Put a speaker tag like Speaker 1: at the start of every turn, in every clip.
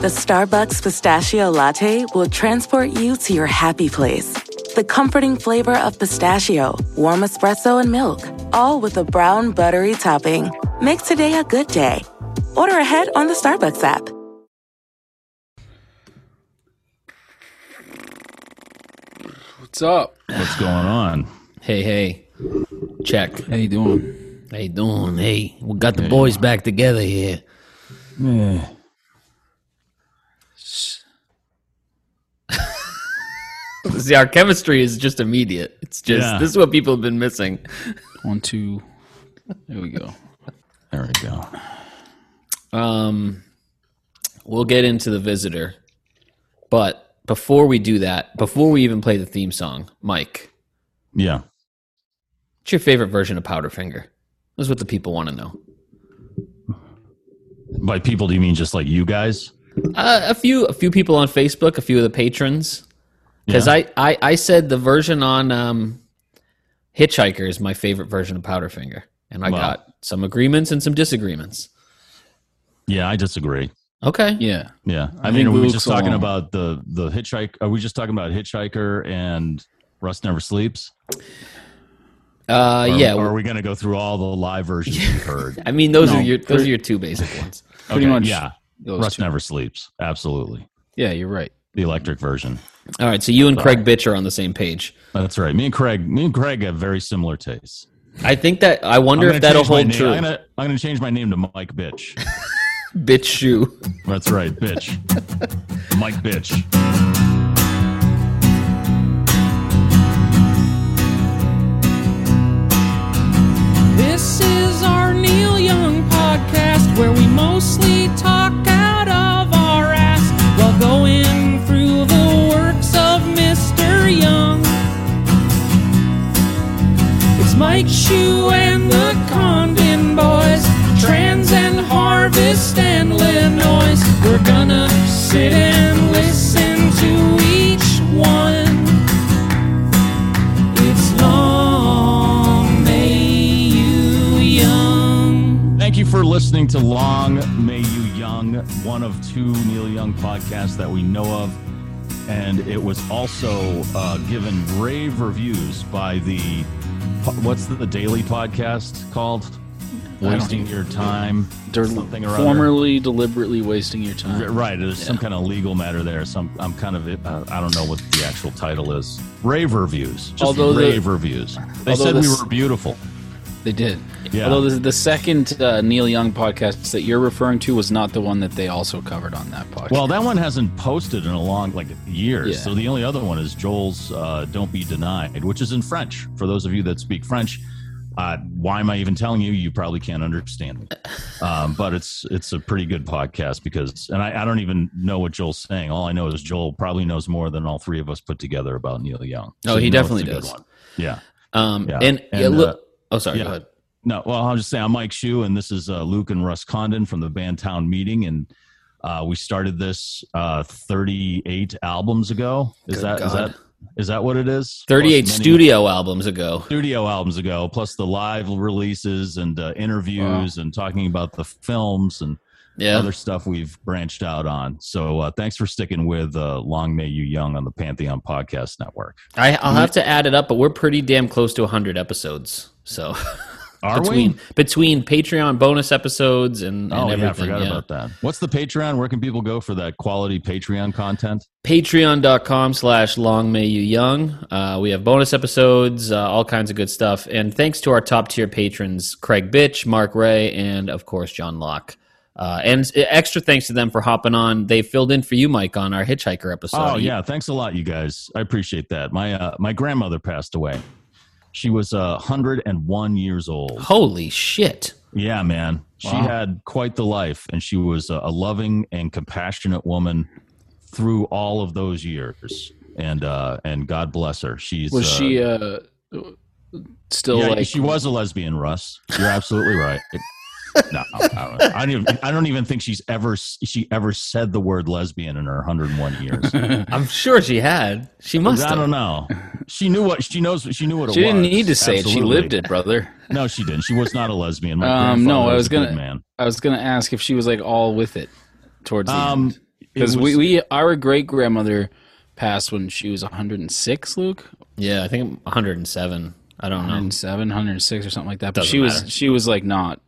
Speaker 1: The Starbucks pistachio latte will transport you to your happy place. The comforting flavor of pistachio, warm espresso, and milk, all with a brown buttery topping, makes today a good day. Order ahead on the Starbucks app.
Speaker 2: What's up?
Speaker 3: What's going on?
Speaker 4: Hey, hey. Check.
Speaker 2: How you doing?
Speaker 4: Hey, doing? Hey, we got the boys back together here. See, our chemistry is just immediate. It's just
Speaker 3: Yeah.
Speaker 4: this is what people have been missing.
Speaker 2: One, two. There we go.
Speaker 3: There we go.
Speaker 4: Um, we'll get into the visitor, but before we do that, before we even play the theme song, Mike,
Speaker 3: Yeah.
Speaker 4: what's your favorite version of Powderfinger? That's what the people want to know.
Speaker 3: By people, do you mean just like you guys?
Speaker 4: Uh, a few, a few people on Facebook, a few of the patrons, because
Speaker 3: Yeah.
Speaker 4: I, I, I said the version on um, Hitchhiker is my favorite version of Powderfinger, and I
Speaker 3: Wow.
Speaker 4: got some agreements and some disagreements.
Speaker 3: Yeah, I disagree.
Speaker 4: Okay,
Speaker 2: Yeah.
Speaker 3: Yeah, I,
Speaker 2: I
Speaker 3: mean,
Speaker 2: think
Speaker 3: are we
Speaker 2: Luke's
Speaker 3: just talking
Speaker 2: alone.
Speaker 3: about the the hitchhiker? Are we just talking about hitchhiker and Rust never sleeps?
Speaker 4: uh,
Speaker 3: Or-
Speaker 4: yeah.
Speaker 3: Or are we going to go through all the live versions we've heard?
Speaker 4: I mean, those
Speaker 2: No,
Speaker 4: are your those
Speaker 2: pretty-
Speaker 4: are your two basic ones.
Speaker 2: Pretty
Speaker 3: Okay,
Speaker 2: much.
Speaker 3: Yeah,
Speaker 2: Those
Speaker 3: Rust
Speaker 2: two.
Speaker 3: never sleeps. Absolutely,
Speaker 2: Yeah, you're right.
Speaker 3: the electric version.
Speaker 4: All right, so you and Craig Bitch are on the same page.
Speaker 3: That's right. Me and Craig, me and Craig have very similar tastes.
Speaker 4: I think that I
Speaker 3: I'm
Speaker 4: wonder
Speaker 3: gonna
Speaker 4: if that'll
Speaker 3: change my
Speaker 4: hold
Speaker 3: name-
Speaker 4: true.
Speaker 3: I'm gonna, I'm gonna change my name to Mike Bitch.
Speaker 4: Bitch shoe.
Speaker 3: That's right, bitch. Mike Bitch.
Speaker 5: This is our Neil Young podcast where we mostly talk out of our ass while going through the works of Mr. Young. It's Mike Shue and the Condon Boys, Trans and Harvest and Linois. We're gonna sit and listen to each one. It's long may you young.
Speaker 3: Thank you for listening to Long May You Young, one of two Neil Young podcasts that we know of. And it was also uh, given rave reviews by the, what's the, the daily podcast called?
Speaker 2: don't
Speaker 3: Wasting Your Time.
Speaker 2: They're
Speaker 3: Something or other.
Speaker 2: formerly deliberately wasting your
Speaker 3: R-
Speaker 2: time.
Speaker 3: Right, there's some kind of legal matter there. Some I'm kind of uh, I don't know what the actual title is. Rave reviews, just
Speaker 2: Although the-
Speaker 3: rave reviews. They
Speaker 2: although
Speaker 3: said we
Speaker 2: this-
Speaker 3: were beautiful.
Speaker 2: They did.
Speaker 3: Yeah.
Speaker 2: Although the, the second uh, Neil Young podcast that you're referring to was not the one that they also covered on that podcast.
Speaker 3: Well, that one hasn't posted in a long, like years.
Speaker 2: Yeah.
Speaker 3: So the only other one is Joel's uh, "Don't Be Denied," which is in French. For those of you that speak French, uh, why am I even telling you? You probably can't understand me. Um, but it's it's a pretty good podcast because, and I, I don't even know what Joel's saying. All I know is Joel probably knows more than all three of us put together about Neil Young.
Speaker 4: Oh, he
Speaker 3: you know it's
Speaker 4: definitely
Speaker 3: a good
Speaker 4: does.
Speaker 3: one. Yeah.
Speaker 4: Um,
Speaker 3: Yeah,
Speaker 4: and, yeah,
Speaker 3: and,
Speaker 4: look.
Speaker 3: uh,
Speaker 4: oh, sorry.
Speaker 3: yeah.
Speaker 4: Go ahead.
Speaker 3: No, well, I'll just say I'm Mike Shue, and this is uh, Luke and Russ Condon from the band Town Meeting, and uh, we started this uh, 38 albums ago. Is
Speaker 4: Good
Speaker 3: that is
Speaker 4: God.
Speaker 3: that is that what it is?
Speaker 4: Thirty-eight
Speaker 3: Plus many
Speaker 4: studio albums ago.
Speaker 3: studio albums ago, plus the live releases and uh, interviews, and talking about the films and
Speaker 4: Yeah.
Speaker 3: other stuff we've branched out on. So uh, thanks for sticking with uh, Long May You Young on the Pantheon Podcast Network.
Speaker 4: I, I'll have to add it up, but we're pretty damn close to 100 episodes. So
Speaker 3: Are
Speaker 4: between
Speaker 3: we?
Speaker 4: between Patreon bonus episodes and, and
Speaker 3: Oh yeah, I
Speaker 4: everything,
Speaker 3: forgot
Speaker 4: yeah.
Speaker 3: about that. What's the Patreon? Where can people go for that quality Patreon content?
Speaker 4: Patreon.com slash long may you young. Uh, we have bonus episodes, uh, all kinds of good stuff. And thanks to our top tier patrons, Craig Bitch, Mark Ray, and of course, John Locke. Uh, and extra thanks to them for hopping on. They filled in for you, Mike, on our Hitchhiker episode.
Speaker 3: Oh yeah, thanks a lot, you guys. I appreciate that. My uh, my grandmother passed away. She was uh, 101 years old.
Speaker 4: Holy shit.
Speaker 3: Yeah, man. She
Speaker 2: Wow.
Speaker 3: had quite the life, and she was a, a loving and compassionate woman through all of those years. And uh, and God bless her. She's
Speaker 2: Was
Speaker 3: uh,
Speaker 2: she uh, still
Speaker 3: yeah,
Speaker 2: like?
Speaker 3: she was a lesbian, Russ. You're absolutely right. It- no, I don't, I don't even, I don't even think she's ever she ever said the word lesbian in her 101 years.
Speaker 4: I'm sure she had. She must
Speaker 3: I
Speaker 4: have.
Speaker 3: don't know. She knew what she knows. She knew what it
Speaker 2: she didn't
Speaker 3: was.
Speaker 2: need to say it. She
Speaker 3: Absolutely.
Speaker 2: lived it, brother.
Speaker 3: No, she didn't. She was not a lesbian. My
Speaker 2: Um, no,
Speaker 3: grandfather
Speaker 2: I
Speaker 3: a
Speaker 2: was
Speaker 3: good
Speaker 2: gonna-
Speaker 3: man.
Speaker 2: I was gonna ask if she was like all with it towards the
Speaker 3: Um,
Speaker 2: end because
Speaker 3: it
Speaker 2: we,
Speaker 3: was-
Speaker 2: we our great grandmother passed when she was 106, Luke,
Speaker 4: Yeah, I think 107. I don't know.
Speaker 2: 107, 106 or something like that. But
Speaker 4: Doesn't
Speaker 2: she
Speaker 4: matter.
Speaker 2: was she was like not,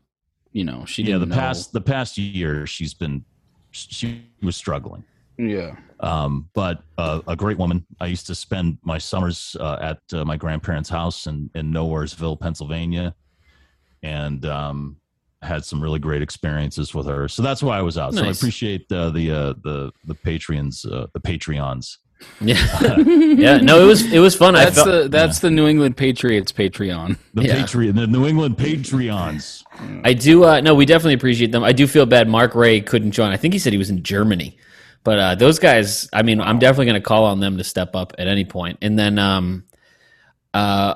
Speaker 2: you know, she
Speaker 3: yeah
Speaker 2: didn't
Speaker 3: the
Speaker 2: know.
Speaker 3: past the past year she's been she was struggling
Speaker 2: yeah.
Speaker 3: um, but uh, a great woman i used to spend my summers uh, at uh, my grandparents house in, in nowheresville pennsylvania and um, had some really great experiences with her so that's why i was out so i
Speaker 4: Nice.
Speaker 3: appreciate uh, the uh, the the patreons uh, the patreons
Speaker 4: Yeah, yeah. No, it was it was fun.
Speaker 2: That's
Speaker 4: I felt,
Speaker 2: the that's the New England Patriots Patreon.
Speaker 3: the
Speaker 4: Yeah.
Speaker 3: patreon the new england patreons
Speaker 4: I do. Uh, no, we definitely appreciate them. I do feel bad. Mark Ray couldn't join. I think he said he was in Germany, but uh, those guys. I mean, I'm definitely going to call on them to step up at any point. And then, um, uh,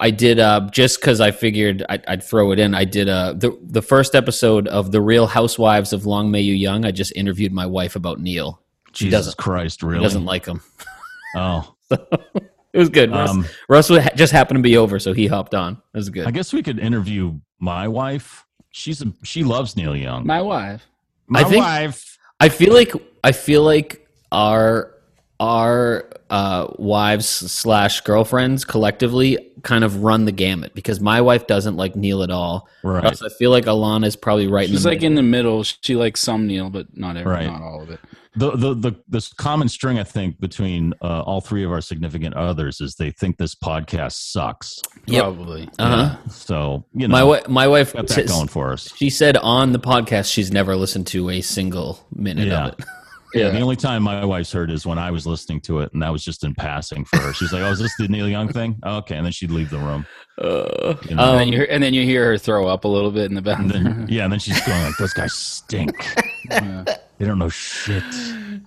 Speaker 4: I did uh, just because I figured I'd, I'd throw it in. I did uh, the the first episode of the Real Housewives of Long May You Young. I just interviewed my wife about Neil. She
Speaker 3: jesus
Speaker 4: doesn't.
Speaker 3: christ
Speaker 4: She
Speaker 3: really
Speaker 4: doesn't like him.
Speaker 3: oh
Speaker 4: It was good.
Speaker 3: Um,
Speaker 4: Russ, Russ just happened to be over, so he hopped on. It was good.
Speaker 3: i guess we could interview my wife she's a, she loves neil young
Speaker 2: My wife.
Speaker 3: my
Speaker 4: I think-
Speaker 3: wife
Speaker 4: I feel like I feel like our our uh, wives slash girlfriends collectively kind of run the gamut because my wife doesn't like Neil at all.
Speaker 3: Right.
Speaker 4: Plus, I feel like Alana is probably right
Speaker 2: She's
Speaker 4: in the
Speaker 2: like
Speaker 4: middle.
Speaker 2: in the middle. She likes some Neil, but not every,
Speaker 3: Right.
Speaker 2: not all of it.
Speaker 3: the the the this common string I think between uh, all three of our significant others is they think this podcast sucks.
Speaker 4: Yep.
Speaker 2: Probably.
Speaker 4: Uh-huh.
Speaker 3: So you know,
Speaker 4: My wife, my wife,
Speaker 3: got
Speaker 4: says-
Speaker 3: that going for us.
Speaker 4: she said on the podcast she's never listened to a single minute
Speaker 3: Yeah.
Speaker 4: of it.
Speaker 3: Yeah. the only time my wife's heard is when I was listening to it, and that was just in passing for her. She's like, "Oh, is this the Neil Young thing?" Oh, okay, and then she'd leave the room.
Speaker 4: Uh,
Speaker 3: You know,
Speaker 2: and, then you hear, and then you hear her throw up a little bit in the
Speaker 3: and
Speaker 2: bathroom.
Speaker 3: then- yeah, and then she's going like, "Those guys stink. They don't know shit."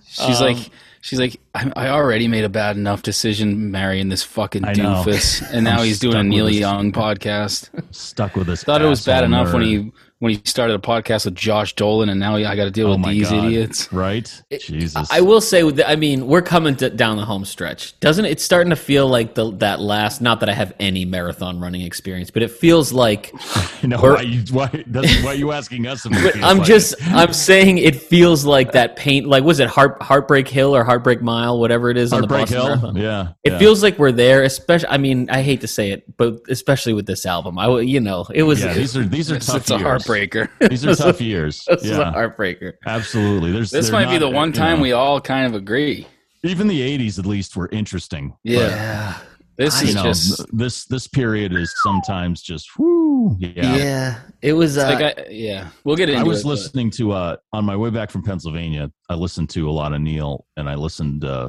Speaker 2: She's like, she's like, I, I already made a bad enough decision marrying this fucking
Speaker 3: I know.
Speaker 2: doofus, and now
Speaker 3: I'm
Speaker 2: he's doing a
Speaker 3: stuck with
Speaker 2: Neil
Speaker 3: this-
Speaker 2: Young podcast.
Speaker 3: Stuck with this.
Speaker 2: Thought it was bad
Speaker 3: asshole
Speaker 2: enough when
Speaker 3: nerd.
Speaker 2: he when he started a podcast with Josh Dolan, and now I got to deal
Speaker 3: Oh
Speaker 2: with
Speaker 3: my
Speaker 2: these
Speaker 3: God.
Speaker 2: idiots.
Speaker 3: Right? Jesus.
Speaker 4: I will say, with the- I mean, we're coming to, down the home stretch. Doesn't it? It's starting to feel like the that last. Not that I have any marathon running experience, but it feels like
Speaker 3: You know, why, you, why, that's, why are you asking us? if it feels
Speaker 4: I'm
Speaker 3: like
Speaker 4: just
Speaker 3: it?
Speaker 4: I'm saying it feels like that paint like was it Heart Heartbreak Hill or Heartbreak Mile, whatever it is on the
Speaker 3: Heartbreak
Speaker 4: Boston
Speaker 3: Hill.
Speaker 4: Marathon.
Speaker 3: Yeah.
Speaker 4: It
Speaker 3: yeah.
Speaker 4: feels like we're there, especially. I mean, I hate to say it, but especially with this album, I will- you know it was
Speaker 3: Yeah,
Speaker 4: it,
Speaker 3: these are these are
Speaker 2: It's,
Speaker 3: tough
Speaker 2: it's a
Speaker 3: years.
Speaker 2: heartbreaker.
Speaker 3: These are tough years.
Speaker 4: was a
Speaker 3: Yeah,
Speaker 4: heartbreaker.
Speaker 3: absolutely. There's
Speaker 2: This
Speaker 3: they're
Speaker 2: might be
Speaker 3: not-
Speaker 2: the one
Speaker 3: you
Speaker 2: time
Speaker 3: know,
Speaker 2: we all kind of agree.
Speaker 3: even the '80s at least were interesting.
Speaker 2: Yeah, this
Speaker 3: You
Speaker 2: is
Speaker 3: know,
Speaker 2: just
Speaker 3: this this period is sometimes just whoo. Yeah.
Speaker 4: Yeah, it was. Uh,
Speaker 2: like I, yeah. We'll get into
Speaker 3: I was
Speaker 2: it, but-
Speaker 3: listening to uh on my way back from Pennsylvania. I listened to a lot of Neil, and I listened, uh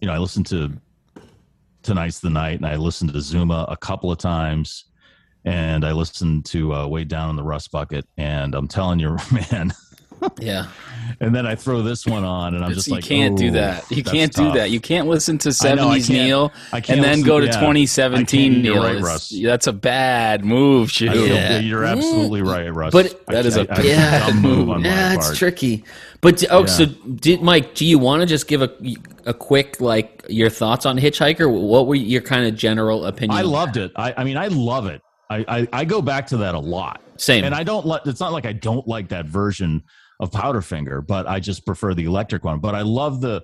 Speaker 3: you know, I listened to Tonight's the Night, and I listened to Zuma a couple of times, and I listened to uh, Way Down in the Rust Bucket, and I'm telling you, man.
Speaker 4: yeah,
Speaker 3: And then I throw this one on, and I'm
Speaker 2: It's-
Speaker 3: just
Speaker 2: you
Speaker 3: like,
Speaker 2: can't do
Speaker 3: "Ooh,
Speaker 2: that. You
Speaker 3: that's
Speaker 2: can't
Speaker 3: tough."
Speaker 2: do that. You can't listen to
Speaker 3: I know, I
Speaker 2: seventies
Speaker 3: can't-
Speaker 2: Neil
Speaker 3: I can't
Speaker 2: and then
Speaker 3: listen-
Speaker 2: go to
Speaker 3: yeah.
Speaker 2: twenty seventeen
Speaker 3: You're
Speaker 2: Neil.
Speaker 3: right,
Speaker 2: It's-
Speaker 3: Russ.
Speaker 2: That's a bad move,
Speaker 3: I feel-
Speaker 2: dude.
Speaker 4: Yeah.
Speaker 3: You're absolutely right, Russ.
Speaker 4: But-
Speaker 3: I-
Speaker 2: Mm. That is
Speaker 3: I-
Speaker 2: a
Speaker 3: I-
Speaker 4: bad
Speaker 3: dumb move on my
Speaker 4: yeah,
Speaker 3: part.
Speaker 4: it's tricky. But d- oh, so
Speaker 3: Yeah.
Speaker 4: did Mike? Do you want to just give a a quick like your thoughts on Hitchhiker? What were your kind of general opinion?
Speaker 3: I
Speaker 4: on
Speaker 3: loved it. I, I mean, I love it. I, I, I go back to that a lot.
Speaker 4: Same.
Speaker 3: And I don't let. It's not like I don't like that version of Powderfinger, but I just prefer the electric one. But I love the.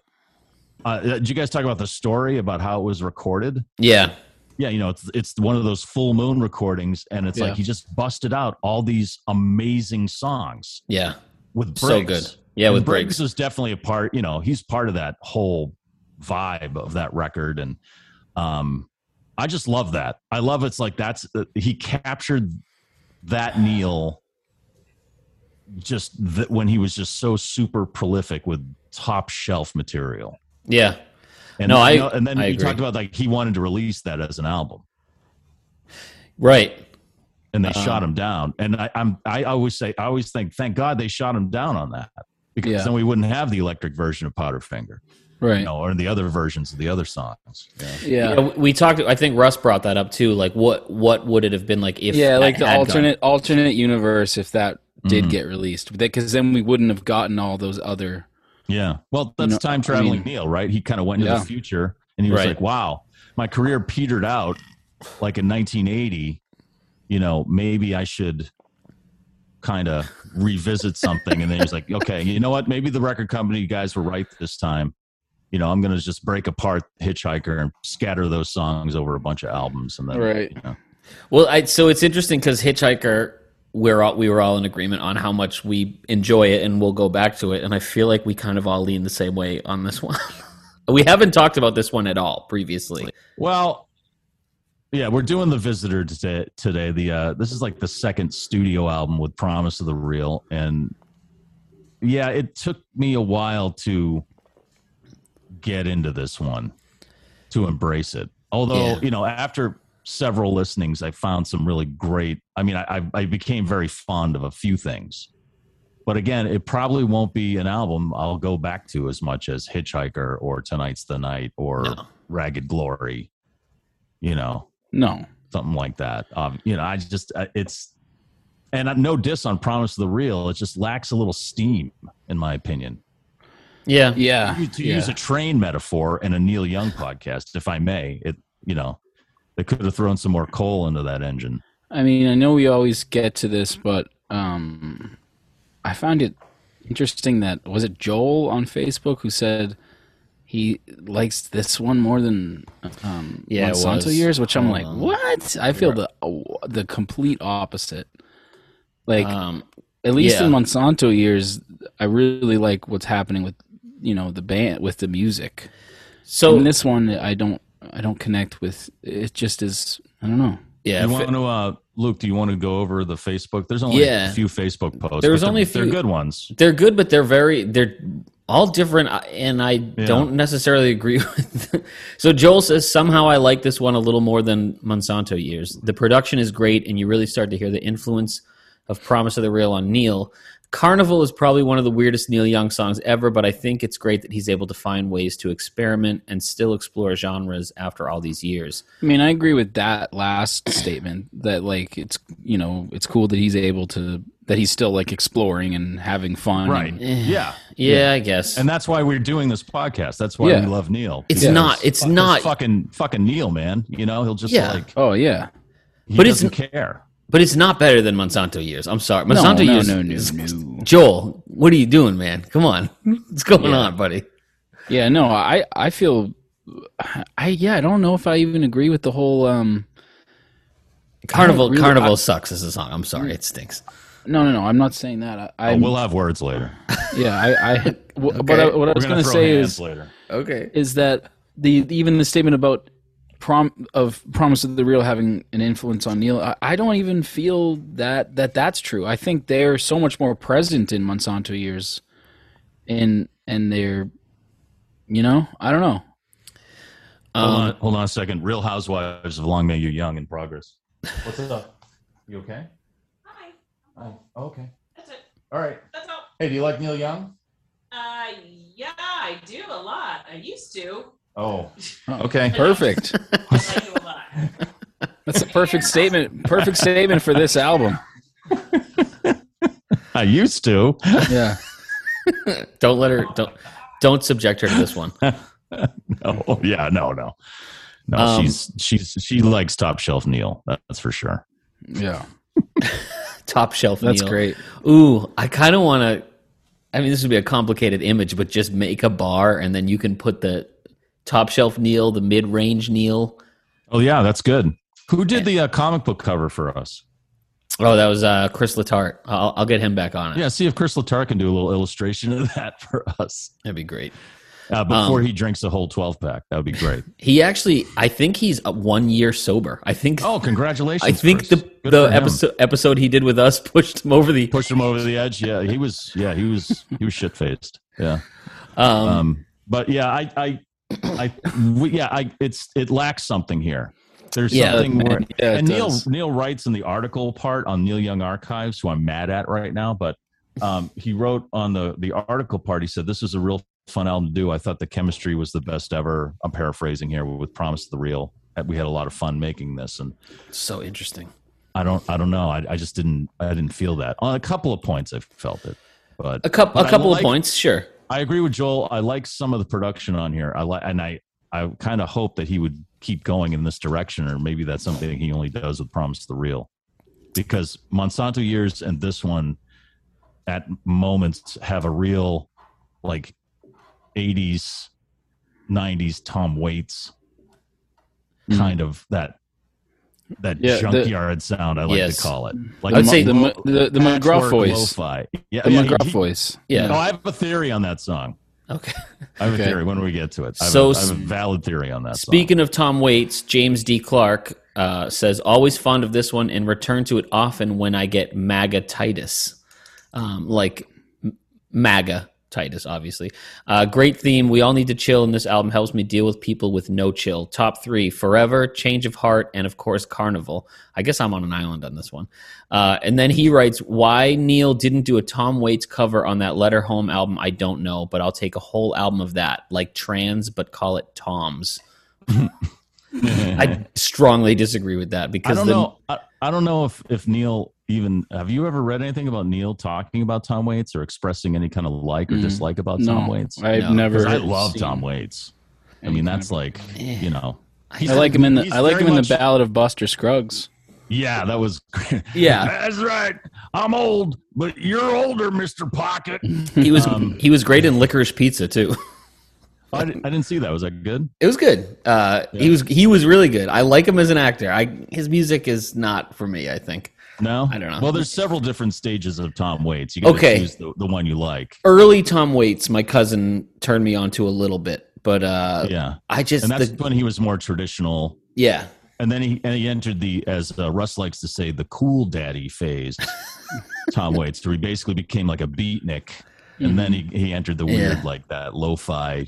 Speaker 3: Uh, did you guys talk about the story about how it was recorded?
Speaker 4: Yeah.
Speaker 3: yeah, you know, it's it's one of those full moon recordings, and it's
Speaker 2: Yeah.
Speaker 3: like he just busted out all these amazing songs
Speaker 4: Yeah.
Speaker 3: with Briggs.
Speaker 4: So good. Yeah,
Speaker 3: And
Speaker 4: with
Speaker 3: Briggs,
Speaker 4: Briggs.
Speaker 3: is definitely a part. You know, he's part of that whole vibe of that record, and um, I just love that. I love it's like that's uh, he captured that Neil just th- when he was just so super prolific with top shelf material.
Speaker 4: Yeah.
Speaker 3: And
Speaker 4: No,
Speaker 3: then,
Speaker 4: I-
Speaker 3: you know, and then
Speaker 4: I
Speaker 3: you
Speaker 4: agree.
Speaker 3: talked about like he wanted to release that as an album.
Speaker 4: Right.
Speaker 3: and they
Speaker 4: Um,
Speaker 3: shot him down. And I, I'm I always say I always think thank God they shot him down on that because
Speaker 2: Yeah.
Speaker 3: then we wouldn't have the electric version of Powderfinger,
Speaker 2: Right.
Speaker 3: you know, or the other versions of the other songs. Yeah.
Speaker 2: yeah.
Speaker 4: Yeah, we- we talked. I think Russ brought that up too. Like, what what would it have been like if?
Speaker 2: yeah
Speaker 4: that
Speaker 2: like the
Speaker 4: had gone-
Speaker 2: alternate alternate universe if that did
Speaker 3: Mm-hmm.
Speaker 2: get released because then we wouldn't have gotten all those other
Speaker 3: Yeah. Well, that's
Speaker 2: know,
Speaker 3: time traveling
Speaker 2: I mean-
Speaker 3: Neil, right? He kind of went into
Speaker 2: Yeah.
Speaker 3: the future and he was
Speaker 4: Right.
Speaker 3: like, wow, my career petered out like in 1980. You know, maybe I should kind of revisit something. And then he was like, okay, you know what? Maybe the record company guys were right this time. You know, I'm going to just break apart Hitchhiker and scatter those songs over a bunch of albums. And then,
Speaker 2: Right.
Speaker 3: you know.
Speaker 4: Well, I, so it's interesting because Hitchhiker, we're all we were all in agreement on how much we enjoy it, and we'll go back to it. And I feel like we kind of all lean the same way on this one. we haven't talked about this one at all previously.
Speaker 3: Well, yeah, we're doing the visitor today. Today, the uh, this is like the second studio album with Promise of the Real, and yeah, it took me a while to get into this one, to embrace it. Although
Speaker 4: Yeah.
Speaker 3: you know, after several listenings, I found some really great. I mean, I, I I became very fond of a few things, but again, it probably won't be an album I'll go back to as much as Hitchhiker or Tonight's the Night or Ragged Glory you know,
Speaker 2: no
Speaker 3: something like that. Um, you know, I just I- it's and I- no diss on Promise of the Real. It just lacks a little steam, in my opinion.
Speaker 4: Ah, Yeah,
Speaker 2: yeah
Speaker 3: You- To
Speaker 2: yeah.
Speaker 3: use a train metaphor in a Neil Young podcast, if I may, it you know, they could have thrown some more coal into that engine.
Speaker 2: i mean i know we always get to this but um i found it interesting that was it joel on facebook who said he likes this one more than um
Speaker 4: Yeah, it
Speaker 2: Monsanto
Speaker 4: was. Uh,
Speaker 2: years which i'm
Speaker 4: Hold
Speaker 2: like
Speaker 4: on.
Speaker 2: what i feel the the complete opposite like
Speaker 4: Um,
Speaker 2: at least
Speaker 4: Yeah.
Speaker 2: in Monsanto years, I really like what's happening with you know the band with the music.
Speaker 4: so
Speaker 2: in this one, I don't I don't connect with. It just is. I don't know.
Speaker 4: yeah,
Speaker 3: you
Speaker 4: if
Speaker 3: want
Speaker 4: it-
Speaker 3: to, uh, Luke? Do you want to go over the Facebook? There's only
Speaker 4: Yeah.
Speaker 3: a few Facebook posts.
Speaker 4: There was
Speaker 3: but they're-
Speaker 4: only a
Speaker 3: they're
Speaker 4: few-
Speaker 3: good ones.
Speaker 4: they're good, but they're very they're all different, I- and I don't necessarily agree with. so Joel says somehow I like this one a little more than Monsanto years. The production is great, and you really start to hear the influence of Promise of the Real on Neil. Carnival is probably one of the weirdest Neil Young songs ever, but I think it's great that he's able to find ways to experiment and still explore genres after all these years.
Speaker 2: I mean, I agree with that last statement that like it's you know it's cool that he's able to that he's still like exploring and having fun.
Speaker 3: Right.
Speaker 2: and-
Speaker 4: eh.
Speaker 3: Yeah.
Speaker 4: Yeah, I guess.
Speaker 3: And that's why we're doing this podcast. That's why
Speaker 2: Yeah.
Speaker 3: we love Neil.
Speaker 4: it's
Speaker 2: yeah,
Speaker 4: not. It's
Speaker 3: Because
Speaker 4: not.
Speaker 3: fucking fucking Neil, man. You know, he'll just
Speaker 4: Yeah.
Speaker 3: like
Speaker 2: oh yeah.
Speaker 3: he
Speaker 4: But it's-
Speaker 3: doesn't care.
Speaker 4: But it's not better than Monsanto years. I'm sorry. Monsanto
Speaker 2: no,
Speaker 4: years.
Speaker 2: no, no,
Speaker 4: is-
Speaker 2: no.
Speaker 4: Joel, what are you doing, man? Come on. What's going on, buddy?
Speaker 2: Yeah. No. I I feel. I yeah. I don't know if I even agree with the whole. um
Speaker 4: Carnival
Speaker 2: really-
Speaker 4: Carnival sucks as a song. I'm sorry. It stinks.
Speaker 2: No, no, no. I'm not saying that. I, I
Speaker 3: Oh, we'll have words later.
Speaker 2: yeah. I I. w- But I, what I was
Speaker 3: We're gonna
Speaker 2: gonna
Speaker 3: throw
Speaker 2: say
Speaker 3: hands
Speaker 2: is
Speaker 3: later.
Speaker 4: Okay.
Speaker 2: is that the even the statement about prom of promise of the real having an influence on Neil. I, I don't even feel that that that's true. I think they're so much more present in Monsanto years, and and they're, you know, I don't know.
Speaker 3: hold, on, hold on a second. Real Housewives of Long May You Young in progress. What's up? You okay?
Speaker 6: Hi.
Speaker 3: Oh, okay.
Speaker 6: That's it.
Speaker 3: All right.
Speaker 6: That's all.
Speaker 3: Hey, do you like Neil Young?
Speaker 6: Uh, yeah, I do a lot. I used to.
Speaker 3: Oh, okay.
Speaker 2: Perfect.
Speaker 6: I like you a lot.
Speaker 2: That's a perfect statement. Perfect statement for this album.
Speaker 3: I used to.
Speaker 2: Yeah.
Speaker 4: Don't let her don't don't subject her to this one.
Speaker 3: Oh, yeah. No, no, no.
Speaker 4: Um,
Speaker 3: she's she's she likes top shelf Neil. That's for sure.
Speaker 2: Yeah.
Speaker 4: Top shelf
Speaker 2: That's
Speaker 4: Neil.
Speaker 2: great.
Speaker 4: Ooh, I kind of want to I mean this would be a complicated image, but just make a bar and then you can put the top shelf Neil, the mid-range Neil.
Speaker 3: Oh, yeah. That's good. Who did the uh, comic book cover for us?
Speaker 4: Oh, that was uh Chris Latart. I'll, I'll get him back on it.
Speaker 3: Yeah. See if Chris Latar can do a little illustration of that for us
Speaker 4: That'd be great.
Speaker 3: uh, before he drinks a whole twelve pack. That would be great.
Speaker 4: He actually, I think he's uh, one year sober. I think.
Speaker 3: Oh, congratulations!
Speaker 4: I think
Speaker 3: Chris.
Speaker 4: the
Speaker 3: Good
Speaker 4: the
Speaker 3: for him.
Speaker 4: episode episode he did with us pushed him over the.
Speaker 3: pushed him over the edge. Yeah, he was. Yeah, he was. He was shit faced. Yeah. Um, But yeah, I, I, I, we, yeah, I. It's it lacks something here. There's
Speaker 4: Yeah,
Speaker 3: something where
Speaker 2: Uh, yeah, it
Speaker 3: and Neil
Speaker 2: does.
Speaker 3: Neil writes in the article part on Neil Young Archives, who I'm mad at right now, but um, he wrote on the the article part. He said this is a real fun album to do. I thought the chemistry was the best ever. I'm paraphrasing here with Promise to the Real. We had a lot of fun making this, and
Speaker 4: So interesting.
Speaker 3: I don't I don't know. I, I just didn't I didn't feel that on a couple of points. I felt it, but
Speaker 4: A couple,
Speaker 3: but
Speaker 4: a
Speaker 3: I
Speaker 4: couple
Speaker 3: like-
Speaker 4: of points, sure.
Speaker 3: I agree with Joel. I like some of the production on here. I like, and I, I kind of hope that he would keep going in this direction, or maybe that's something he only does with Promise to the Real, because Monsanto years and this one, at moments, have a real, like, '80s, '90s Tom Waits kind of that that
Speaker 2: Hmm. Yeah, the-
Speaker 3: junkyard sound. I like
Speaker 4: Yes.
Speaker 3: to call it. Like
Speaker 4: I would
Speaker 3: the
Speaker 4: say-
Speaker 2: the
Speaker 3: lo-
Speaker 2: the, the, the McGraw
Speaker 3: patchwork
Speaker 2: voice.
Speaker 3: lo-fi. Yeah,
Speaker 2: The
Speaker 3: yeah,
Speaker 2: McGraw
Speaker 3: he-
Speaker 2: voice.
Speaker 4: Yeah.
Speaker 3: No, Oh, I have a theory on that song.
Speaker 4: Okay.
Speaker 3: I have
Speaker 2: Okay.
Speaker 3: a theory when we get to it. I have,
Speaker 4: So
Speaker 3: a, I have a
Speaker 4: sp-
Speaker 3: valid theory on that.
Speaker 4: Speaking of Tom Waits, James D. Clark uh, says, always fond of this one and return to it often when I get magatitis. Um, like m- MAGA Titus, obviously. Uh, great theme. We all need to chill, and this album helps me deal with people with no chill. Top three Forever, Change of Heart, and of course, Carnival. I guess I'm on an island on this one. Uh, and then he writes, Why Neil didn't do a Tom Waits cover on that Letter Home album, I don't know, but I'll take a whole album of that, like trans, but call it Tom's.
Speaker 3: Song.
Speaker 4: I strongly disagree with that
Speaker 3: I
Speaker 4: because
Speaker 3: don't
Speaker 4: the,
Speaker 3: know. I, I don't know if if Neil even have you ever read anything about Neil talking about Tom Waits or expressing any kind of like or
Speaker 2: Mm.
Speaker 3: dislike about
Speaker 2: No,
Speaker 3: Tom Waits?
Speaker 2: I've
Speaker 4: No,
Speaker 2: never.
Speaker 3: 'Cause I love
Speaker 2: seen
Speaker 3: Tom Waits. I
Speaker 2: any
Speaker 3: mean,
Speaker 2: kind
Speaker 3: that's
Speaker 2: of-
Speaker 3: like you know.
Speaker 2: I like him in the.
Speaker 3: He's
Speaker 2: I like
Speaker 3: very
Speaker 2: him in the
Speaker 3: much-
Speaker 2: Ballad of Buster Scruggs.
Speaker 3: Yeah, that was.
Speaker 4: yeah,
Speaker 3: that's right. I'm old, but you're older, Mister Pocket.
Speaker 2: Mm.
Speaker 4: he was
Speaker 3: Um,
Speaker 4: he was great in Licorice Pizza too.
Speaker 3: I, di- I didn't see that. Was that good?
Speaker 4: It was good. Uh, He was he was really good. I like him as an actor. I his music is not for me. I think
Speaker 3: No,
Speaker 4: I don't know.
Speaker 3: Well, there's several different stages of Tom Waits. You gotta
Speaker 4: Okay.
Speaker 3: choose the, the one you like.
Speaker 4: early Tom Waits, my cousin turned me on to a little bit, but uh,
Speaker 3: Yeah,
Speaker 4: I just
Speaker 3: and that's
Speaker 4: the-
Speaker 3: when he was more traditional.
Speaker 4: yeah
Speaker 3: And then he and he entered the as uh, Russ likes to say the cool daddy phase. Tom Waits, where he basically became like a beatnik, and then he he entered the weird
Speaker 4: Mm-hmm. Yeah.
Speaker 3: like that lo-fi,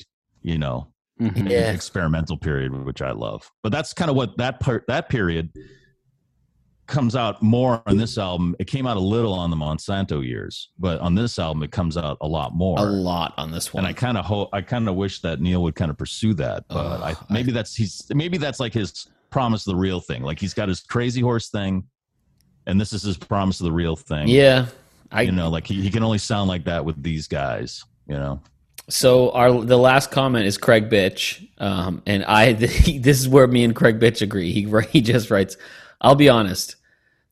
Speaker 3: you know,
Speaker 2: Mhm.
Speaker 4: Yeah.
Speaker 3: experimental period, which I love. But that's kind of what that part that period comes out more on this album. It came out a little on the Monsanto years, but on this album it comes out a lot more.
Speaker 4: a lot on this one.
Speaker 3: and I kind of hope I kind of wish that Neil would kind of pursue that, but I, maybe that's he's maybe that's like his promise of the real thing. Like he's got his crazy horse thing, and this is his promise of the real thing.
Speaker 4: yeah, I
Speaker 3: you know, like he, he can only sound like that with these guys. You know,
Speaker 4: So our the last comment is Craig Bitch, um, and I this is where me and Craig Bitch agree. He wri- he just writes, "I'll be honest.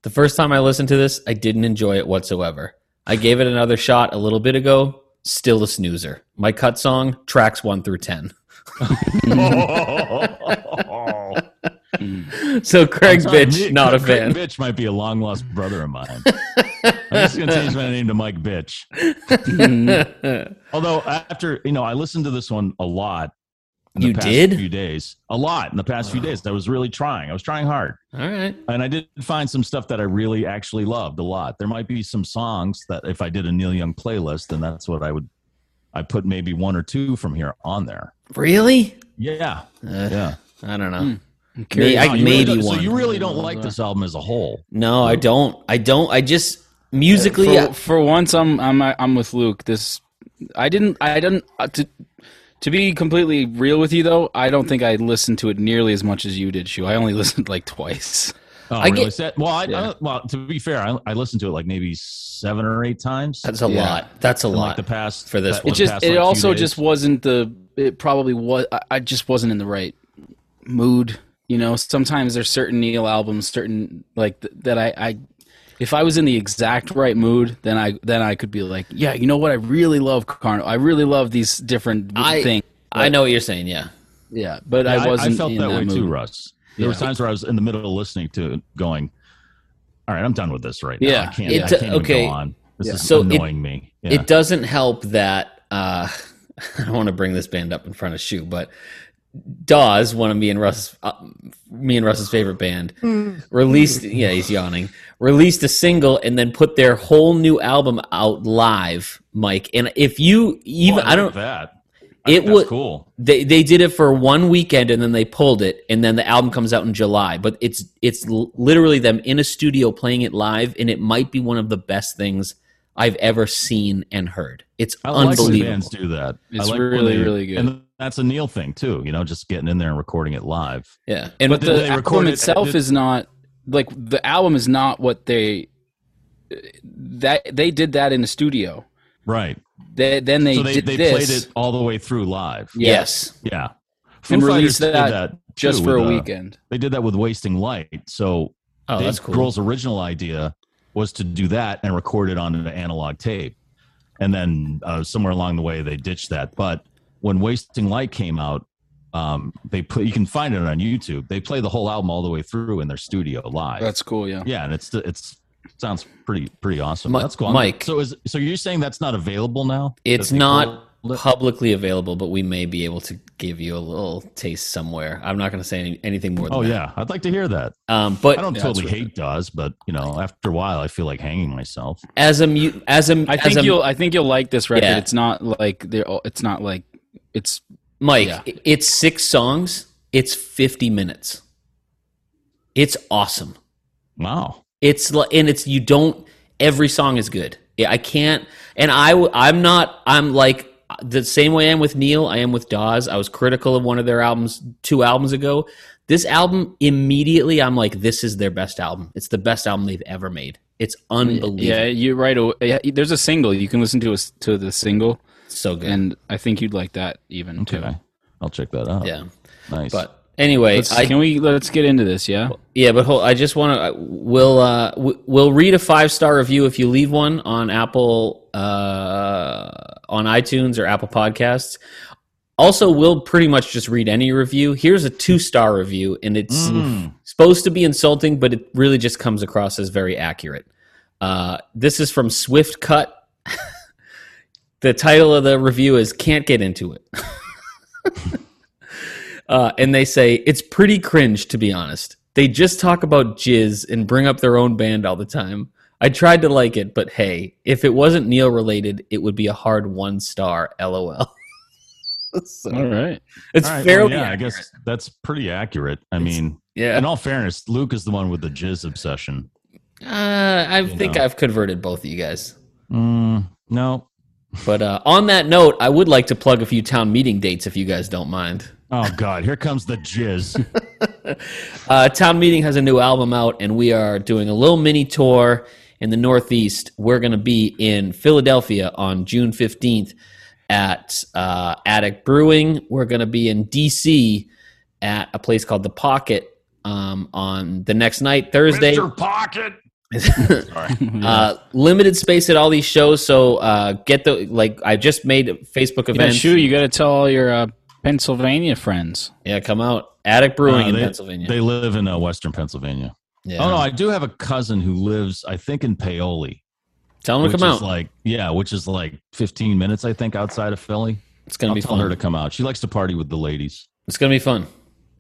Speaker 4: The first time I listened to this, I didn't enjoy it whatsoever. I gave it another shot a little bit ago. Still a snoozer. My cut song tracks one through ten. So Craig
Speaker 3: I'm sorry,
Speaker 4: Bitch,
Speaker 3: me-
Speaker 4: not a
Speaker 3: Craig
Speaker 4: fan.
Speaker 3: Bitch might be a long lost brother of mine. I'm just gonna change my name to Mike Bitch.
Speaker 4: Mm-hmm.
Speaker 3: Although after you know, I listened to this one a lot. In the
Speaker 4: You
Speaker 3: past
Speaker 4: did?
Speaker 3: few days a lot in the past few days. I was really trying. I was trying hard.
Speaker 4: All right.
Speaker 3: and I did find some stuff that I really actually loved a lot. There might be some songs that if I did a Neil Young playlist, then that's what I would. I put maybe one or two from here on there.
Speaker 4: Really?
Speaker 3: Yeah, yeah.
Speaker 4: I don't know.
Speaker 3: Hmm.
Speaker 2: I'm
Speaker 4: Me,
Speaker 2: curious.
Speaker 4: I,
Speaker 3: Wow,
Speaker 4: Uh,
Speaker 3: you really
Speaker 4: maybe
Speaker 3: don't-
Speaker 4: one. Uh,
Speaker 3: So you really don't like this album as a whole.
Speaker 4: no, I don't. I don't. I just musically.
Speaker 2: for,
Speaker 4: I-
Speaker 2: for once I'm I'm I'm with Luke. This I didn't I didn't uh, to to be completely real with you though, I don't think I listened to it nearly as much as you did, Shu. I only listened like twice.
Speaker 3: Oh,
Speaker 4: I
Speaker 3: really?
Speaker 4: get-
Speaker 3: Sa- well, I,
Speaker 2: Yeah.
Speaker 3: I- well, to be fair, I, I listened to it like maybe seven or eight times.
Speaker 4: that's a
Speaker 2: Yeah.
Speaker 4: lot. That's a
Speaker 3: in,
Speaker 4: lot.
Speaker 3: like the past
Speaker 4: for this
Speaker 3: that-
Speaker 4: one.
Speaker 2: It
Speaker 3: the
Speaker 2: just
Speaker 3: past, like,
Speaker 2: it
Speaker 3: few
Speaker 2: also
Speaker 3: days.
Speaker 2: just wasn't the it probably was I, I just wasn't in the right mood. You know, sometimes there's certain Neil albums, certain like th- that I, I if I was in the exact right mood, then I then I could be like, yeah, you know what? I really love Carnival. I really love these different
Speaker 4: I-
Speaker 2: things.
Speaker 4: I know what you're saying. Yeah.
Speaker 2: Yeah, but
Speaker 3: Yeah,
Speaker 2: I wasn't.
Speaker 3: I felt
Speaker 2: in
Speaker 3: that, way
Speaker 2: mood.
Speaker 3: too, Russ. There were times where I was in the middle of listening to it, going, "All right, I'm done with this right now.
Speaker 2: Yeah.
Speaker 3: I can't.
Speaker 4: It-
Speaker 3: I can't even
Speaker 4: okay.
Speaker 3: go on. This is
Speaker 4: So it-
Speaker 3: annoying me." Yeah.
Speaker 4: It doesn't help that uh, I want to bring this band up in front of Shu, but Dawes, one of me and Russ, uh, me and Russ's favorite band, released. Yeah, he's yawning. Released a single and then put their whole new album out live, Mike. And if you even,
Speaker 3: Oh,
Speaker 4: I don't.
Speaker 3: like that. I think
Speaker 4: It
Speaker 3: that's
Speaker 4: would-
Speaker 3: cool.
Speaker 4: They they did it for one weekend and then they pulled it and then the album comes out in July. But it's it's l- literally them in a studio playing it live and it might be one of the best things I've ever seen and heard. It's
Speaker 3: I like when
Speaker 4: unbelievable.
Speaker 3: bands do that. I
Speaker 2: It's
Speaker 3: like when
Speaker 2: really,
Speaker 3: they-
Speaker 2: really good.
Speaker 3: And that's a Neil thing too. You know, just getting in there and recording it live.
Speaker 4: yeah. And
Speaker 2: but
Speaker 3: did
Speaker 2: the
Speaker 3: they record
Speaker 2: album
Speaker 3: it-
Speaker 2: itself
Speaker 3: did-
Speaker 2: is not like the album is not what they uh, that they did that in the studio.
Speaker 3: Right.
Speaker 2: They, then they
Speaker 3: so they,
Speaker 2: did
Speaker 3: they
Speaker 2: this
Speaker 3: played it all the way through live.
Speaker 4: yes.
Speaker 3: Yeah. Foo
Speaker 2: and
Speaker 3: Fighters
Speaker 2: released
Speaker 3: did
Speaker 2: that,
Speaker 3: that
Speaker 2: just
Speaker 3: too
Speaker 2: for a
Speaker 3: with, uh,
Speaker 2: weekend.
Speaker 3: They did that with Wasting Light. So
Speaker 4: Oh,
Speaker 3: Dave
Speaker 4: that's cool.
Speaker 3: Grohl's original idea was to do that and record it on an analog tape. And then uh, somewhere along the way, they ditched that. But when Wasting Light came out, um, they play, you can find it on YouTube. They play the whole album all the way through in their studio live.
Speaker 2: That's cool. Yeah.
Speaker 3: yeah, and it's it's sounds pretty pretty awesome.
Speaker 4: Mi-
Speaker 3: that's cool, I'm-
Speaker 4: Mike.
Speaker 3: So is so you're saying that's not available now?
Speaker 4: It's
Speaker 3: That they
Speaker 4: not
Speaker 3: pulled it?
Speaker 4: publicly available, but we may be able to give you a little taste somewhere. I'm not going to say any, anything more than
Speaker 3: Oh
Speaker 4: that.
Speaker 3: yeah, I'd like to hear that.
Speaker 4: Um, but
Speaker 3: I don't totally hate Dawes, but you know, after a while, I feel like hanging myself.
Speaker 4: as a mu- as a
Speaker 2: I
Speaker 4: as
Speaker 2: think
Speaker 4: a,
Speaker 2: you'll I think you'll like this record.
Speaker 4: Yeah.
Speaker 2: It's not like they're all, it's not like it's
Speaker 4: Mike,
Speaker 2: Yeah.
Speaker 4: i- it's six songs. It's 50 minutes. It's awesome.
Speaker 3: Wow,
Speaker 4: It's like, and it's, you don't, every song is good. Yeah, I can't, and I, w- I'm not, I'm like, the same way I am with Neil, I am with Dawes. I was critical of one of their albums two albums ago. This album, immediately, I'm like, this is their best album. It's the best album they've ever made. It's unbelievable.
Speaker 2: yeah. You're right. aw- yeah, There's a single you can listen to us to the single,
Speaker 4: so good.
Speaker 2: and I think you'd like that even
Speaker 3: okay,
Speaker 2: too.
Speaker 3: I'll check that out.
Speaker 4: yeah.
Speaker 3: nice.
Speaker 4: But anyway,
Speaker 2: Let's-
Speaker 4: I,
Speaker 2: can we let's get into this? Yeah.
Speaker 4: Yeah, but hold, I just want to. We'll uh, w- we'll read a five star review if you leave one on Apple uh, on iTunes or Apple Podcasts. Also, we'll pretty much just read any review. Here's a two star review, and it's
Speaker 3: Mm.
Speaker 4: supposed to be insulting, but it really just comes across as very accurate. Uh, this is from Swift Cut. the title of the review is "Can't Get Into It," uh, and they say it's pretty cringe, to be honest. They just talk about jizz and bring up their own band all the time. I tried to like it, but hey, if it wasn't Neil related, it would be a hard one star. LOL. So,
Speaker 2: All right.
Speaker 4: it's
Speaker 3: All right, well,
Speaker 4: fairly
Speaker 3: yeah, I
Speaker 4: accurate.
Speaker 3: guess that's pretty accurate. I mean,
Speaker 4: Yeah.
Speaker 3: in all fairness, Luke is the one with the jizz obsession.
Speaker 4: Uh, I think
Speaker 3: know.
Speaker 4: I've converted both of you guys.
Speaker 3: Mm, no.
Speaker 4: But uh, on that note, I would like to plug a few town meeting dates if you guys don't mind.
Speaker 3: Oh God! Here comes the jizz.
Speaker 4: Uh, town meeting has a new album out, and we are doing a little mini tour in the Northeast. We're going to be in Philadelphia on June fifteenth at uh, Attic Brewing. We're going to be in DC at a place called the Pocket um, on the next night, Thursday.
Speaker 3: Mr. Pocket.
Speaker 4: Uh, limited space at all these shows, so uh, get the like. I just made Facebook
Speaker 2: Yeah,
Speaker 4: events.
Speaker 2: shoot, you got to tell all your uh, Pennsylvania friends.
Speaker 4: Yeah, come out. Attic Brewing
Speaker 3: Uh,
Speaker 4: in
Speaker 3: they-
Speaker 4: Pennsylvania.
Speaker 3: They live in uh, Western Pennsylvania.
Speaker 4: yeah.
Speaker 3: Oh no, I do have a cousin who lives, I think, in Paoli.
Speaker 4: Tell them
Speaker 3: Which
Speaker 4: to
Speaker 3: is
Speaker 4: come out.
Speaker 3: like, yeah, which is like 15 minutes, I think, outside of Philly.
Speaker 4: it's gonna
Speaker 3: I'll
Speaker 4: be
Speaker 3: tell her
Speaker 4: fun.
Speaker 3: to come out. She likes to party with the ladies.
Speaker 4: it's gonna be fun.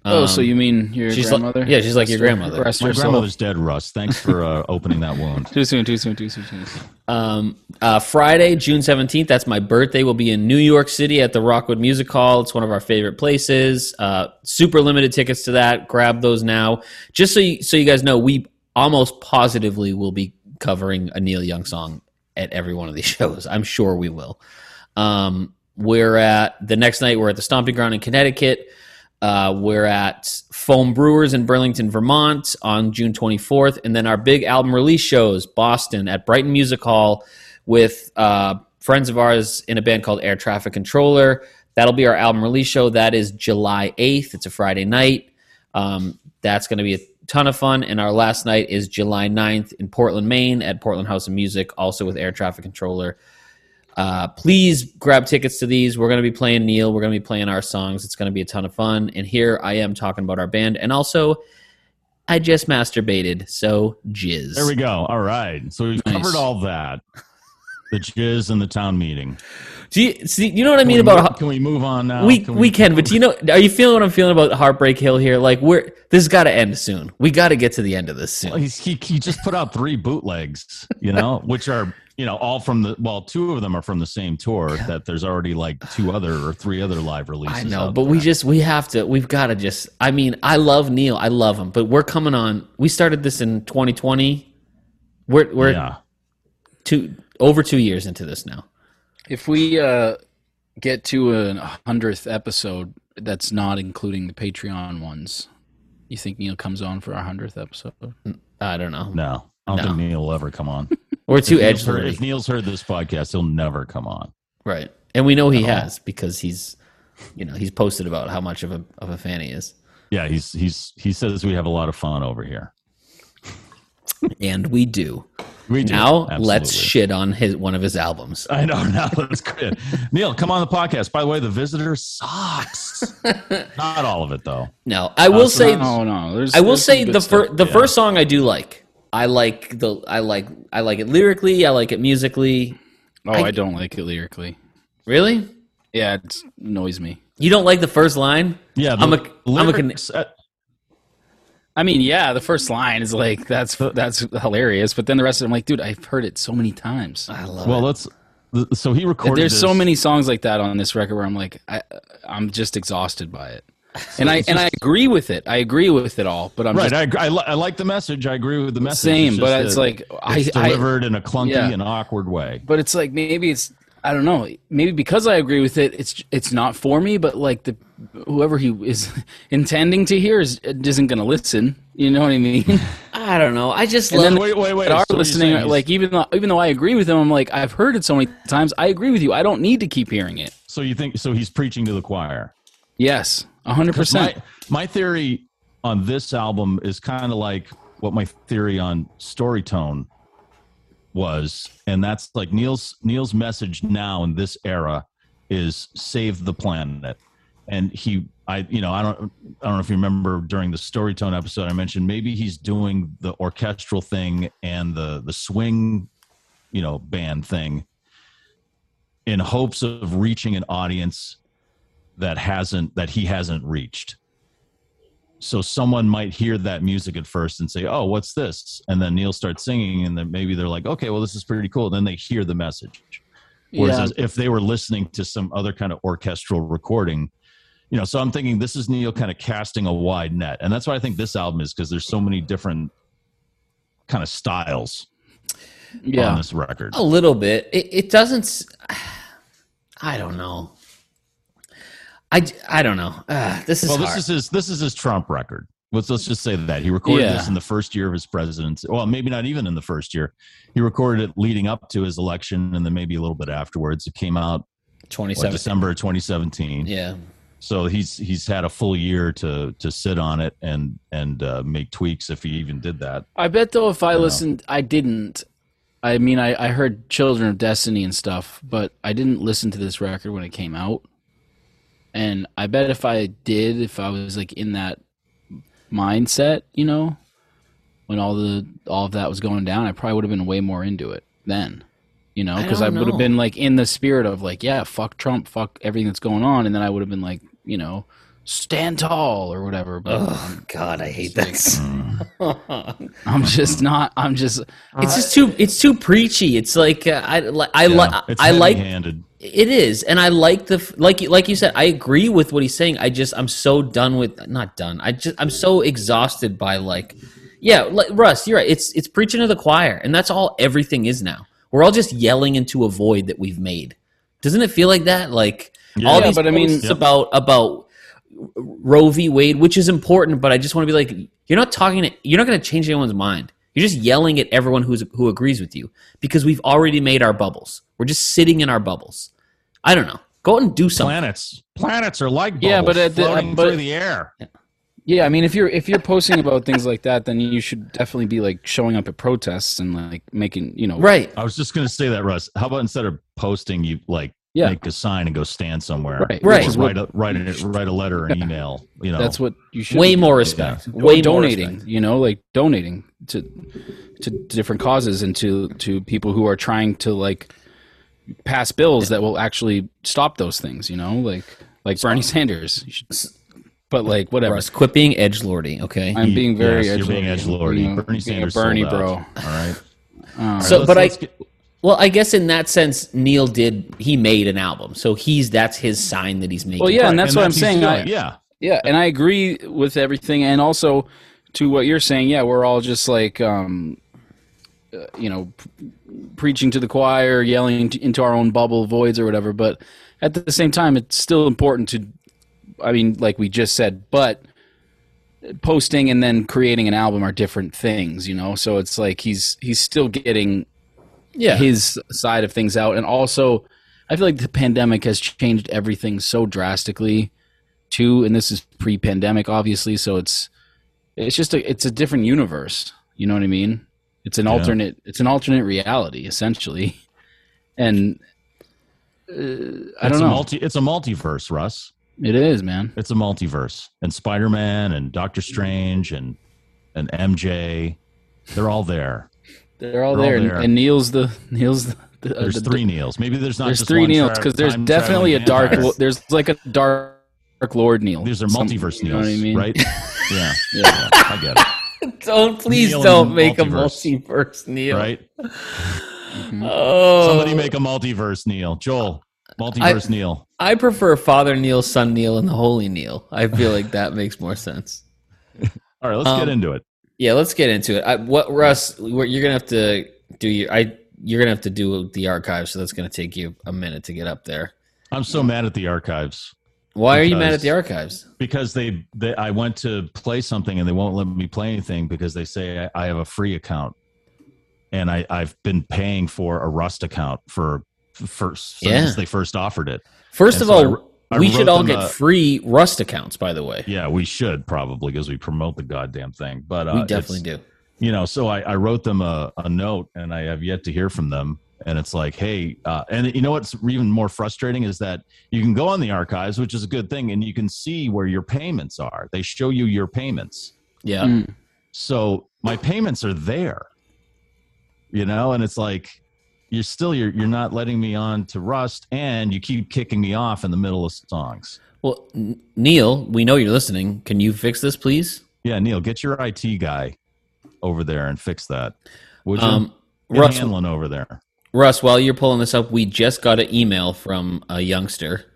Speaker 2: oh,
Speaker 4: Um,
Speaker 2: so you mean your
Speaker 4: she's like-
Speaker 2: grandmother?
Speaker 4: yeah, she's like your
Speaker 2: Rest her-
Speaker 4: grandmother.
Speaker 2: Rest
Speaker 3: My
Speaker 2: her soul.
Speaker 3: grandmother's dead, Russ. Thanks for uh, opening that wound.
Speaker 2: Too soon. Too soon. Too soon. Too soon.
Speaker 4: um, uh, Friday, June seventeenth. That's my birthday. We'll be in New York City at the Rockwood Music Hall. It's one of our favorite places. Uh, super limited tickets to that. Grab those now. Just so you, so you guys know, we almost positively will be covering a Neil Young song at every one of these shows. I'm sure we will. Um, we're at the next night. We're at the Stomping Ground in Connecticut. Uh, we're at Foam Brewers in Burlington, Vermont on June 24th. And then our big album release shows Boston at Brighton Music Hall with uh, friends of ours in a band called Air Traffic Controller. That'll be our album release show. That is July 8th. It's a Friday night. Um, that's going to be a ton of fun. And our last night is July 9th in Portland, Maine at Portland House of Music, also with Air Traffic Controller. Uh, please grab tickets to these. We're going to be playing Neil. We're going to be playing our songs. It's going to be a ton of fun. And here I am talking about our band. And also, I just masturbated. So jizz.
Speaker 3: There we go. All right. So we've
Speaker 2: Nice.
Speaker 3: covered all that. The jizz and the town meeting.
Speaker 4: Do you see? You know what I
Speaker 3: Can
Speaker 4: mean
Speaker 3: we
Speaker 4: about
Speaker 3: move-
Speaker 4: ho-
Speaker 3: can we move on now?
Speaker 4: we we can, but do you know? Are you feeling what I'm feeling about Heartbreak Hill here? Like we're this has got to end soon. We got to get to the end of this soon.
Speaker 3: He's, he, he just put out three bootlegs, you know, which are you know, all from the well, two of them are from the same tour. That there's already like two other or three other live releases.
Speaker 4: I know,
Speaker 3: out
Speaker 4: but
Speaker 3: there.
Speaker 4: we just we have to we've got to just I mean, I love Neil. I love him, but we're coming on. We started this in 2020. We're we're
Speaker 3: yeah,
Speaker 4: two over 2 years into this now.
Speaker 2: If we uh, get to a hundredth episode, that's not including the Patreon ones. You think Neil comes on for our hundredth episode?
Speaker 4: I don't know.
Speaker 3: no, I don't
Speaker 4: No.
Speaker 3: think Neil will ever come on.
Speaker 4: We're too
Speaker 3: Neil's heard, if
Speaker 4: edgelordy.
Speaker 3: Neil's heard this podcast, he'll never come on.
Speaker 4: Right. And we know he has because he's you know, he's posted about how much of a of a fan he is.
Speaker 3: Yeah, he's he's he says we have a lot of fun over here.
Speaker 4: And we do.
Speaker 3: We do.
Speaker 4: Now, let's
Speaker 3: absolutely.
Speaker 4: shit on his one of his albums.
Speaker 3: I know. Now let's quit. Neil, come on the podcast. By the way, the visitor sucks. Not all of it though.
Speaker 4: No, I will say
Speaker 2: no, no. There's,
Speaker 4: I will
Speaker 2: there's some
Speaker 4: say
Speaker 2: good
Speaker 4: the
Speaker 2: stuff.
Speaker 4: first the first song I do like. I like the I like I like it lyrically. I like it musically.
Speaker 2: Oh, I, don't like it lyrically.
Speaker 4: Really?
Speaker 2: Yeah, it annoys me.
Speaker 4: You don't like the first line?
Speaker 3: Yeah,
Speaker 4: I'm a- I'm a con-
Speaker 3: uh,
Speaker 2: I mean, yeah, the first line is like that's that's hilarious, but then the rest of it, I'm like, dude, I've heard it so many times.
Speaker 4: I love
Speaker 3: well,
Speaker 4: it.
Speaker 3: let's. th- So he recorded.
Speaker 2: There's so
Speaker 3: this-
Speaker 2: many songs like that on this record where I'm like, I, I'm just exhausted by it, and I and I agree with it. I agree with it all, but I'm
Speaker 3: Right,
Speaker 2: just
Speaker 3: I, agree- I, li- I like the message. I agree with the message.
Speaker 2: same.
Speaker 3: just
Speaker 2: But it's
Speaker 3: that
Speaker 2: like I,
Speaker 3: it's
Speaker 2: I
Speaker 3: delivered in a clunky
Speaker 2: yeah.
Speaker 3: and awkward way.
Speaker 2: but it's like maybe it's I don't know. Maybe because I agree with it, it's it's not for me. But like the whoever he is intending to hear is isn't going to listen. You know what I mean?
Speaker 4: I don't know. I just
Speaker 2: And
Speaker 4: love
Speaker 2: then
Speaker 3: Wait, wait, wait.
Speaker 2: that are
Speaker 3: so you're
Speaker 2: listening,
Speaker 3: saying he's-
Speaker 2: like even though even though I agree with him, I'm like I've heard it so many times. I agree with you. I don't need to keep hearing it.
Speaker 3: So you think so? He's preaching to the choir.
Speaker 2: Yes, hundred
Speaker 3: My
Speaker 2: percent.
Speaker 3: my theory on this album is kind of like what my theory on Storytone was, and that's like Neil's Neil's message now in this era is save the planet. And he, I, you know, I don't, I don't know if you remember during the Storytone episode, I mentioned maybe he's doing the orchestral thing and the the swing, you know, band thing in hopes of reaching an audience that hasn't that he hasn't reached so someone might hear that music at first and say oh what's this and then neil starts singing and then maybe they're like okay well this is pretty cool then they hear the message whereas if they were listening to some other kind of orchestral recording you know so i'm thinking this is neil kind of casting a wide net and that's why i think this album is because there's so many different kind of styles on
Speaker 2: Yeah,
Speaker 3: this record
Speaker 4: a little bit. It, it doesn't. s- I don't know. I, j- I don't know. Ah, this is
Speaker 3: well,
Speaker 4: hard.
Speaker 3: this is his this is his Trump record. Let's let's just say that he recorded
Speaker 2: Yeah.
Speaker 3: this in the first year of his presidency. Well, maybe not even in the first year. He recorded it leading up to his election, and then maybe a little bit afterwards. It came out
Speaker 4: twenty
Speaker 3: what,
Speaker 4: seven.
Speaker 3: December of 2017.
Speaker 4: Yeah.
Speaker 3: So he's he's had a full year to to sit on it and and uh, make tweaks if he even did that.
Speaker 2: I bet though if I listened, I didn't. I mean, I, I heard Children of Destiny and stuff, but I didn't listen to this record when it came out. And I bet if I did, if I was like in that mindset, you know, when all the all of that was going down, I probably would have been way more into it then. You know,
Speaker 4: I
Speaker 2: because I,
Speaker 4: don't
Speaker 2: would
Speaker 4: know.
Speaker 2: have been like in the spirit of like, yeah, fuck Trump, fuck everything that's going on, and then I would have been like, you know, stand tall or whatever. But
Speaker 4: Oh God, I hate this.
Speaker 2: I'm just not. I'm just.
Speaker 4: it's just too. It's too preachy. It's like uh, I li- I
Speaker 3: You
Speaker 4: like
Speaker 3: know, it's
Speaker 4: I like
Speaker 3: handed.
Speaker 4: It is, and I like the f- like. you- Like you said, I agree with what he's saying. I just I'm so done with not done. I just I'm so exhausted by like, yeah, like, Russ, you're right. It's it's preaching to the choir, and that's all everything is now. We're all just yelling into a void that we've made. Doesn't it feel like that? Like all
Speaker 3: Yeah,
Speaker 4: these
Speaker 2: but I mean-
Speaker 4: posts about about Roe v. Wade, which is important, but I just want to be like, you're not talking to, you're not going to change anyone's mind. You're just yelling at everyone who's who agrees with you because we've already made our bubbles. We're just sitting in our bubbles. I don't know. Go out and do something.
Speaker 3: Planets planets are like bubbles
Speaker 2: Yeah, but at
Speaker 4: uh,
Speaker 2: the-
Speaker 3: floating
Speaker 2: but-
Speaker 3: through the air.
Speaker 2: Yeah, I mean, if you're if you're posting about things like that, then you should definitely be like showing up at protests and like making you know.
Speaker 4: Right.
Speaker 3: I was just going to say that, Russ. How about instead of posting, you like
Speaker 2: Yeah.
Speaker 3: make a sign and go stand somewhere,
Speaker 2: Right,
Speaker 3: Or
Speaker 4: which is
Speaker 3: Write a, write a, write a letter, an email. You know,
Speaker 2: That's what you should.
Speaker 4: Way
Speaker 2: be
Speaker 4: more
Speaker 2: doing.
Speaker 4: respect.
Speaker 2: Or
Speaker 4: Way
Speaker 2: donating.
Speaker 4: More respect.
Speaker 2: You know, like donating to to different causes and to to people who are trying to like pass bills that will actually stop those things. You know, like like Bernie Sanders. You should, but like whatever.
Speaker 4: Russ, quit being edge lordy. Okay.
Speaker 2: I'm being very
Speaker 3: yes,
Speaker 2: edge.
Speaker 3: you're being edgelordy. Bernie Sanders,
Speaker 2: Bernie,
Speaker 3: sold out.
Speaker 2: bro.
Speaker 3: All right.
Speaker 4: so,
Speaker 3: Let's-
Speaker 4: but I
Speaker 3: let's get-
Speaker 4: Well, I guess in that sense, Neil did. He made an album, so he's that's his sign that he's making.
Speaker 2: Well, yeah, and
Speaker 4: art.
Speaker 2: that's what I'm
Speaker 3: he's
Speaker 2: saying.
Speaker 3: doing
Speaker 2: I-
Speaker 3: it. yeah.
Speaker 2: Yeah, and I agree with everything, and also to what you're saying. Yeah, we're all just like, um, uh, you know, p- preaching to the choir, yelling into- into our own bubble voids or whatever. But at the same time, it's still important to, I mean, like we just said, but posting and then creating an album are different things, you know. So it's like he's he's still getting
Speaker 4: yeah.
Speaker 2: his side of things out and also i feel like the pandemic has changed everything so drastically too and this is pre-pandemic obviously so it's it's just a it's a different universe you know what i mean it's an alternate it's an alternate reality essentially and uh, i
Speaker 3: it's
Speaker 2: don't
Speaker 3: a
Speaker 2: know
Speaker 3: multi it's a multiverse, Russ.
Speaker 2: it is man
Speaker 3: It's a multiverse. And Spider Man and Doctor Strange and and MJ. They're all there.
Speaker 2: they're all
Speaker 3: They're all
Speaker 2: there, and-
Speaker 3: there.
Speaker 2: And, neil's the neil's the, the uh,
Speaker 3: There's
Speaker 2: the-
Speaker 3: three Neils. Maybe there's not
Speaker 2: there's
Speaker 3: just
Speaker 2: three
Speaker 3: one
Speaker 2: neils
Speaker 3: tra-
Speaker 2: because there's
Speaker 3: time
Speaker 2: definitely a
Speaker 3: traveling
Speaker 2: dark lo-
Speaker 3: vampire.
Speaker 2: there's like a dark dark lord neil
Speaker 3: These are
Speaker 2: Some-
Speaker 3: multiverse
Speaker 2: you know what
Speaker 3: Neils,
Speaker 2: I mean?
Speaker 3: right? Yeah. yeah. I get it.
Speaker 4: don't please
Speaker 3: Neil
Speaker 4: don't
Speaker 3: and
Speaker 4: make a
Speaker 3: multiverse.
Speaker 4: multiverse, Neil.
Speaker 3: Right?
Speaker 4: Oh,
Speaker 3: Somebody make a multiverse Neil. Joel, multiverse Neil.
Speaker 4: I prefer Father Neil, Son Neil, and the Holy Neil. I feel like that makes more sense.
Speaker 3: All right, let's
Speaker 4: Um,
Speaker 3: get into it.
Speaker 4: Yeah, let's get into it. I, what Russ, what, you're gonna have to do your I. You're gonna have to do the archive, so that's gonna take you a minute to get up there.
Speaker 3: I'm so mad at the archives
Speaker 4: Why are you mad
Speaker 3: Because-
Speaker 4: at the archives?
Speaker 3: because they, they I went to play something and they won't let me play anything because they say I, I have a free account and I I've been paying for a Rust account for first since
Speaker 4: Yeah.
Speaker 3: they first offered it.
Speaker 4: First
Speaker 3: And
Speaker 4: of
Speaker 3: so I
Speaker 4: all,
Speaker 3: wr- I
Speaker 4: we
Speaker 3: wrote
Speaker 4: should all
Speaker 3: them
Speaker 4: get
Speaker 3: a-
Speaker 4: free Rust accounts, by the way.
Speaker 3: Yeah, we should probably because we promote the goddamn thing. But uh,
Speaker 4: we
Speaker 3: it's-
Speaker 4: definitely do.
Speaker 3: you know so i, I wrote them a, a note and i have yet to hear from them and it's like hey uh, and you know what's even more frustrating is that you can go on the archives which is a good thing and you can see where your payments are they show you your payments
Speaker 4: Yeah.
Speaker 3: so my payments are there you know and it's like you're still you're, you're not letting me on to rust and you keep kicking me off in the middle of songs
Speaker 4: Well, N- Neil, we know you're listening. Can you fix this, please?
Speaker 3: yeah neil get your it guy over there and fix that would you
Speaker 4: Um,
Speaker 3: Get
Speaker 4: Russ,
Speaker 3: Hanlon over there
Speaker 4: Russ, while you're pulling this up, we just got an email from a youngster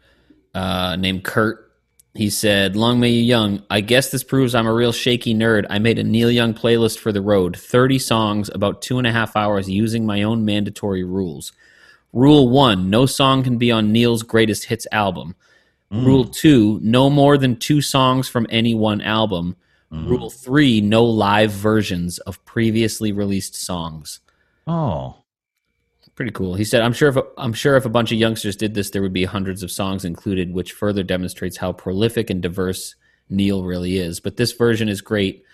Speaker 4: uh, named Kurt. He said, Long may you young. I guess this proves I'm a real shaky nerd. I made a Neil Young playlist for the road 30 songs, about two and a half hours, using my own mandatory rules. Rule one no song can be on Neil's greatest hits album.
Speaker 3: Mm.
Speaker 4: Rule two no more than two songs from any one album.
Speaker 3: Mm. Mm-hmm.
Speaker 4: Rule three no live versions of previously released songs.
Speaker 3: oh
Speaker 4: Pretty cool. He said, "I'm sure if I'm sure if a bunch of youngsters did this, there would be hundreds of songs included, which further demonstrates how prolific and diverse Neil really is. But this version is great.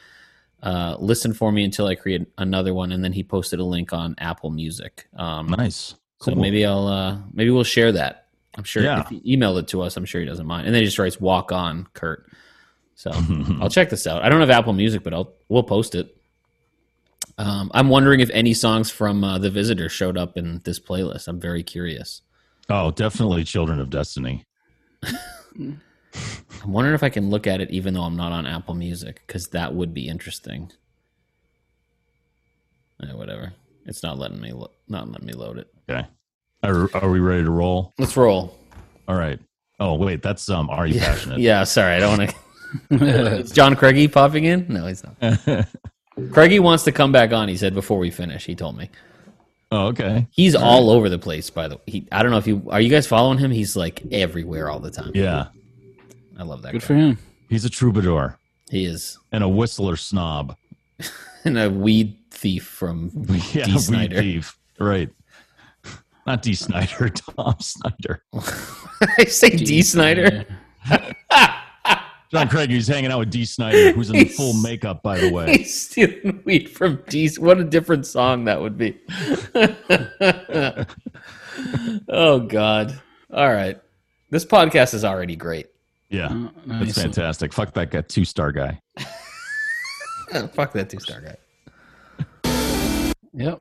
Speaker 4: Uh, listen for me until I create another one, and then he posted a link on Apple Music. Um,
Speaker 3: Nice.
Speaker 4: So maybe I'll uh, maybe we'll share that. I'm sure
Speaker 3: Yeah.
Speaker 4: if he emailed it to us, I'm sure he doesn't mind. And then he just writes "Walk on, Kurt." So I'll check this out. I don't have Apple Music, but I'll we'll post it. Um, I'm wondering if any songs from uh, The Visitor showed up in this playlist. I'm very curious.
Speaker 3: Oh, definitely Children of Destiny.
Speaker 4: I'm wondering if I can look at it even though I'm not on Apple Music because that would be interesting. Eh, whatever. It's not letting me lo- not letting me load it.
Speaker 3: Okay. Are, are we ready to roll?
Speaker 4: Let's roll.
Speaker 3: All right. Oh, wait, that's um Are You Passionate?
Speaker 4: Yeah, sorry, I don't want to. Is John Craigie popping in? No, he's not. Craigie wants to come back on. He said before we finish. He told me
Speaker 3: Oh, okay.
Speaker 4: he's all over the place. By the way, he, I don't know if you are you guys following him. He's like everywhere all the time.
Speaker 3: Yeah.
Speaker 4: I love that.
Speaker 2: good
Speaker 4: guy.
Speaker 2: for him
Speaker 3: He's a troubadour
Speaker 4: He is
Speaker 3: and a whistler snob.
Speaker 4: and a weed thief from
Speaker 3: Yeah,
Speaker 4: D.
Speaker 3: weed
Speaker 4: Snyder.
Speaker 3: thief. Right. Not D. Snyder, Tom Snyder.
Speaker 4: I say D. Snyder.
Speaker 3: John Craig, he's hanging out with D. Snyder, who's in
Speaker 4: He's-
Speaker 3: full makeup, by the way.
Speaker 4: He's stealing weed from D. What a different song that would be. oh God! All right, this podcast is already great.
Speaker 3: Yeah. That's
Speaker 2: Nice.
Speaker 3: fantastic. Fuck that guy, two star guy.
Speaker 4: Oh, fuck that two star guy.
Speaker 2: yep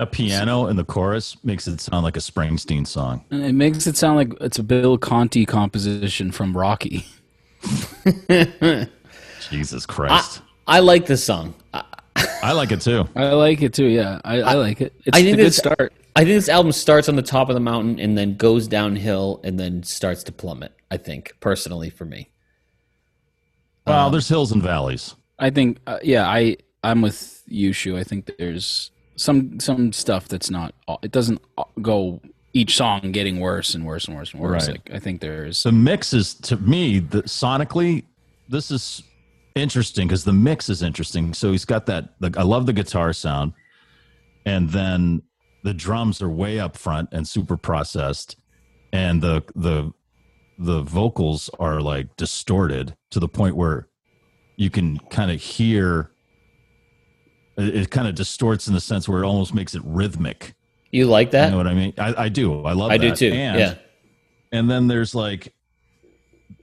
Speaker 3: A piano in the chorus makes it sound like a Springsteen song.
Speaker 4: Mm.
Speaker 2: And it makes it sound like it's a Bill Conti composition from Rocky.
Speaker 3: Jesus Christ.
Speaker 4: I like this song. I,
Speaker 3: I like it too.
Speaker 2: I like it too. Yeah, I, I like it. It's
Speaker 4: I think
Speaker 2: a good
Speaker 4: this-
Speaker 2: start.
Speaker 4: I think this album starts on the top of the mountain and then goes downhill and then starts to plummet. I think personally for me,
Speaker 3: Well, there's hills and valleys.
Speaker 2: I think. Uh, yeah, I I'm with you, Shu. I think there's some some stuff that's not. uh, It doesn't go each song getting worse and worse and worse and worse.
Speaker 3: Right.
Speaker 2: Like I think there is.
Speaker 3: The mix is to me the, sonically. This is interesting because the mix is interesting. So he's got that. The, I love the guitar sound, and then the drums are way up front and super processed, and the the the vocals are like distorted to the point where you can kind of hear. It, it kind of distorts in the sense where it almost makes it rhythmic.
Speaker 4: you like that?
Speaker 3: You know what I mean? I, I do. I love.
Speaker 4: I do
Speaker 3: that.
Speaker 4: too.
Speaker 3: And-
Speaker 4: yeah,
Speaker 3: and then there's like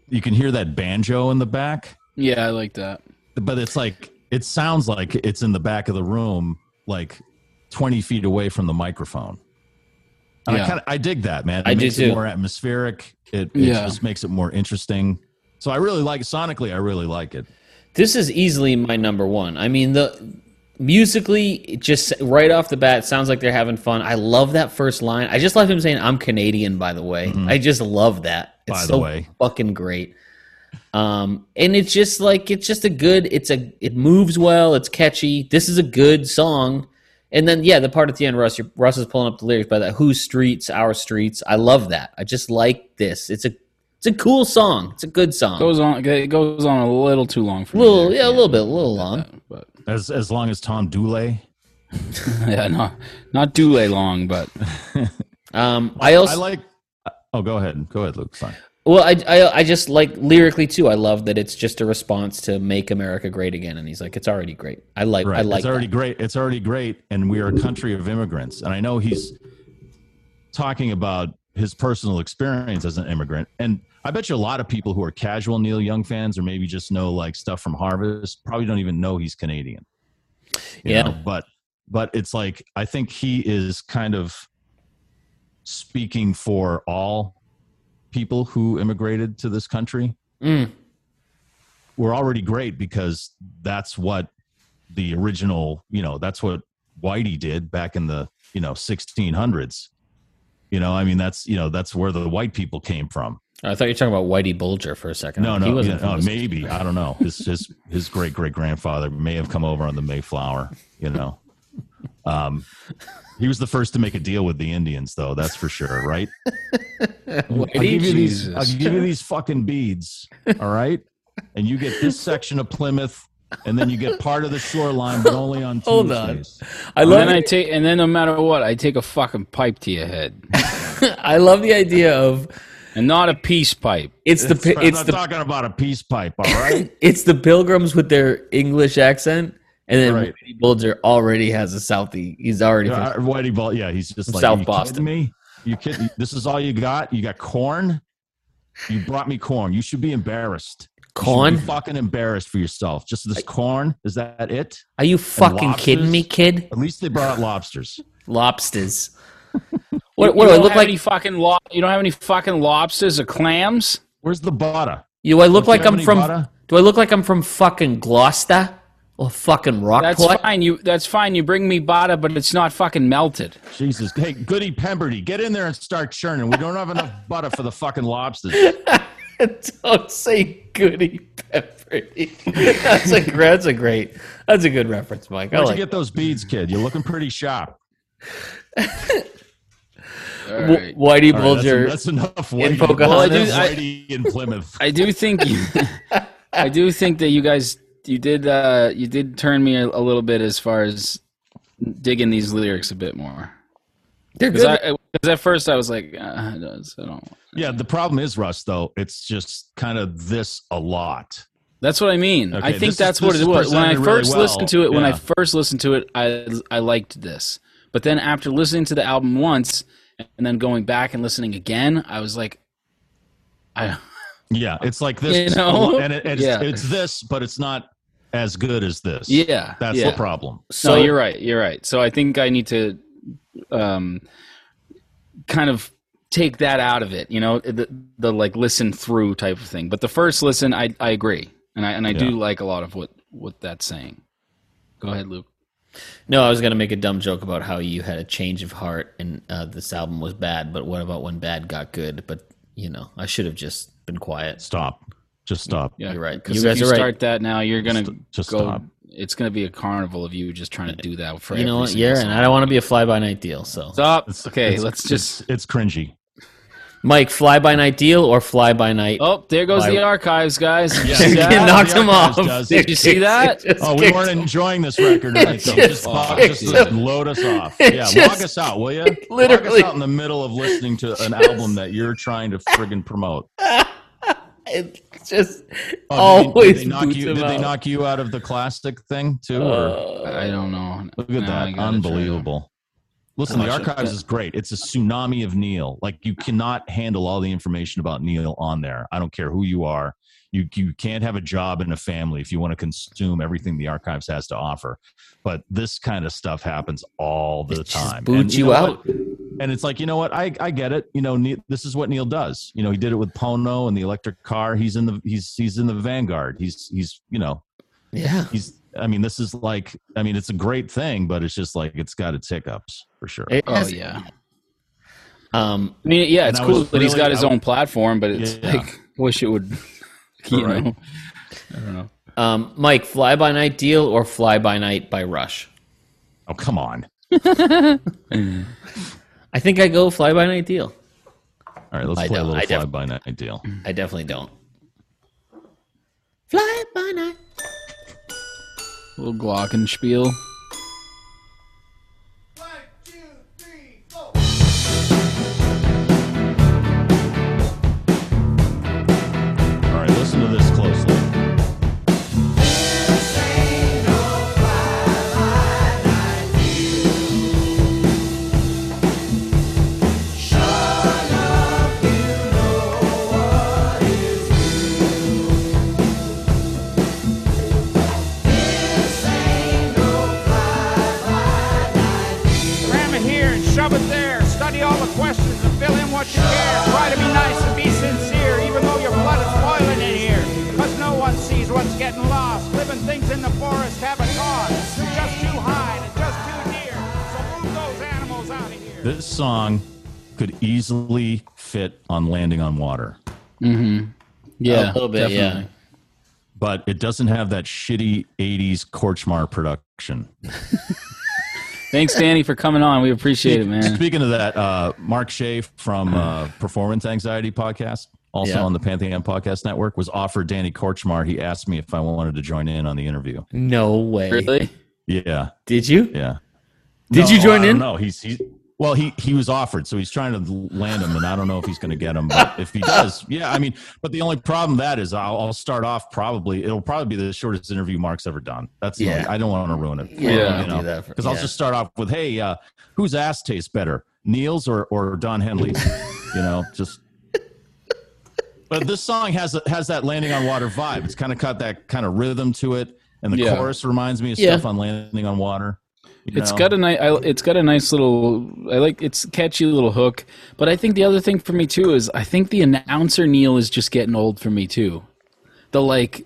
Speaker 3: you can hear that banjo in the back
Speaker 2: Yeah, I like that.
Speaker 3: but it's like it sounds like it's in the back of the room like 20 feet away from the microphone and
Speaker 2: Yeah.
Speaker 3: i kind of i dig that man it
Speaker 4: I do
Speaker 3: makes
Speaker 4: too.
Speaker 3: it more atmospheric it, it
Speaker 2: Yeah.
Speaker 3: just makes it more interesting so i really like sonically i really like it
Speaker 4: this is easily my number one. I mean, the musically, it just right off the bat, sounds like they're having fun. I love that first line. I just love him saying, "I'm Canadian," by the way. I just love that. It's
Speaker 3: Mm-hmm. By the
Speaker 4: so
Speaker 3: way.
Speaker 4: fucking great. Um, and it's just like it's just a good. It's a it moves well. It's catchy. This is a good song. And then yeah, the part at the end, Russ, you're, Russ is pulling up the lyrics by that. Whose streets, our streets. I love that. I just like this. It's a it's a cool song. It's a good song.
Speaker 2: Goes on. It goes on a little too long for
Speaker 4: little,
Speaker 2: me.
Speaker 4: yeah,
Speaker 2: there.
Speaker 4: a little bit, a little long.
Speaker 2: But
Speaker 3: as as long as tom Dooley.
Speaker 2: yeah, not not Dule long, but
Speaker 4: Um, I also
Speaker 3: i like oh go ahead go ahead luke sorry
Speaker 4: well, I, I I just like lyrically too. I love that it's just a response to "Make America Great Again," and he's like, "It's already great." I like I like
Speaker 3: it's already
Speaker 4: that.
Speaker 3: great. It's already great, and we are a country of immigrants. And I know he's talking about his personal experience as an immigrant. And I bet you a lot of people who are casual Neil Young fans, or maybe just know like stuff from Harvest, probably don't even know he's Canadian. you
Speaker 4: Yeah.
Speaker 3: know? but but it's like I think he is kind of speaking for all people who immigrated to this country
Speaker 4: Mm.
Speaker 3: we're already great because that's what the original, you know, that's what Whitey did back in the, you know, 1600s. You know, I mean, that's, you know, that's where the white people came from.
Speaker 4: I thought you were talking about Whitey Bulger for a second.
Speaker 3: No,
Speaker 4: he
Speaker 3: no,
Speaker 4: wasn't.
Speaker 3: yeah,
Speaker 4: from
Speaker 3: oh,
Speaker 4: this-
Speaker 3: maybe. I don't know. His, his, his great great grandfather may have come over on the Mayflower, you know. Um, he was the first to make a deal with the Indians, though. That's for sure, right? I'll give you these. I'll give you these fucking beads. All right, and you get this section of Plymouth, and then you get part of the shoreline, but only on
Speaker 4: Hold on.
Speaker 3: Tuesdays.
Speaker 4: I
Speaker 2: and
Speaker 4: love
Speaker 2: then I take and then no matter what, I take a fucking pipe to your head,
Speaker 4: I love the idea of
Speaker 2: and not a peace pipe.
Speaker 4: it's the pi-
Speaker 3: I'm
Speaker 4: it's
Speaker 3: not
Speaker 4: the
Speaker 3: talking about a peace pipe. All right,
Speaker 4: it's the pilgrims with their English accent, and then
Speaker 3: Right.
Speaker 4: Whitey Bulger already has a southie. He's already
Speaker 3: yeah,
Speaker 4: from-
Speaker 3: I- Whitey Ball. Yeah, he's just like
Speaker 4: South
Speaker 3: "You kidding
Speaker 4: Boston.
Speaker 3: Me, you kidding? This is all you got? You got corn? You brought me corn. You should be embarrassed. You should
Speaker 4: corn.
Speaker 3: be fucking embarrassed for yourself. Just this corn. Is that it?
Speaker 4: Are you fucking kidding
Speaker 3: lobsters.
Speaker 4: me, kid?
Speaker 3: At least they brought lobsters.
Speaker 4: Lobsters. What, what
Speaker 2: you
Speaker 4: do I
Speaker 2: don't
Speaker 4: look
Speaker 2: have
Speaker 4: like?
Speaker 2: Any fucking lo- you don't have any fucking lobsters or clams?
Speaker 3: Where's the butter?
Speaker 4: Do I look
Speaker 3: Do you
Speaker 4: like
Speaker 3: have
Speaker 4: I'm
Speaker 3: any
Speaker 4: from?
Speaker 3: butter?
Speaker 4: Do I look like I'm from fucking Gloucester or fucking
Speaker 2: That's
Speaker 4: Rockport?
Speaker 2: fine. You that's fine. You bring me bada, but it's not fucking melted.
Speaker 3: Jesus. Hey, Goody Pemberty, get in there and start churning. We don't have enough butter for the fucking lobsters.
Speaker 4: Don't say goody peppery. that's a that's a great that's a good reference, Mike. I
Speaker 3: Where'd you
Speaker 4: like.
Speaker 3: get those beads, kid? You're looking pretty sharp.
Speaker 4: W- Whitey
Speaker 3: All right, that's-
Speaker 4: Bulger.
Speaker 3: that's, enough. Whitey,
Speaker 4: Pocahontas.
Speaker 3: Well, I do-
Speaker 2: I-
Speaker 3: Whitey in Plymouth.
Speaker 2: I do think I do think that you guys you did uh you did turn me a, a little bit as far as digging these lyrics a bit more.
Speaker 4: They're
Speaker 2: Because
Speaker 4: good.
Speaker 2: I, 'cause at first I was like, uh, I don't. I don't.
Speaker 3: yeah, the problem is, Russ, though, it's just kind of this a lot.
Speaker 2: That's what I mean.
Speaker 3: Okay,
Speaker 2: I
Speaker 3: this
Speaker 2: think
Speaker 3: is-
Speaker 2: that's what
Speaker 3: this
Speaker 2: it
Speaker 3: is
Speaker 2: was. When I
Speaker 3: presented really
Speaker 2: first
Speaker 3: well.
Speaker 2: listened to it, when I
Speaker 3: Yeah.
Speaker 2: first listened to it, I I liked this. But then after listening to the album once and then going back and listening again, I was like, I
Speaker 3: Yeah, it's like this.
Speaker 2: You know?
Speaker 3: And it, it's,
Speaker 2: Yeah.
Speaker 3: it's this, but it's not as good as this.
Speaker 2: yeah,
Speaker 3: That's
Speaker 2: yeah.
Speaker 3: the problem.
Speaker 2: So no, you're right. You're right. So I think I need to um, kind of take that out of it, you know, the, the like listen through type of thing. But the first listen, I, I agree. And I, and I do
Speaker 3: Yeah.
Speaker 2: like a lot of what, what that's saying. Go ahead, Luke.
Speaker 4: No, I was gonna make a dumb joke about how you had a change of heart and uh, this album was bad, but what about when bad got good? But you know, I should have just been quiet.
Speaker 3: Stop. Just stop.
Speaker 2: Yeah,
Speaker 4: You're right.
Speaker 2: Because
Speaker 4: You
Speaker 2: if
Speaker 4: guys
Speaker 2: you
Speaker 4: are right.
Speaker 2: start that now, you're gonna
Speaker 3: Just- just
Speaker 2: go.
Speaker 3: stop.
Speaker 2: It's gonna be a carnival of you just trying to do that for
Speaker 4: You know
Speaker 2: every
Speaker 4: what?
Speaker 2: single
Speaker 4: Yeah,
Speaker 2: song.
Speaker 4: and I don't want to be a fly by night deal. So,
Speaker 2: stop.
Speaker 3: It's-
Speaker 2: okay,
Speaker 3: it's-
Speaker 2: let's
Speaker 3: it's-
Speaker 2: just.
Speaker 3: It's cringy.
Speaker 4: Mike, fly by night deal or fly by night?
Speaker 2: Oh, there goes
Speaker 4: Why-
Speaker 2: the archives, guys. Did you
Speaker 3: Yeah.
Speaker 2: see
Speaker 3: Yeah.
Speaker 2: that?
Speaker 4: knocked
Speaker 3: the
Speaker 4: him off.
Speaker 3: archives does.
Speaker 2: Did you see that?
Speaker 4: Just
Speaker 3: Oh, we
Speaker 4: kicked
Speaker 3: weren't
Speaker 4: him.
Speaker 3: enjoying this record tonight. so
Speaker 4: just
Speaker 3: just, log-
Speaker 4: kicks
Speaker 3: just,
Speaker 2: it.
Speaker 3: load us off.
Speaker 4: It
Speaker 3: Yeah,
Speaker 4: just-
Speaker 3: log us out, will you? log
Speaker 4: literally-
Speaker 3: us out in the middle of listening to an album that you're trying to friggin' promote.
Speaker 4: It's just
Speaker 3: Oh, did
Speaker 4: always
Speaker 3: they, did they knock
Speaker 4: boots
Speaker 3: you?
Speaker 4: him
Speaker 3: Did they
Speaker 4: out. Uh,
Speaker 3: knock you out of the classic thing too? Or
Speaker 2: I don't know.
Speaker 3: look
Speaker 2: Now
Speaker 3: at
Speaker 2: I
Speaker 3: that,
Speaker 2: gotta try to-
Speaker 3: unbelievable. Listen, the
Speaker 2: Watch it.
Speaker 3: archives is great. It's a tsunami of Neil. Like you cannot handle all the information about Neil on there. I don't care who you are. You you can't have a job and a family if you want to consume everything the archives has to offer. But this kind of stuff happens all the
Speaker 4: It just
Speaker 3: time.
Speaker 4: boots
Speaker 3: And
Speaker 4: you
Speaker 3: know
Speaker 4: out.
Speaker 3: what? And it's like, you know what? I, I get it. You know, Neil, this is what Neil does. You know, he did it with Pono and the electric car. He's in the he's he's in the vanguard. He's he's you know
Speaker 4: Yeah.
Speaker 3: he's i mean this is like i mean it's a great thing but it's just like it's got its hiccups for sure
Speaker 4: It
Speaker 2: Oh
Speaker 4: has-
Speaker 2: yeah.
Speaker 4: Um,
Speaker 2: I mean, yeah, it's
Speaker 3: I
Speaker 2: cool
Speaker 3: was
Speaker 2: that he's
Speaker 3: really-
Speaker 2: got his
Speaker 3: I-
Speaker 2: own platform, but it's
Speaker 3: Yeah.
Speaker 2: like wish it would. You
Speaker 3: Right.
Speaker 2: know. I don't know.
Speaker 4: um, Mike, fly by night deal or fly by night by Rush?
Speaker 3: oh come on
Speaker 4: I think I go fly by night deal.
Speaker 3: all right let's
Speaker 4: I
Speaker 3: play a
Speaker 4: don't-
Speaker 3: little
Speaker 4: I
Speaker 3: fly
Speaker 4: don't-
Speaker 3: by night deal
Speaker 4: I definitely don't. Fly by night.
Speaker 2: Little Glockenspiel.
Speaker 3: all right listen to this closely
Speaker 7: Cram it here and shove it there. Study all the questions and fill in what you care. Try to be nice and be sincere, even though your blood is boiling in here. Cause no one sees what's getting lost. Living things in the forest have a cost. They're Just too high and just too near. So move those animals out of here.
Speaker 3: this song could easily fit on landing on water
Speaker 2: Yeah,
Speaker 4: a little bit.
Speaker 2: definitely.
Speaker 4: Yeah.
Speaker 3: but it doesn't have that shitty 80s korchmar production
Speaker 2: Thanks, Danny, for coming on. We appreciate
Speaker 4: Eh.
Speaker 2: it, man.
Speaker 3: speaking of that uh, mark shea from uh, performance anxiety podcast also
Speaker 4: Yeah.
Speaker 3: on the pantheon podcast network was offered danny korchmar he asked me if i wanted to join in on the interview
Speaker 4: No way.
Speaker 2: Really?
Speaker 3: yeah
Speaker 4: Did you?
Speaker 3: Yeah.
Speaker 4: Did you join in?
Speaker 3: No, he's he. Well, he he was offered, so he's trying to land him, and I don't know if he's going to get him. But if he does, yeah, I mean, but the only problem that is, I'll, I'll start off probably. It'll probably be the shortest interview Mark's ever done. That's the
Speaker 4: Yeah.
Speaker 3: only- I don't want to ruin it.
Speaker 4: Yeah, don't
Speaker 3: you
Speaker 4: do
Speaker 3: know,
Speaker 4: that for-
Speaker 3: because I'll
Speaker 4: yeah.
Speaker 3: just start off with, hey, uh, whose ass tastes better, Neil's or or Don Henley's? you know, just. But this song has has that landing on water vibe. It's kind of got that kind of rhythm to it, and the
Speaker 2: Yeah.
Speaker 3: chorus reminds me of
Speaker 4: Yeah.
Speaker 3: stuff on landing on water. you
Speaker 2: It's
Speaker 3: know?
Speaker 2: got a nice. It's got a nice little. I like. It's catchy little hook. But I think the other thing for me too is I think the announcer Neil is just getting old for me too. The like,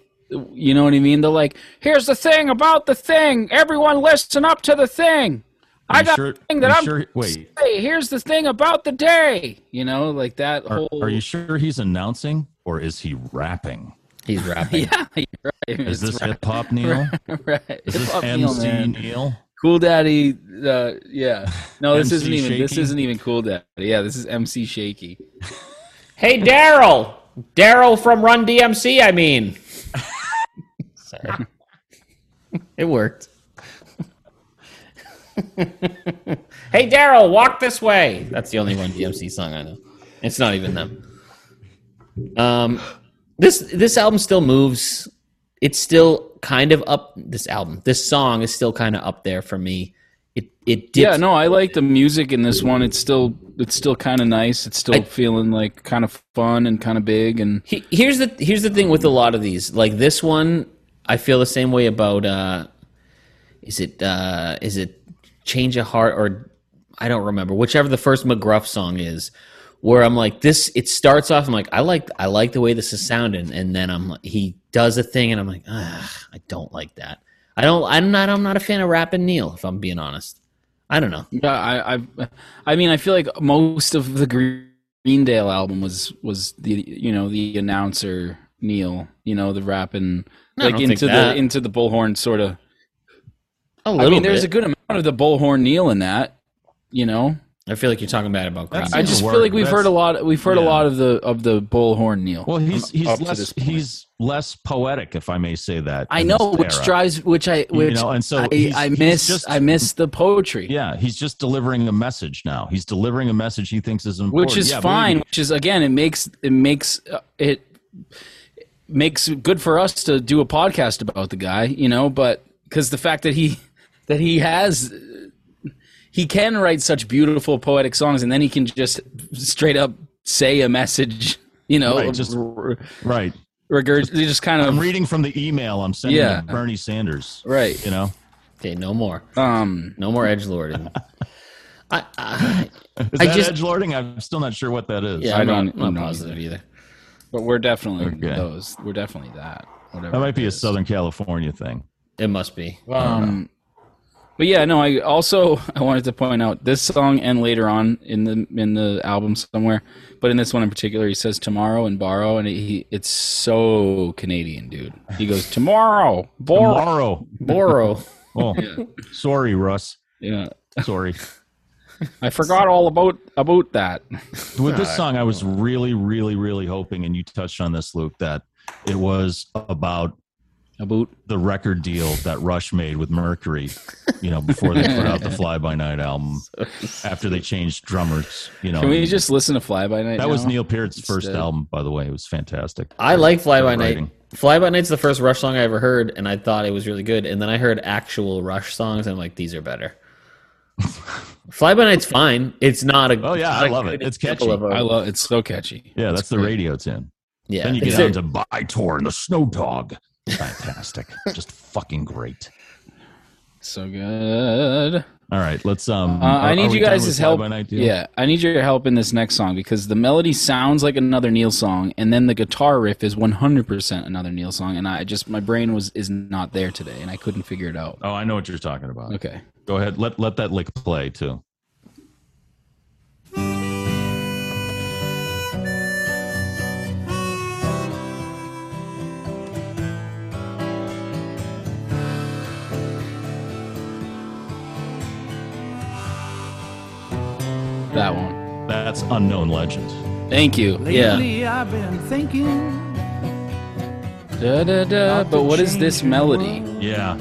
Speaker 2: you know what I mean? The like. Here's the thing about the thing. Everyone listen up to the thing. I
Speaker 3: you
Speaker 2: got
Speaker 3: sure-
Speaker 2: the thing that
Speaker 3: you
Speaker 2: I'm.
Speaker 3: sure- wait.
Speaker 2: Hey, here's the thing about the day. You know, like that
Speaker 3: Are,
Speaker 2: whole.
Speaker 3: are you sure he's announcing or is he rapping?
Speaker 4: He's rapping.
Speaker 2: Yeah, you're right.
Speaker 3: Is
Speaker 2: It's
Speaker 3: this hip hop Neil?
Speaker 2: right.
Speaker 3: Is this
Speaker 2: Hip-hop Neil,
Speaker 3: MC Neil?
Speaker 2: man. Cool Daddy, uh, yeah. No, this
Speaker 3: MC
Speaker 2: isn't even. This
Speaker 3: Shaky?
Speaker 2: isn't even Cool Daddy. Yeah, this is MC Shaky.
Speaker 4: Hey, Daryl. Daryl from Run DMC, I mean. Sorry. it worked. hey, Daryl, walk this way. That's the only Run DMC song I know. It's not even them. Um, this this album still moves. It's still kind of up. This album, this song is still kind of up there for me. It it dips
Speaker 2: Yeah, no, I like the music in this one. It's still, it's still kind of nice. It's still
Speaker 4: I-
Speaker 2: feeling like kind of fun and kind of big. And
Speaker 4: He- here's the here's the thing with a lot of these like this one i feel the same way about uh is it uh is it change of heart or I don't remember whichever the first McGruff song is, where I'm like this. It starts off. I'm like I like I like the way this is sounding, and then I'm like, he does a thing, and I'm like ah, I don't like that. I don't. I'm not. I'm not a fan of rapping Neil. If I'm being honest, I don't know.
Speaker 2: Yeah, I, I, I mean, I feel like most of the Greendale album was was the you know the announcer Neil, you know the rapping
Speaker 4: No, I
Speaker 2: like
Speaker 4: don't think
Speaker 2: into the
Speaker 4: that.
Speaker 2: into the bullhorn sort of.
Speaker 4: A little
Speaker 2: I mean, there's
Speaker 4: bit.
Speaker 2: a good amount of the bullhorn Neil in that, you know.
Speaker 4: I feel like you're talking bad about Graham.
Speaker 3: That's-
Speaker 2: I just
Speaker 3: Neil
Speaker 2: feel like
Speaker 3: Warren,
Speaker 2: we've heard
Speaker 3: that's-
Speaker 2: a lot. We've heard a
Speaker 3: yeah.
Speaker 2: lot of the of the bullhorn Neil.
Speaker 3: Well, he's
Speaker 2: up
Speaker 3: he's
Speaker 2: to
Speaker 3: less
Speaker 2: this point.
Speaker 3: he's less poetic, if I may say that.
Speaker 2: I
Speaker 3: in
Speaker 2: know,
Speaker 3: this
Speaker 2: which
Speaker 3: era.
Speaker 2: drives, which I, which
Speaker 3: know, and so
Speaker 2: I,
Speaker 3: he's-
Speaker 2: I
Speaker 3: he's
Speaker 2: miss,
Speaker 3: just-
Speaker 2: I miss the poetry,
Speaker 3: Yeah, he's just delivering a message now. He's delivering a message he thinks is important,
Speaker 2: which is
Speaker 3: Yeah,
Speaker 2: fine.
Speaker 3: maybe.
Speaker 2: Which is again, it makes it makes uh, it makes it good for us to do a podcast about the guy, you know. But because the fact that he that he has he can write such beautiful poetic songs, and then he can just straight up say a message, you know,
Speaker 3: Right, just-
Speaker 2: r-
Speaker 3: Right.
Speaker 2: regurg- just kind
Speaker 3: I'm
Speaker 2: of
Speaker 3: reading from the email I'm sending
Speaker 2: Yeah.
Speaker 3: to Bernie Sanders.
Speaker 2: Right.
Speaker 3: You know,
Speaker 4: okay, no more,
Speaker 2: um.
Speaker 4: no more edge lording. I, I,
Speaker 3: is
Speaker 4: I
Speaker 3: that
Speaker 4: just-
Speaker 3: edge lording? I'm still not sure what that is.
Speaker 4: yeah, I'm
Speaker 2: I
Speaker 4: not,
Speaker 2: don't
Speaker 4: I'm
Speaker 2: know
Speaker 4: not positive either.
Speaker 2: But we're definitely
Speaker 3: Okay.
Speaker 2: those. We're definitely that. Whatever.
Speaker 3: that might
Speaker 2: it
Speaker 3: be a
Speaker 2: is.
Speaker 3: Southern California thing.
Speaker 4: It must be.
Speaker 2: Um, but yeah, no. I also I wanted to point out this song and later on in the in the album somewhere, but in this one in particular, he says tomorrow and borrow, and he it's so Canadian, dude. He goes tomorrow, borrow.
Speaker 3: Tomorrow.
Speaker 4: Borrow.
Speaker 3: Oh, sorry, Russ.
Speaker 2: Yeah,
Speaker 3: Sorry.
Speaker 2: I forgot all about about that.
Speaker 3: With this song, I was really, really, really hoping, and you touched on this, Luke, that it was about
Speaker 2: About
Speaker 3: the record deal that Rush made with Mercury, you know, before they put out the Fly By Night album, after they changed drummers, you know.
Speaker 2: can we
Speaker 3: and
Speaker 2: just listen to Fly by Night?
Speaker 3: that was
Speaker 2: now?
Speaker 3: Neil Peart's first
Speaker 2: Instead.
Speaker 3: album, by the way. It was fantastic.
Speaker 2: Uh,
Speaker 4: I like Fly By Night.
Speaker 3: Writing.
Speaker 4: Fly By Night's the first Rush song I ever heard, and I thought it was really good. And then I heard actual Rush songs, and I'm like, these are better. Fly By Night's fine. It's not a.
Speaker 3: Oh, yeah,
Speaker 4: it's not
Speaker 3: I
Speaker 4: a
Speaker 3: love it.
Speaker 4: good
Speaker 3: It's
Speaker 4: example
Speaker 3: catchy.
Speaker 4: of a-
Speaker 2: I love it's so catchy.
Speaker 3: Yeah, that's the
Speaker 2: great.
Speaker 3: radio tune.
Speaker 4: yeah.
Speaker 3: Then you
Speaker 4: It's
Speaker 3: get
Speaker 4: a-
Speaker 3: down to Bytor and the Snow Dog. Fantastic. just fucking great.
Speaker 2: So good.
Speaker 3: All right, let's. um
Speaker 2: Uh, I
Speaker 3: are- are
Speaker 2: need
Speaker 3: we
Speaker 2: you
Speaker 3: done
Speaker 2: guys'
Speaker 3: with Fly
Speaker 2: help.
Speaker 3: By Night deal?
Speaker 2: Yeah, I need your help in this next song because the melody sounds like another Neil song, and then the guitar riff is 100% another Neil song, and I just my brain was is not there today, and I couldn't figure it out.
Speaker 3: Oh, I know what you're talking about.
Speaker 2: Okay,
Speaker 3: Go ahead. Let let that lick play too.
Speaker 2: that one.
Speaker 3: That's unknown legend.
Speaker 2: Thank you.
Speaker 4: Yeah.
Speaker 8: I've been thinking.
Speaker 2: Da, da, da. But what is this melody?
Speaker 3: Yeah.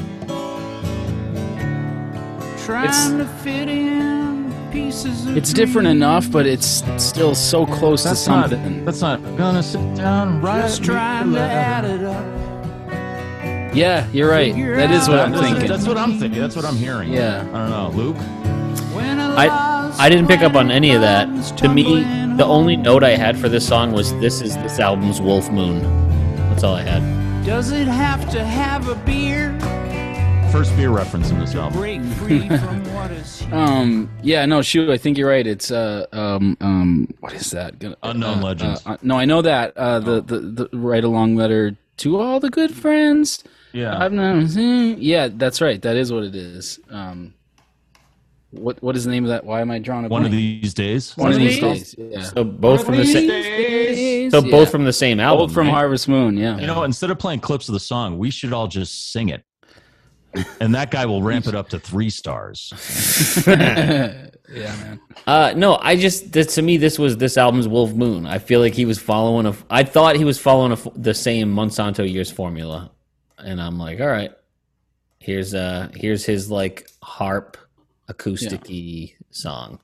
Speaker 2: It's
Speaker 8: fit in pieces of
Speaker 2: it's different enough, but it's still so close to
Speaker 3: That's not
Speaker 2: something.
Speaker 3: that's not gonna sit down right.
Speaker 8: it up.
Speaker 2: yeah, you're right. That is what I'm
Speaker 3: That's-
Speaker 2: thinking.
Speaker 3: That's what I'm thinking. That's what I'm hearing.
Speaker 2: Yeah.
Speaker 3: I don't know. Luke?
Speaker 4: I, I didn't pick up on any of that. To me, the only note I had for this song was this is this album's Wolf Moon. That's all I had.
Speaker 8: Does it have to have a beer?
Speaker 3: First beer reference in this album.
Speaker 8: Break free from what is here.
Speaker 2: Um. Yeah. No. Shoot. I think you're right. It's uh. Um. Um. What is that? Gonna,
Speaker 3: Unknown
Speaker 2: uh,
Speaker 3: Legends.
Speaker 2: uh, uh, no, I know that. Uh. The the the right along letter to all the good friends.
Speaker 3: Yeah.
Speaker 2: I've known. hmm. Yeah. That's right. That is what it is. Um. What What is the name of that? Why am I drawing a
Speaker 3: One of
Speaker 2: blank?
Speaker 3: these days.
Speaker 2: One of these days. Yeah.
Speaker 4: So both from the same. So
Speaker 2: Yeah.
Speaker 4: both from the same album.
Speaker 2: both from
Speaker 4: right?
Speaker 2: Harvest Moon. Yeah.
Speaker 3: You know, instead of playing clips of the song, we should all just sing it. And that guy will ramp it up to three stars.
Speaker 2: yeah, man.
Speaker 4: Uh, no, I just that, to me this was this album's Wolf Moon. I feel like he was following a. I thought he was following a, f- the same Monsanto years formula, and I'm like, all right, here's uh here's his like harp acousticy song,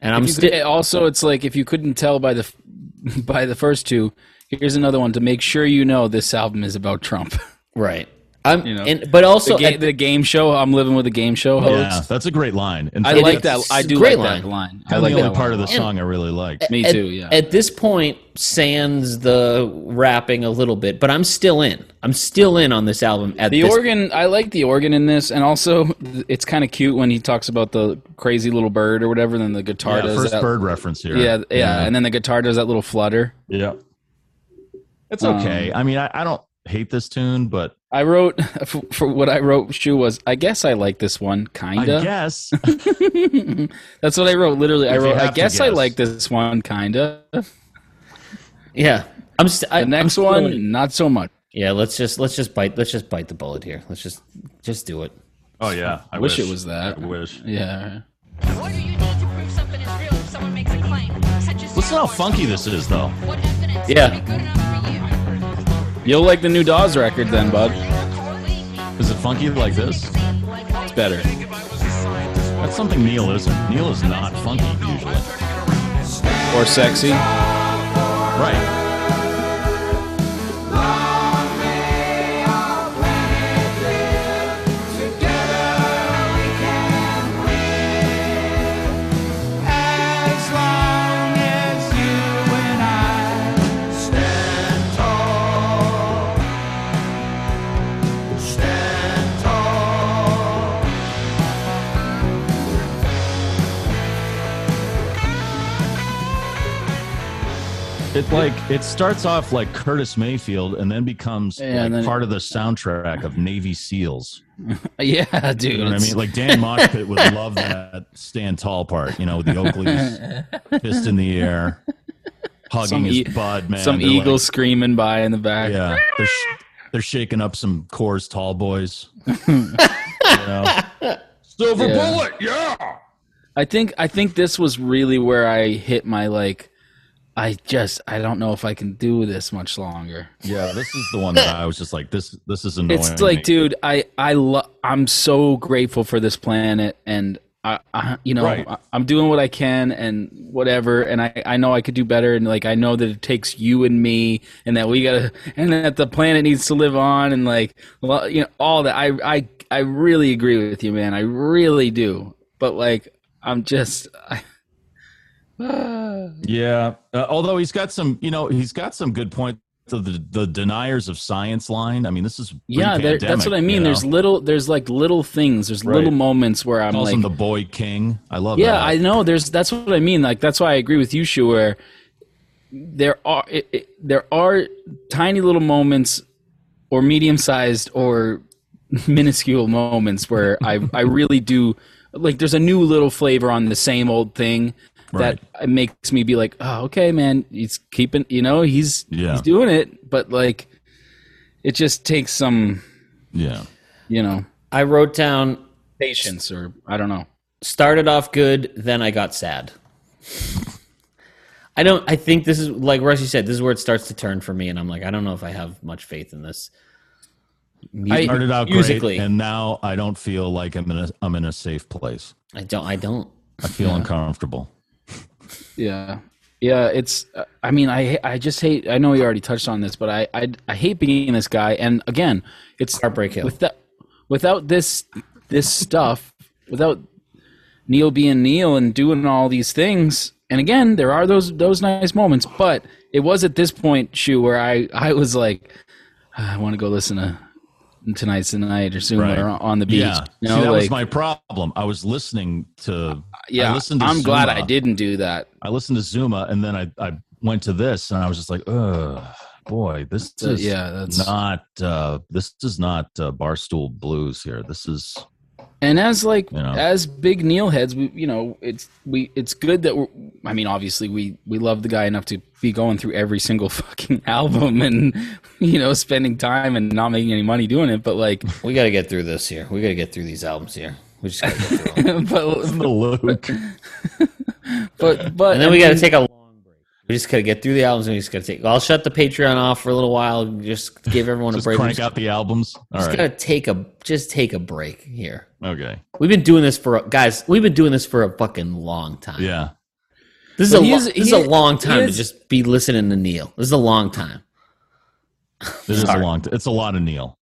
Speaker 4: and I'm
Speaker 2: You could-
Speaker 4: still
Speaker 2: also, it's like if you couldn't tell by the f- by the first two, here's another one to make sure you know this album is about Trump.
Speaker 4: right. I'm,
Speaker 2: You know,
Speaker 4: and, but also
Speaker 2: The, ga-
Speaker 4: at-
Speaker 2: the game show. I'm living with a game show host.
Speaker 3: Yeah, that's a great line. And
Speaker 2: I
Speaker 3: that's
Speaker 2: like that. I do
Speaker 4: great
Speaker 2: like that
Speaker 4: line.
Speaker 2: line. I
Speaker 3: kinda
Speaker 2: like
Speaker 3: the
Speaker 2: that
Speaker 3: only part of
Speaker 2: line.
Speaker 3: the song I really liked.
Speaker 2: Me
Speaker 4: at-
Speaker 2: too. Yeah.
Speaker 4: At this point, sans the rapping a little bit, but I'm still in. I'm still in on this album. At
Speaker 2: Uh-huh. the
Speaker 4: this,
Speaker 2: organ, I like the organ in this, and also th- it's kind of cute when he talks about the crazy little bird or whatever. Then the guitar
Speaker 3: Yeah,
Speaker 2: does
Speaker 3: first
Speaker 2: that.
Speaker 3: bird reference here.
Speaker 2: Yeah, yeah, and then the guitar does that little flutter.
Speaker 3: Yeah. It's okay. I mean, I, I don't hate this tune, but
Speaker 2: I wrote for, for what I wrote. Shoe was I guess I like this one,
Speaker 3: I
Speaker 2: kinda.
Speaker 3: guess
Speaker 2: That's what I wrote. Literally, I
Speaker 3: If you
Speaker 2: wrote. I
Speaker 3: have to
Speaker 2: guess I
Speaker 3: guess.
Speaker 2: like this one, kinda.
Speaker 4: yeah, I'm. St- I,
Speaker 2: The next
Speaker 4: I'm still in.
Speaker 2: one, not so much.
Speaker 4: Yeah, let's just let's just bite let's just bite the bullet here. Let's just just do it.
Speaker 3: Oh yeah, I
Speaker 2: wish it was that.
Speaker 3: I wish.
Speaker 2: Yeah.
Speaker 9: What do you need to prove something is real if someone makes a claim? Such as
Speaker 3: Listen how funky this is, though.
Speaker 9: What evidence
Speaker 4: Yeah.
Speaker 9: would be good enough for you?
Speaker 2: You'll like the new Dawes record then, bud.
Speaker 3: Is it funky like this?
Speaker 9: It's
Speaker 2: Better.
Speaker 3: That's something Neil isn't. Neil is not funky usually.
Speaker 2: Or sexy.
Speaker 3: Right. It like it starts off like Curtis Mayfield and then becomes
Speaker 2: Yeah,
Speaker 3: like
Speaker 2: and then-
Speaker 3: part of the soundtrack of Navy SEAls.
Speaker 2: Yeah, dude.
Speaker 3: You know what I mean? Like Dan Moshpit would love that stand tall part, you know, with the Oakleys fist in the air, hugging
Speaker 2: Some
Speaker 3: his
Speaker 2: e-
Speaker 3: bud, man.
Speaker 2: Some
Speaker 3: They're like-
Speaker 2: eagle screaming by in the back.
Speaker 3: yeah. They're, sh- they're shaking up some Coors tall boys. you know? Silver
Speaker 2: Yeah.
Speaker 3: bullet, yeah.
Speaker 2: I think I think this was really where I hit my like I just I don't know if I can do this much longer.
Speaker 3: Yeah, this is the one that I was just like, this this is annoying.
Speaker 2: It's like,
Speaker 3: me.
Speaker 2: dude, I I lo- I'm so grateful for this planet, and I, I you know,
Speaker 3: Right.
Speaker 2: I, I'm doing what I can and whatever, and I I know I could do better, and like I know that it takes you and me, and that we gotta, and that the planet needs to live on, and like, well, you know, all that. I I I really agree with you, man. I really do, but like, I'm just. I,
Speaker 3: Yeah, uh, although he's got some, you know, he's got some good points. of The, the deniers of science line. I mean, this is
Speaker 2: yeah, there,
Speaker 3: pre-pandemic,
Speaker 2: that's what I
Speaker 3: you
Speaker 2: mean.
Speaker 3: know?
Speaker 2: There's little, there's like little things. There's little
Speaker 3: Right.
Speaker 2: moments where I'm
Speaker 3: calls
Speaker 2: like,
Speaker 3: him the boy king. I love
Speaker 2: yeah
Speaker 3: that.
Speaker 2: i know there's that's what i mean like that's why i agree with you Shu, where there are it, it, there are tiny little moments or medium-sized or minuscule moments where i i really do like there's a new little flavor on the same old thing that makes me be like oh okay man he's keeping you know he's
Speaker 3: Yeah.
Speaker 2: he's doing it but like it just takes some
Speaker 3: yeah.
Speaker 2: you know
Speaker 4: I wrote down
Speaker 2: patience or i don't know
Speaker 4: started off good, then I got sad. I don't. I think this is like Rusty said. This is where it starts to turn for me, and I'm like, I don't know if I have much faith in this. Mu-
Speaker 2: I-
Speaker 3: Started out
Speaker 4: musically,
Speaker 3: great, and now I don't feel like I'm in a I'm in a safe place.
Speaker 4: I don't. I don't.
Speaker 3: I feel uncomfortable.
Speaker 2: Yeah. Yeah, it's uh, I mean I I just hate I know you already touched on this, but I I, I hate being this guy and again, it's
Speaker 4: Heartbreak Hill.
Speaker 2: with that without this this stuff, without Neil being Neil and doing all these things. And again, there are those those nice moments, but it was at this point, Shu, where I I was like "Ah, I want to go listen to tonight's the night or soon
Speaker 3: Right.
Speaker 2: or on the beach.
Speaker 3: Yeah,
Speaker 2: You know,
Speaker 3: See, that
Speaker 2: like,
Speaker 3: was my problem. I was listening to.
Speaker 2: yeah,
Speaker 3: I listened to
Speaker 2: I'm glad I
Speaker 3: Zuma.
Speaker 2: didn't do that.
Speaker 3: I listened to Zuma, and then I I went to this, and I was just like, ugh, boy, this
Speaker 2: Uh,
Speaker 3: is
Speaker 2: yeah, that's-
Speaker 3: not uh, this is not uh, barstool blues here. This is
Speaker 2: And as like
Speaker 3: You know.
Speaker 2: as big Neil heads, we you know it's we it's good that we're. I mean, obviously we we love the guy enough to be going through every single fucking album and you know spending time and not making any money doing it. But like,
Speaker 4: We got to get through this here. We got to get through these albums here. We just got to get through 'em.
Speaker 2: but
Speaker 3: Luke.
Speaker 2: but but
Speaker 4: and then we got to take a long break. We just got to get through the albums, and we just got to take. I'll shut the Patreon off for a little while. and Just give everyone a
Speaker 3: Just
Speaker 4: break. We
Speaker 3: crank
Speaker 4: just
Speaker 3: out the albums. All
Speaker 4: just
Speaker 3: right,
Speaker 4: got to take a just take a break here.
Speaker 3: okay,
Speaker 4: We've been doing this for a- guys. We've been doing this for a fucking long time.
Speaker 3: yeah.
Speaker 4: this is
Speaker 2: Well,
Speaker 4: a
Speaker 2: he
Speaker 4: lo-
Speaker 2: is-
Speaker 4: this is
Speaker 2: he-
Speaker 4: a long time
Speaker 2: is-
Speaker 4: to just be listening to Neil. This is a long time.
Speaker 3: This is a
Speaker 4: Sorry.
Speaker 3: long. It's a lot of Neil.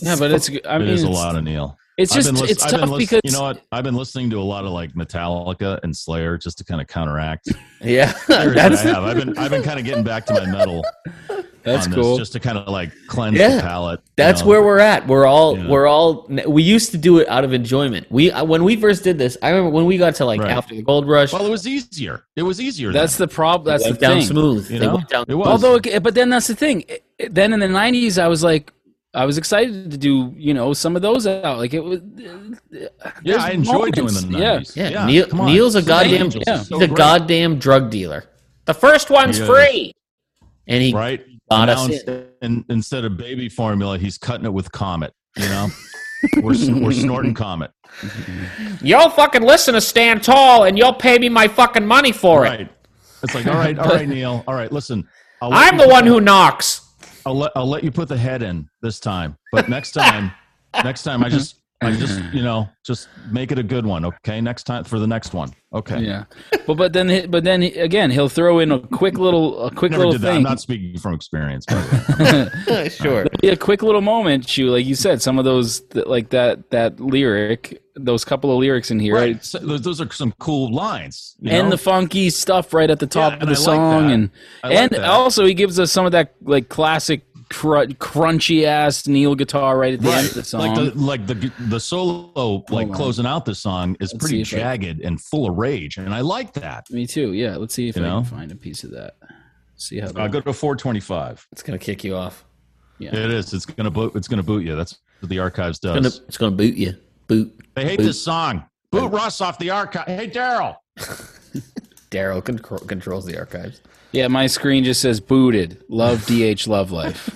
Speaker 2: yeah, but it's. I mean,
Speaker 3: it is a
Speaker 2: it's-
Speaker 3: lot of Neil.
Speaker 2: It's
Speaker 3: I've
Speaker 2: just
Speaker 3: been lis-
Speaker 2: it's
Speaker 3: I've
Speaker 2: tough
Speaker 3: been lis-
Speaker 2: because
Speaker 3: you know what? I've been listening to a lot of like Metallica and Slayer just to kind of counteract.
Speaker 4: Yeah,
Speaker 3: Seriously,
Speaker 4: that's
Speaker 3: I have. I've been I've been kind of getting back to my metal.
Speaker 2: that's
Speaker 3: on this,
Speaker 2: cool.
Speaker 3: just to kind of like cleanse
Speaker 4: Yeah.
Speaker 3: the palate. you
Speaker 4: That's
Speaker 3: know?
Speaker 4: where we're at. We're all
Speaker 3: Yeah.
Speaker 4: we're all we used to do it out of enjoyment. We uh, when we first did this, I remember when we got to like
Speaker 3: Right.
Speaker 4: after the gold rush,
Speaker 3: Well, it was easier. It was easier.
Speaker 2: that's
Speaker 3: That's
Speaker 2: the problem. That's
Speaker 4: they
Speaker 2: the
Speaker 4: went down
Speaker 2: thing.
Speaker 4: smooth.
Speaker 3: you
Speaker 4: They
Speaker 3: know
Speaker 4: went down.
Speaker 3: it was.
Speaker 2: Although, it- but then that's the thing. It- it- Then in the '90s, I was like, I was excited to do you know some of those out. Like it was. uh,
Speaker 3: yeah, I enjoyed doing the
Speaker 2: moments, yeah.
Speaker 3: nineties.
Speaker 4: Yeah, Neil,
Speaker 3: come on.
Speaker 4: Neil's a
Speaker 3: Saint
Speaker 4: goddamn
Speaker 3: Angels
Speaker 2: yeah.
Speaker 3: is
Speaker 4: he's
Speaker 3: so
Speaker 4: a
Speaker 3: great,
Speaker 4: goddamn drug dealer. The first one's
Speaker 3: He is.
Speaker 4: free, and he
Speaker 3: right?
Speaker 4: got
Speaker 3: Now
Speaker 4: us
Speaker 3: ins- in- instead of baby formula, he's cutting it with Comet. You know, we're s- we're snorting Comet.
Speaker 4: You'll fucking listen to Stand Tall, and you'll pay me my fucking money for it.
Speaker 3: Right. It's like all right, all right, Neil. All right, listen. I'll let
Speaker 4: I'm
Speaker 3: you
Speaker 4: the
Speaker 3: put
Speaker 4: one who knocks.
Speaker 3: I'll let I'll let you put the head in this time, but next time, next time I just I just you know just make it a good one, okay? Next time for the next one, okay?
Speaker 2: Yeah, but but then he- but then he- again he'll throw in a quick little a quick
Speaker 3: Never
Speaker 2: little
Speaker 3: did that. I'm
Speaker 2: thing,
Speaker 3: not speaking from experience. By the way.
Speaker 4: sure.
Speaker 2: Be a quick little moment. You like you said some of those th- like that that lyric, those couple of lyrics in here,
Speaker 3: right? So those, those are some cool lines. you
Speaker 2: and
Speaker 3: know?
Speaker 2: the funky stuff right at the top
Speaker 3: Yeah,
Speaker 2: of
Speaker 3: and
Speaker 2: the
Speaker 3: I like
Speaker 2: song,
Speaker 3: that.
Speaker 2: and
Speaker 3: I like
Speaker 2: and
Speaker 3: that.
Speaker 2: also he gives us some of that like classic cr- crunchy ass Neil guitar right at the end of the
Speaker 3: right,
Speaker 2: song.
Speaker 3: like the like the the solo like
Speaker 2: on.
Speaker 3: closing out the song
Speaker 2: Let's
Speaker 3: is
Speaker 2: see
Speaker 3: pretty
Speaker 2: if I-
Speaker 3: jagged and full of rage, and I like that.
Speaker 2: Me too. Yeah, let's see if
Speaker 3: You
Speaker 2: I
Speaker 3: know?
Speaker 2: can find a piece of that. See how.
Speaker 3: Uh,
Speaker 2: that
Speaker 3: go to 425.
Speaker 4: It's gonna kick you off.
Speaker 3: It is. It's gonna boot. It's gonna boot you. That's what the archives does.
Speaker 4: Gonna- it's gonna boot you. Boot.
Speaker 3: They hate this song. Boot Russ off the archive. Hey, Daryl.
Speaker 4: Daryl contro- controls the archives.
Speaker 2: yeah, my screen just says booted. Love DH Love Life.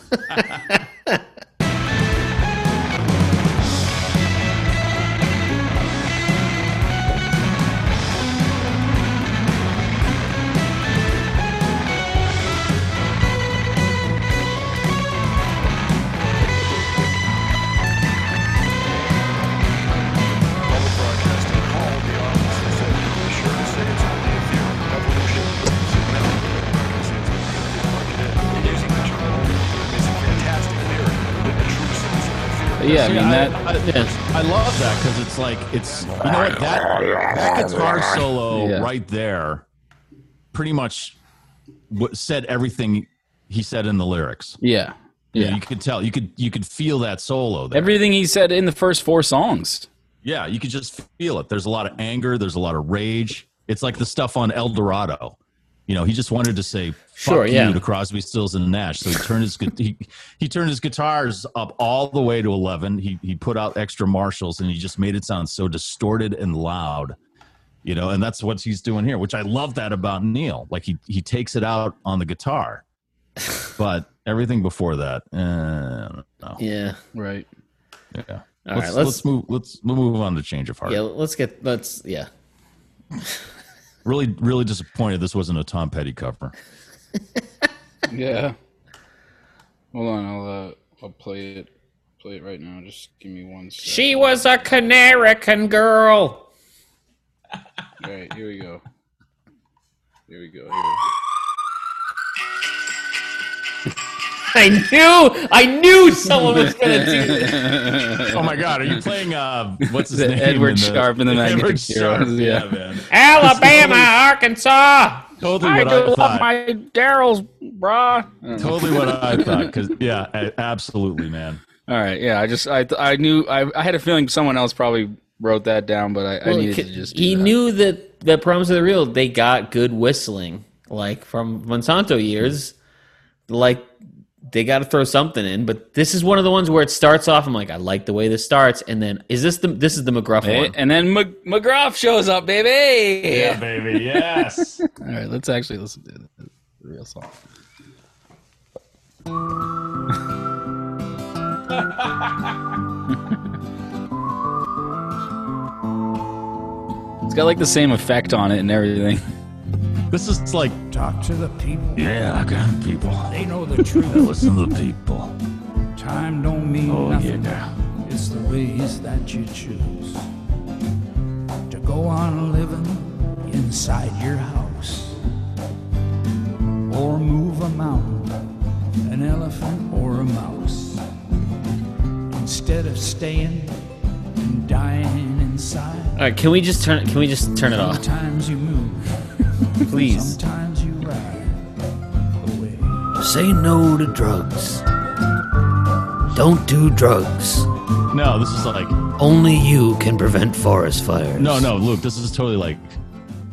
Speaker 2: But yeah, I mean that.
Speaker 3: I, I love that because it's like it's you know what that, that guitar solo
Speaker 2: Yeah.
Speaker 3: right there, pretty much what said everything he said in the lyrics.
Speaker 2: Yeah,
Speaker 3: You know,
Speaker 2: yeah.
Speaker 3: you could tell. You could you could feel that solo. There.
Speaker 2: Everything he said in the first four songs.
Speaker 3: yeah, you could just feel it. There's a lot of anger. There's a lot of rage. It's like the stuff on El Dorado. You know, he just wanted to say "fuck
Speaker 4: Sure,
Speaker 3: you"
Speaker 4: yeah.
Speaker 3: to Crosby, Stills, and Nash. So he turned his gu- he, he turned his guitars up all the way to eleven. He he put out extra Marshalls, and he just made it sound so distorted and loud. You know, and that's what he's doing here, which I love that about Neil. Like he he takes it out on the guitar, but everything before that, eh, I don't know.
Speaker 4: Yeah.
Speaker 2: Right.
Speaker 3: Yeah.
Speaker 4: All right,
Speaker 3: let's,
Speaker 4: let's-
Speaker 3: let's move. Let's we'll move on to change of heart.
Speaker 4: Yeah. Let's get. Let's. Yeah.
Speaker 3: Really, really disappointed. This wasn't a Tom Petty cover.
Speaker 2: Yeah. Hold on, I'll uh, I'll play it. Play it right now. Just give me one second.
Speaker 4: She was a Canarican girl.
Speaker 2: All right, here we go. Here we go.
Speaker 4: I knew. I knew someone was gonna do this.
Speaker 3: Oh my God, are you playing? Uh, what's his
Speaker 2: The
Speaker 3: name?
Speaker 2: Edward Sharpe and the Magnetic
Speaker 3: Edward Sharpe,
Speaker 2: Heroes, yeah.
Speaker 3: man.
Speaker 4: Alabama, Arkansas.
Speaker 3: Totally what I thought.
Speaker 2: Daryl's bra.
Speaker 3: totally what I thought. Because yeah, a- absolutely, man.
Speaker 2: All right, yeah. I just I I knew I I had a feeling someone else probably wrote that down, but I, I
Speaker 4: Well,
Speaker 2: needed
Speaker 4: c-
Speaker 2: to just. do
Speaker 4: he
Speaker 2: that.
Speaker 4: knew that the problems of the real they got good whistling like from monsanto years like they got to throw something in but this is one of the ones where it starts off i'm like i like the way this starts and then is this the this is the mcguff
Speaker 2: Eh,
Speaker 4: one
Speaker 2: And then Mc, McGrath shows up, baby.
Speaker 3: baby, yes.
Speaker 2: All right, let's actually listen to the the real song. it's got like the same effect on it and everything.
Speaker 3: this is like
Speaker 10: Talk to the people.
Speaker 3: yeah, I got people.
Speaker 10: They know the truth.
Speaker 3: Listen to the people.
Speaker 10: Time don't mean
Speaker 3: Oh
Speaker 10: nothing.
Speaker 3: yeah.
Speaker 10: It's the ways that you choose to go on living inside your house or move a mountain, an elephant or a mouse. instead of staying and dying inside.
Speaker 4: All right, can we just turn? Can we just turn it off,
Speaker 10: Sometimes you move,
Speaker 4: please?
Speaker 10: sometimes you ride away.
Speaker 11: Say no to drugs. Don't do drugs.
Speaker 3: No, this is like
Speaker 11: Only you can prevent forest fires.
Speaker 3: no, no, Luke. This is totally like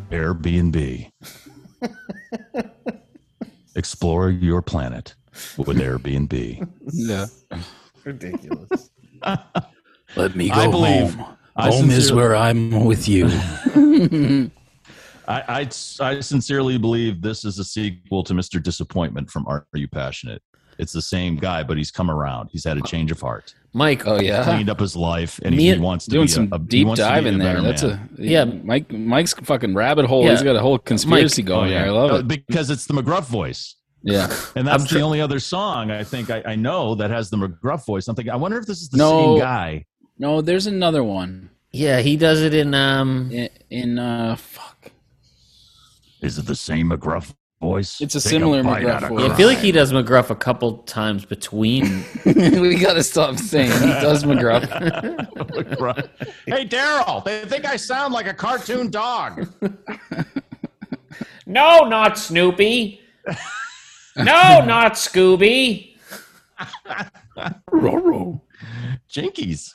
Speaker 3: Airbnb. Explore your planet with Airbnb.
Speaker 4: Ridiculous.
Speaker 8: Let me go
Speaker 3: I believe.
Speaker 8: home.
Speaker 3: I
Speaker 8: home is
Speaker 3: sincerely-
Speaker 8: where I'm with you.
Speaker 3: I, I, I sincerely believe this is a sequel to Mr. Disappointment from Are You Passionate? It's the same guy, but he's come around. He's had a change of heart,
Speaker 4: Mike,
Speaker 2: Oh yeah,
Speaker 3: cleaned up his life, and
Speaker 4: Me-
Speaker 3: he wants to
Speaker 2: doing
Speaker 3: be
Speaker 2: some
Speaker 3: a, a, he
Speaker 2: deep
Speaker 3: wants to be
Speaker 2: dive in
Speaker 3: a
Speaker 2: there.
Speaker 3: better
Speaker 2: That's
Speaker 3: man.
Speaker 2: a yeah. Mike, Mike's fucking rabbit hole. He's
Speaker 4: Yeah.
Speaker 2: got a whole conspiracy
Speaker 4: Mike-
Speaker 2: going there. oh, I love
Speaker 3: Uh,
Speaker 2: it.
Speaker 3: because it's the McGruff voice.
Speaker 2: Yeah.
Speaker 3: And that's
Speaker 4: I'm tr-
Speaker 3: the only other song I think I, I know that has the McGruff voice. I'm thinking, I wonder if this is the
Speaker 2: No.
Speaker 3: same guy.
Speaker 2: No, there's another one
Speaker 4: yeah, he does it in um.
Speaker 2: in, in uh fuck.
Speaker 3: Is it the same McGruff voice?
Speaker 2: It's a similar
Speaker 3: bite
Speaker 2: McGruff
Speaker 3: out of
Speaker 2: voice.
Speaker 4: I feel like he does McGruff a couple times between.
Speaker 2: we gotta stop saying he does McGruff.
Speaker 3: McGruff. hey, Daryl, they think I sound like a cartoon dog.
Speaker 4: no, not Snoopy. No, not Scooby.
Speaker 8: Roro.
Speaker 3: Jinkies.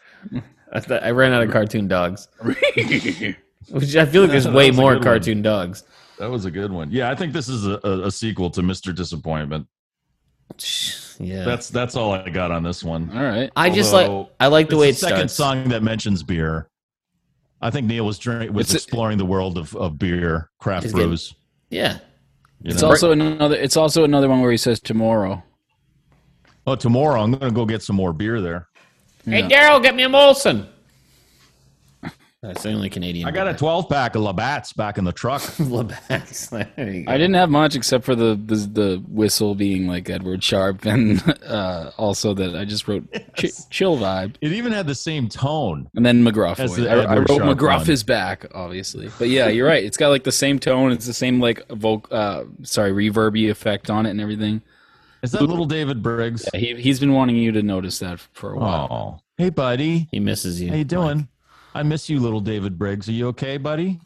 Speaker 4: I, th- I ran out of cartoon dogs. Which I feel like there's
Speaker 3: That
Speaker 4: way
Speaker 3: was a
Speaker 4: more
Speaker 3: good one.
Speaker 4: cartoon dogs.
Speaker 3: That was a good one. Yeah, I think this is a, a, a sequel to Mr. Disappointment.
Speaker 4: Yeah.
Speaker 3: That's that's all I got on this one.
Speaker 2: All right.
Speaker 4: I just like
Speaker 3: Although,
Speaker 4: I like the way it
Speaker 3: it's the second
Speaker 4: starts.
Speaker 3: song that mentions beer. I think Neil was drink, was
Speaker 2: It's a-
Speaker 3: exploring the world of, of beer, craft
Speaker 4: He's getting-
Speaker 3: brews.
Speaker 4: Yeah.
Speaker 3: you
Speaker 2: It's
Speaker 3: know?
Speaker 2: also another. It's also another one where he says tomorrow.
Speaker 3: oh, tomorrow I'm going to go get some more beer there.
Speaker 4: Hey Daryl, get me a Molson. That's the only Canadian.
Speaker 3: I got a 12 pack of Labatt's back in the truck.
Speaker 4: Labatt's. There you go.
Speaker 2: I didn't have much except for the the, the whistle being like Edward Sharp, and uh, also that I just wrote chi- chill vibe,
Speaker 3: It even had the same tone.
Speaker 2: and then McGruff.
Speaker 3: That's
Speaker 2: voice.
Speaker 3: the
Speaker 2: I, I
Speaker 3: Edward
Speaker 2: wrote
Speaker 3: Sharpe
Speaker 2: McGruff
Speaker 3: one.
Speaker 2: is back, obviously, but yeah, you're right. It's got like the same tone. It's the same like voc uh, sorry, reverby effect on it and everything.
Speaker 3: Is that little David Briggs?
Speaker 2: Yeah, he he's been wanting you to notice that for a while.
Speaker 3: Oh, hey buddy,
Speaker 4: He misses you.
Speaker 3: how you doing? I miss you, little David Briggs. Are you okay, buddy?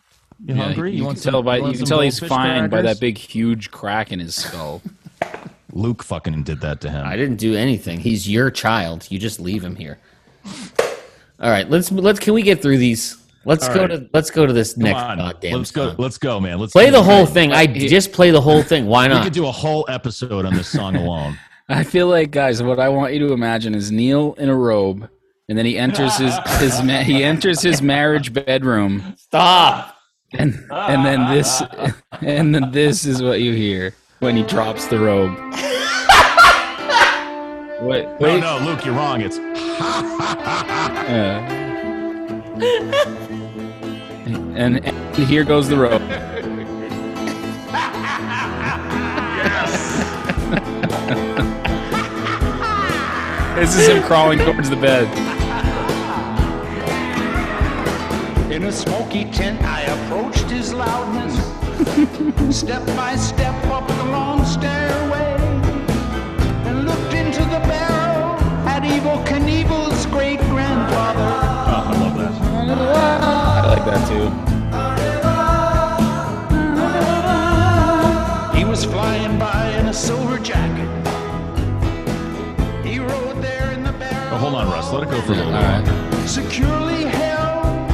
Speaker 3: You
Speaker 2: Yeah,
Speaker 3: hungry?
Speaker 2: You,
Speaker 3: want
Speaker 2: can
Speaker 3: some-
Speaker 2: tell by
Speaker 3: want
Speaker 2: you can
Speaker 3: some
Speaker 2: tell he's
Speaker 3: goldfish
Speaker 2: fine by
Speaker 3: crackers?
Speaker 2: that big huge crack in his skull.
Speaker 3: Luke fucking did that to him.
Speaker 4: I didn't do anything. He's your child. You just leave him here. All right, let's let's can we get through these? Let's
Speaker 3: All
Speaker 4: go
Speaker 3: right.
Speaker 4: to let's go to this
Speaker 3: Come
Speaker 4: next
Speaker 3: on,
Speaker 4: goddamn.
Speaker 3: let's go.
Speaker 4: song.
Speaker 3: Let's go, man. Let's
Speaker 4: Play
Speaker 3: do
Speaker 4: the
Speaker 3: it.
Speaker 4: whole thing. I just play the whole thing. Why
Speaker 3: We could
Speaker 4: not?
Speaker 3: do a whole episode on this song alone.
Speaker 2: I feel like, guys, what I want you to imagine is Neil in a robe, and then he enters his, his ma- he enters his marriage bedroom,
Speaker 4: Stop.
Speaker 2: and and then this and then this is what you hear when he drops the robe. Wait,
Speaker 3: No,
Speaker 2: wait,
Speaker 3: no, Luke, you're wrong. It's
Speaker 2: yeah. And, and here goes the robe. this is him crawling towards the bed.
Speaker 10: In a smoky tent, I approached his loudness. step by step up the long stairway, and looked into the barrel at evil Knievel's great grandfather.
Speaker 3: I love that.
Speaker 2: I like that too.
Speaker 10: He was flying by in a silver jacket. He rode there in the barrel.
Speaker 3: Oh, hold on, Russ. Let it go for a little
Speaker 2: All
Speaker 3: bit.
Speaker 2: right.
Speaker 10: securely held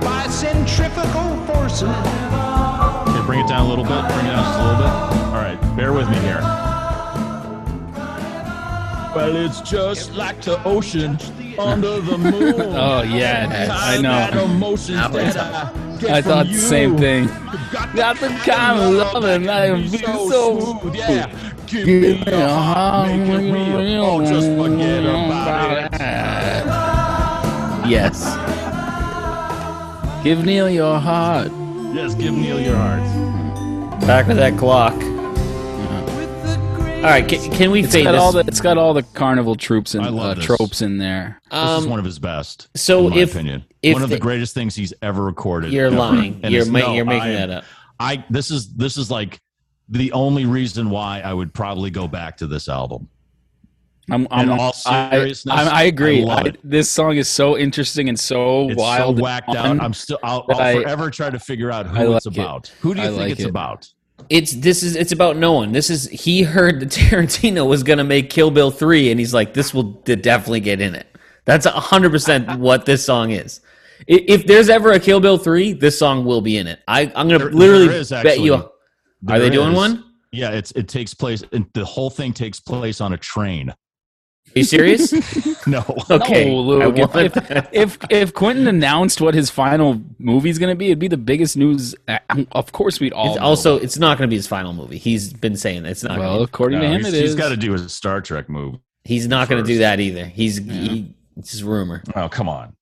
Speaker 10: by centrifugal forces.
Speaker 3: Okay, bring it down a little bit. Bring it down just a little bit. All right, bear with me here. Well, it's just like the ocean under the moon.
Speaker 2: Oh yeah, it is. I know.
Speaker 3: emotions
Speaker 4: it's-
Speaker 3: I,
Speaker 2: I thought the same thing. Got the kind of love and I am
Speaker 3: be
Speaker 2: feeling so
Speaker 3: smooth, yeah. Give
Speaker 2: me
Speaker 3: me your
Speaker 2: a
Speaker 3: heart,
Speaker 2: heart,
Speaker 3: make it
Speaker 2: make it
Speaker 3: real.
Speaker 2: real.
Speaker 3: Oh, just forget about it.
Speaker 4: Yes.
Speaker 2: Give Neil your heart.
Speaker 3: Yes, give Neil your heart.
Speaker 4: Back with that clock. All right, can, can we
Speaker 2: It's
Speaker 4: fade
Speaker 2: got
Speaker 4: this?
Speaker 2: all the it's got all the carnival troops and
Speaker 3: I love
Speaker 2: uh,
Speaker 3: this.
Speaker 2: tropes in there.
Speaker 3: this
Speaker 4: Um,
Speaker 3: is one of his best.
Speaker 4: so
Speaker 3: in my
Speaker 4: if-
Speaker 3: opinion,
Speaker 4: if
Speaker 3: one of the
Speaker 4: the-
Speaker 3: greatest things he's ever recorded.
Speaker 4: You're
Speaker 3: ever.
Speaker 4: lying.
Speaker 3: And
Speaker 4: You're
Speaker 3: it's-
Speaker 4: ma- you're making
Speaker 3: I am-
Speaker 4: that up.
Speaker 3: I this is this is like the only reason why I would probably go back to this album.
Speaker 2: I'm, I'm
Speaker 3: In all
Speaker 2: I-
Speaker 3: seriousness,
Speaker 2: I, I agree.
Speaker 3: I love
Speaker 2: I-
Speaker 3: it.
Speaker 2: this song is so interesting and so
Speaker 3: It's
Speaker 2: wild,
Speaker 3: so
Speaker 2: and
Speaker 3: whacked
Speaker 2: fun
Speaker 3: out. I'm still. I'll,
Speaker 2: that
Speaker 3: I'll
Speaker 2: I-
Speaker 3: forever try to figure out
Speaker 2: I
Speaker 3: who it's
Speaker 2: like it.
Speaker 3: about. Who do you
Speaker 2: I
Speaker 3: think
Speaker 2: like
Speaker 3: it's
Speaker 2: it.
Speaker 3: about?
Speaker 4: It's this is it's about no one. This is he heard that Tarantino was gonna make Kill Bill three, and he's like, this will d- definitely get in it. That's hundred percent what this song is. I- If there's ever a Kill Bill three, this song will be in it. I I'm gonna
Speaker 3: There-
Speaker 4: literally
Speaker 3: there is
Speaker 4: bet you.
Speaker 3: actually.
Speaker 4: are they
Speaker 3: There
Speaker 4: doing
Speaker 3: is-
Speaker 4: one?
Speaker 3: Yeah, it's it takes place. and The whole thing takes place on a train.
Speaker 4: Are you serious?
Speaker 3: No,
Speaker 4: Okay,
Speaker 2: No, Luke,
Speaker 4: I
Speaker 2: if,
Speaker 4: want
Speaker 2: if, if if Quentin announced what his final movie's going to be, it'd be the biggest news. uh, Of course, we'd all.
Speaker 4: It's
Speaker 2: know.
Speaker 4: also, it's not going to be his final movie. He's been saying that it's not.
Speaker 2: well,
Speaker 4: gonna,
Speaker 2: according
Speaker 3: No,
Speaker 2: to him,
Speaker 3: he's,
Speaker 2: it is.
Speaker 3: got to do his Star Trek move.
Speaker 4: he's not going to do
Speaker 3: first.
Speaker 4: that either. He's he, it's just rumor.
Speaker 3: Oh, come on.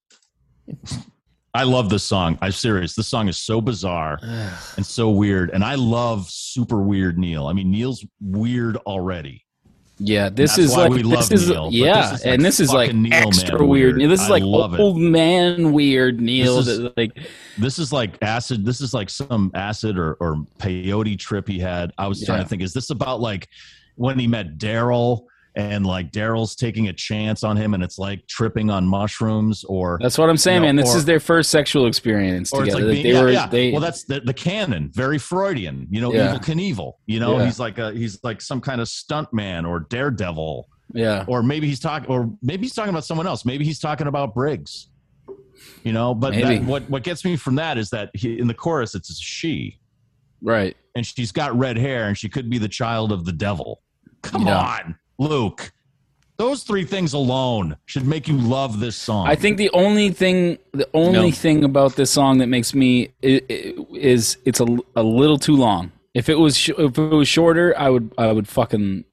Speaker 3: I love this song. I'm serious. This song is so bizarre and so weird. And I love super weird Neil. I mean, Neil's weird already.
Speaker 2: yeah, this
Speaker 3: That's
Speaker 2: is
Speaker 3: why
Speaker 2: like
Speaker 3: we love
Speaker 2: this is
Speaker 3: Neil, but
Speaker 2: yeah,
Speaker 3: this is, like,
Speaker 2: and this is like
Speaker 3: fucking Neil, man,
Speaker 2: extra weird.
Speaker 3: weird.
Speaker 2: This is
Speaker 3: I
Speaker 2: like
Speaker 3: love it.
Speaker 2: old man weird Neil.
Speaker 3: This is-
Speaker 2: that, like
Speaker 3: This is like acid. This is like some acid or, or peyote trip he had. I was trying
Speaker 2: Yeah.
Speaker 3: to think, is this about like when he met Daryl and like Daryl's taking a chance on him and it's like tripping on mushrooms or
Speaker 2: that's what I'm saying,
Speaker 3: No,
Speaker 2: man. This
Speaker 3: or-
Speaker 2: is their first sexual experience
Speaker 3: or it's
Speaker 2: together.
Speaker 3: like being,
Speaker 2: they
Speaker 3: yeah,
Speaker 2: were
Speaker 3: yeah.
Speaker 2: they.
Speaker 3: well that's the, the canon very freudian you know
Speaker 2: Yeah.
Speaker 3: evil knievel you know
Speaker 2: Yeah.
Speaker 3: he's like a he's like some kind of stunt man or daredevil
Speaker 2: yeah,
Speaker 3: or maybe he's talking or maybe he's talking about someone else maybe he's talking about briggs you know but that,
Speaker 2: Maybe.
Speaker 3: what what gets me from that is that he, in the chorus it's a she
Speaker 2: right.
Speaker 3: and she's got red hair and she could be the child of the devil come
Speaker 2: Yeah.
Speaker 3: on luke those three things alone should make you love this song
Speaker 2: I think the only thing, the only
Speaker 4: No.
Speaker 2: thing about this song that makes me i- i- is it's a, a little too long. If it was sh- if it was shorter, I would I would fucking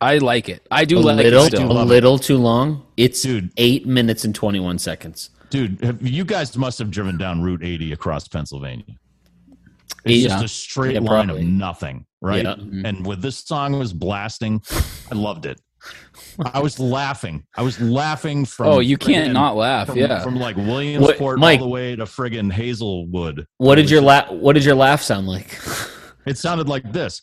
Speaker 2: I like it. I do
Speaker 4: A
Speaker 2: like
Speaker 4: little,
Speaker 2: it still.
Speaker 4: a little too long. It's
Speaker 3: Dude.
Speaker 4: eight minutes and twenty one seconds.
Speaker 3: Dude, have, you guys must have driven down Route 80 across Pennsylvania. It's
Speaker 4: Yeah.
Speaker 3: just a straight
Speaker 4: Yeah,
Speaker 3: line
Speaker 4: probably.
Speaker 3: of nothing, right?
Speaker 4: Yeah.
Speaker 3: And with this song was blasting, I loved it. I was laughing. I was laughing from.
Speaker 2: Oh, you can't
Speaker 3: friggin-
Speaker 2: not laugh,
Speaker 3: From,
Speaker 2: yeah.
Speaker 3: from like Williamsport
Speaker 4: Mike-
Speaker 3: all the way to friggin' Hazelwood.
Speaker 4: What did your la- What did your laugh sound like?
Speaker 3: It sounded like this.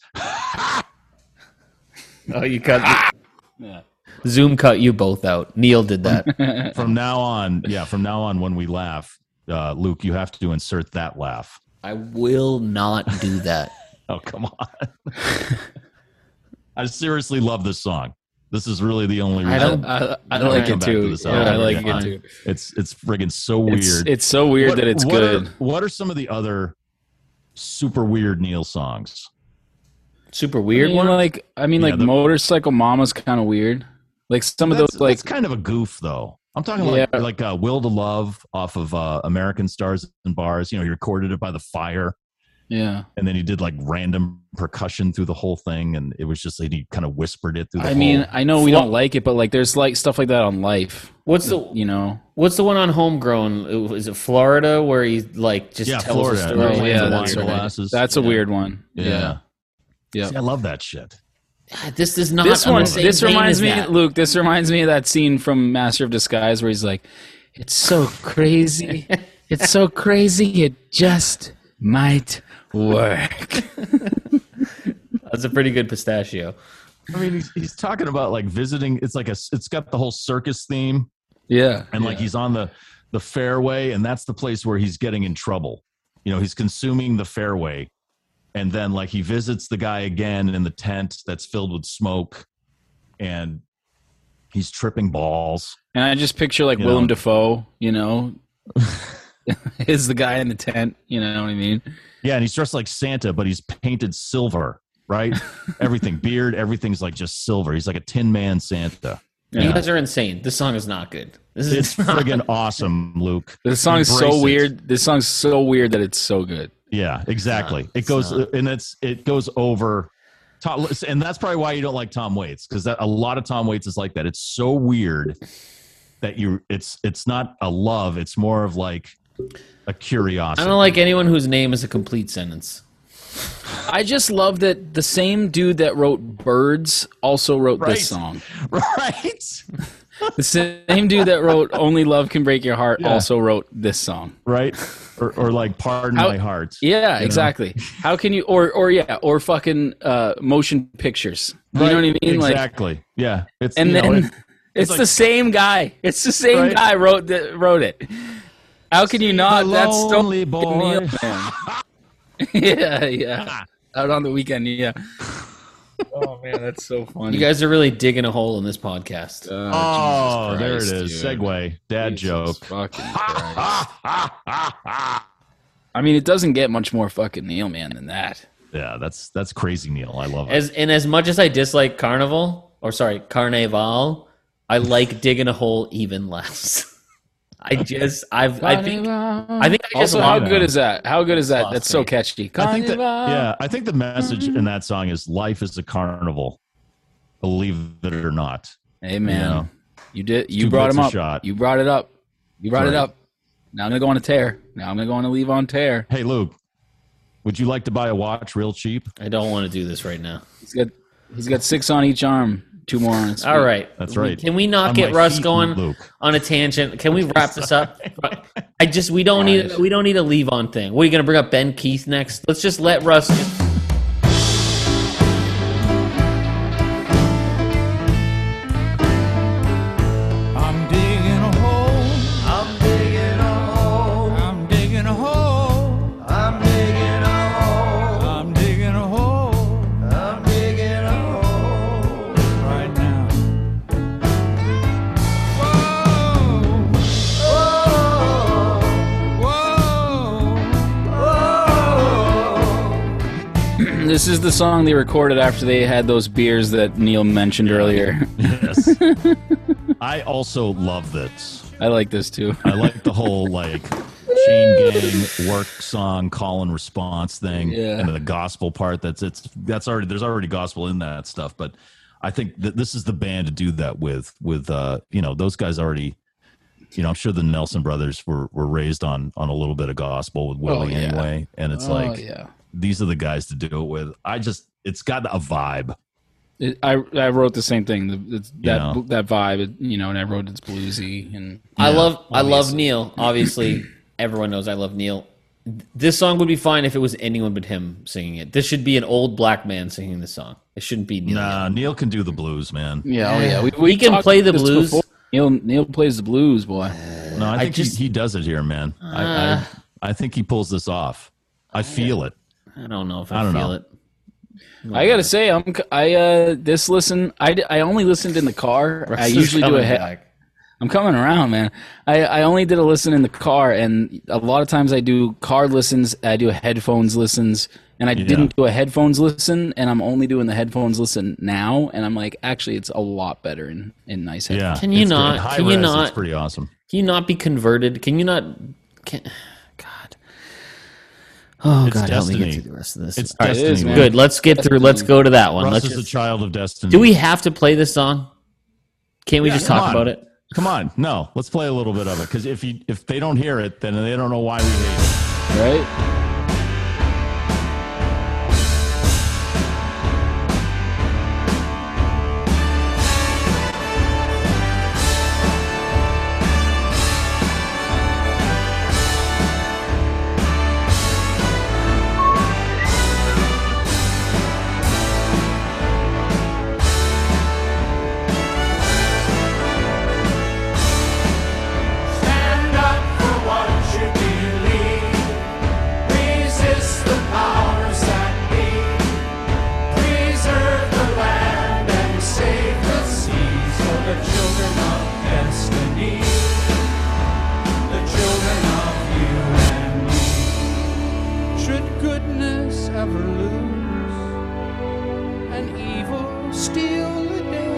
Speaker 4: Oh, you cut. Zoom cut you both out. Neil did that.
Speaker 3: From now on, yeah, from now on, when we laugh, uh, Luke, you have to insert that laugh.
Speaker 4: I will not do that.
Speaker 3: Oh, come on. I seriously love this song. This is really the only
Speaker 2: I,
Speaker 3: reason.
Speaker 2: don't, I, I
Speaker 3: Never
Speaker 2: like
Speaker 3: come
Speaker 2: it
Speaker 3: back to
Speaker 2: too.
Speaker 3: this
Speaker 2: Yeah,
Speaker 3: album
Speaker 2: I like
Speaker 3: again.
Speaker 2: it too.
Speaker 3: It's it's friggin' so weird.
Speaker 2: It's, it's so weird
Speaker 3: What-
Speaker 2: that it's
Speaker 3: what are-
Speaker 2: good.
Speaker 3: what are some of the other super weird Neil songs?
Speaker 4: Super
Speaker 2: I
Speaker 4: weird
Speaker 2: mean,
Speaker 4: one.
Speaker 2: like I mean,
Speaker 3: Yeah,
Speaker 2: like
Speaker 3: the-
Speaker 2: Motorcycle Mama's kind of weird. Like some of
Speaker 3: that's,
Speaker 2: those, like
Speaker 3: that's kind of a goof though. I'm talking like
Speaker 2: Yeah.
Speaker 3: like uh, "Will to Love" off of uh, American Stars and Bars. You know, he recorded it by the fire,
Speaker 2: yeah.
Speaker 3: and then he did like random percussion through the whole thing, and it was just like he kind of whispered it through. The
Speaker 2: I mean,
Speaker 3: whole-
Speaker 2: I know we don't like it, but like there's like stuff like that on life.
Speaker 4: What's the
Speaker 2: You know,
Speaker 4: What's the one on Homegrown? It- Is it Florida where he like just
Speaker 3: Yeah,
Speaker 4: tells
Speaker 3: Florida.
Speaker 4: a
Speaker 3: Oh,
Speaker 4: story?
Speaker 3: yeah,
Speaker 4: and
Speaker 3: that's
Speaker 4: wanders?
Speaker 3: right. Glasses.
Speaker 2: That's a
Speaker 4: Yeah.
Speaker 2: weird one.
Speaker 3: yeah,
Speaker 2: yeah. Yeah.
Speaker 3: See, I love that shit.
Speaker 4: Uh, This is not.
Speaker 2: this
Speaker 4: on the
Speaker 2: one
Speaker 4: same
Speaker 2: this
Speaker 4: vein
Speaker 2: reminds
Speaker 4: as
Speaker 2: me
Speaker 4: that.
Speaker 2: luke this reminds me of that scene from master of disguise where he's like it's so crazy it's so crazy it just might work
Speaker 4: That's a pretty good pistachio.
Speaker 3: I mean, he's, he's talking about like visiting. It's like a it's got the whole circus theme.
Speaker 2: yeah
Speaker 3: and like he's on the the fairway and that's the place where he's getting in trouble you know he's consuming the fairway and then like he visits the guy again in the tent that's filled with smoke and he's tripping balls
Speaker 2: and i just picture like
Speaker 3: You
Speaker 2: willem
Speaker 3: know.
Speaker 2: dafoe you know is the guy in the tent you know what i mean
Speaker 3: yeah and he's dressed like santa but he's painted silver right everything beard everything's like just silver he's like a tin man santa
Speaker 4: You
Speaker 2: Yeah.
Speaker 4: guys are insane. This song is not good. This
Speaker 3: it's
Speaker 4: is not-
Speaker 3: friggin' awesome luke
Speaker 2: this song is so
Speaker 3: Embrace it.
Speaker 2: weird this song's so weird that it's so good
Speaker 3: Yeah, exactly.
Speaker 4: not-
Speaker 3: it
Speaker 4: it's
Speaker 3: goes
Speaker 4: not.
Speaker 3: and it's it goes over Tom, and that's probably why you don't like Tom Waits because a lot of Tom Waits is like that. It's so weird that you it's it's not a love. It's more of like a curiosity.
Speaker 4: I don't like anyone whose name is a complete sentence.
Speaker 2: i just love that the same dude that wrote birds also wrote
Speaker 3: Right.
Speaker 2: this song
Speaker 3: right,
Speaker 2: the same dude that wrote only love can break your heart also wrote this song
Speaker 3: right, or, or like pardon
Speaker 2: How-
Speaker 3: my heart.
Speaker 2: Yeah, exactly. How can you or or yeah, or fucking uh motion pictures. You know what I mean? Like
Speaker 3: Exactly. yeah. It's
Speaker 2: and
Speaker 3: you know,
Speaker 2: then
Speaker 3: it-
Speaker 2: It's
Speaker 3: like-
Speaker 2: the same guy. It's the same
Speaker 3: Right?
Speaker 2: guy wrote the, wrote it. How can you not? That's so
Speaker 3: lonely
Speaker 2: Neil,
Speaker 3: boy. Ah.
Speaker 2: man. yeah, yeah. Out on the weekend, yeah. oh man, that's so funny.
Speaker 4: You guys are really digging a hole in this podcast.
Speaker 3: Oh,
Speaker 2: Jesus
Speaker 3: there it
Speaker 2: Christ,
Speaker 3: is.
Speaker 2: dude.
Speaker 3: Segway. Dad joke.
Speaker 2: Fucking I mean, it doesn't get much more fucking Neil man than that.
Speaker 3: Yeah, that's that's crazy, Neil. I love it.
Speaker 4: As and as much as I dislike Carnival, or sorry, Carnival, I like digging a hole even less. I just I've I think I think I just
Speaker 2: also, how
Speaker 4: want,
Speaker 3: wanna-
Speaker 2: good is that? How good is that?
Speaker 4: Lost
Speaker 2: That's so
Speaker 4: me.
Speaker 2: catchy.
Speaker 3: I think that,
Speaker 2: Carnival.
Speaker 3: yeah, I think the message
Speaker 2: Mm-hmm.
Speaker 3: in that song is life is a carnival. Believe it or not.
Speaker 2: Hey man,
Speaker 3: Yeah.
Speaker 2: you did. You
Speaker 3: Two
Speaker 2: brought
Speaker 3: bits
Speaker 2: him
Speaker 3: a
Speaker 2: up.
Speaker 3: shot.
Speaker 2: You brought it up. You brought it
Speaker 3: Right.
Speaker 2: up. Now I'm gonna go on a tear. Now I'm gonna go on a leave on tear.
Speaker 3: Hey Luke, would you like to buy a watch real cheap?
Speaker 4: I don't want to do this right now.
Speaker 2: He's got he's got six on each arm. Two more on his.
Speaker 4: All right,
Speaker 3: That's right.
Speaker 4: Can we not
Speaker 3: On
Speaker 4: get
Speaker 3: my
Speaker 4: Russ
Speaker 3: feet,
Speaker 4: going
Speaker 3: Luke.
Speaker 4: on a tangent? Can we wrap this up? I just we don't need we don't need a leave on thing. What are you going to bring up Ben Keith next? Let's just let Russ.
Speaker 7: I'm digging a hole.
Speaker 10: I'm digging a hole.
Speaker 7: I'm digging a hole.
Speaker 10: I'm digging a hole.
Speaker 7: I'm digging a hole
Speaker 10: I'm digging a hole.
Speaker 7: right now. Whoa,
Speaker 10: Oh,
Speaker 7: whoa.
Speaker 10: oh.
Speaker 2: This is the song they recorded after they had those beers that Neil mentioned earlier.
Speaker 3: Yes. I also love this.
Speaker 2: I like this too.
Speaker 3: I like the whole like chain gang work song call and response thing
Speaker 2: Yeah.
Speaker 3: and the gospel part that's it's that's already there's already gospel in that stuff but I think that this is the band to do that with with uh you know those guys already you know I'm sure the Nelson brothers were were raised on on a little bit of gospel with Willie
Speaker 2: yeah.
Speaker 3: anyway and it's
Speaker 2: Oh,
Speaker 3: like
Speaker 2: yeah.
Speaker 3: these are the guys to do it with I just it's got a vibe
Speaker 2: It, I I wrote the same thing. The, the,
Speaker 3: Yeah.
Speaker 2: That that vibe, it, you know, and I wrote it's bluesy and
Speaker 4: I love I love Neil. Obviously, everyone knows I love Neil. This song would be fine if it was anyone but him singing it. This should be an old black man singing the song. It shouldn't be Neil.
Speaker 3: nah Neil can do the blues man
Speaker 2: yeah, oh yeah. We,
Speaker 4: He can
Speaker 2: talked
Speaker 4: play the
Speaker 2: about this
Speaker 4: blues.
Speaker 2: before. Neil Neil plays the blues, boy.
Speaker 3: No, I think
Speaker 4: just- Uh.
Speaker 3: he, he does it here, man. I, I I think he pulls this off. I feel it.
Speaker 4: I don't know if I,
Speaker 3: I don't
Speaker 4: feel
Speaker 3: know.
Speaker 4: it.
Speaker 2: I gotta say, I'm c- I uh this listen I, d- I only listened in the car. I
Speaker 4: This is
Speaker 2: usually do a
Speaker 4: coming
Speaker 2: head.
Speaker 4: back.
Speaker 2: I'm coming around, man. I, I only did a listen in the car, and a lot of times I do car listens. I do headphones listens, and I didn't do a headphones listen, and I'm only doing the headphones listen now. And I'm like, actually, it's a lot better in in nice headphones.
Speaker 3: Yeah.
Speaker 4: Can you
Speaker 3: It's good.
Speaker 4: not-
Speaker 3: In high
Speaker 4: can you
Speaker 3: res,
Speaker 4: not-
Speaker 3: It's pretty awesome.
Speaker 4: Can you not be converted? Can you not? Can, God. Oh
Speaker 3: It's
Speaker 4: God, help me
Speaker 3: destiny.
Speaker 4: get through the rest of this.
Speaker 3: It's
Speaker 4: All right,
Speaker 3: destiny.
Speaker 2: is,
Speaker 3: man.
Speaker 2: man.
Speaker 4: good. Let's get through. Let's go to that one.
Speaker 3: Russ
Speaker 4: Let's
Speaker 3: is a child of destiny.
Speaker 4: do we have to play this song? Can't we
Speaker 3: Yeah,
Speaker 4: just
Speaker 3: come
Speaker 4: talk
Speaker 3: on.
Speaker 4: about it?
Speaker 3: Come on. No. Let's play a little bit of it because if you if they don't hear it, then they don't know why we hate it.
Speaker 2: Right?
Speaker 10: Stand up for what you believe. Resist the powers that be. Preserve the land and save the seas for the children of destiny. The children of you and me.
Speaker 7: Should goodness ever lose and evil steal the day?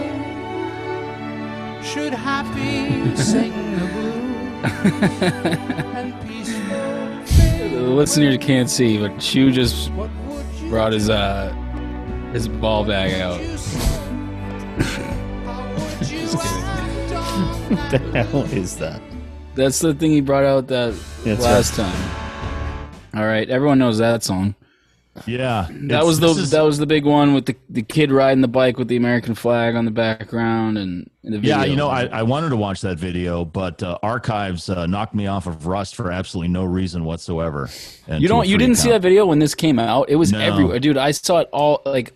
Speaker 7: Should happy sing the blues and peaceful
Speaker 2: The
Speaker 7: fade?
Speaker 2: listener can't see, but Chu just
Speaker 7: What would you
Speaker 2: brought his uh his ball bag out.
Speaker 7: Just kidding.
Speaker 4: The hell is that?
Speaker 2: That's the thing he brought out that
Speaker 4: That's
Speaker 2: last time. All right, everyone knows that song.
Speaker 3: Yeah.
Speaker 2: That
Speaker 3: it's-
Speaker 2: was the
Speaker 3: this is-
Speaker 2: that was the big one with the the kid riding the bike with the American flag on the background and, and the video.
Speaker 3: yeah, you know, I, I wanted to watch that video, but uh, archives uh, knocked me off of Rust for absolutely no reason whatsoever. And
Speaker 2: you
Speaker 3: to a
Speaker 2: don't you
Speaker 3: free
Speaker 2: didn't see that
Speaker 3: account.
Speaker 2: video when this came out. It was
Speaker 3: No.
Speaker 2: everywhere, dude. I saw it all like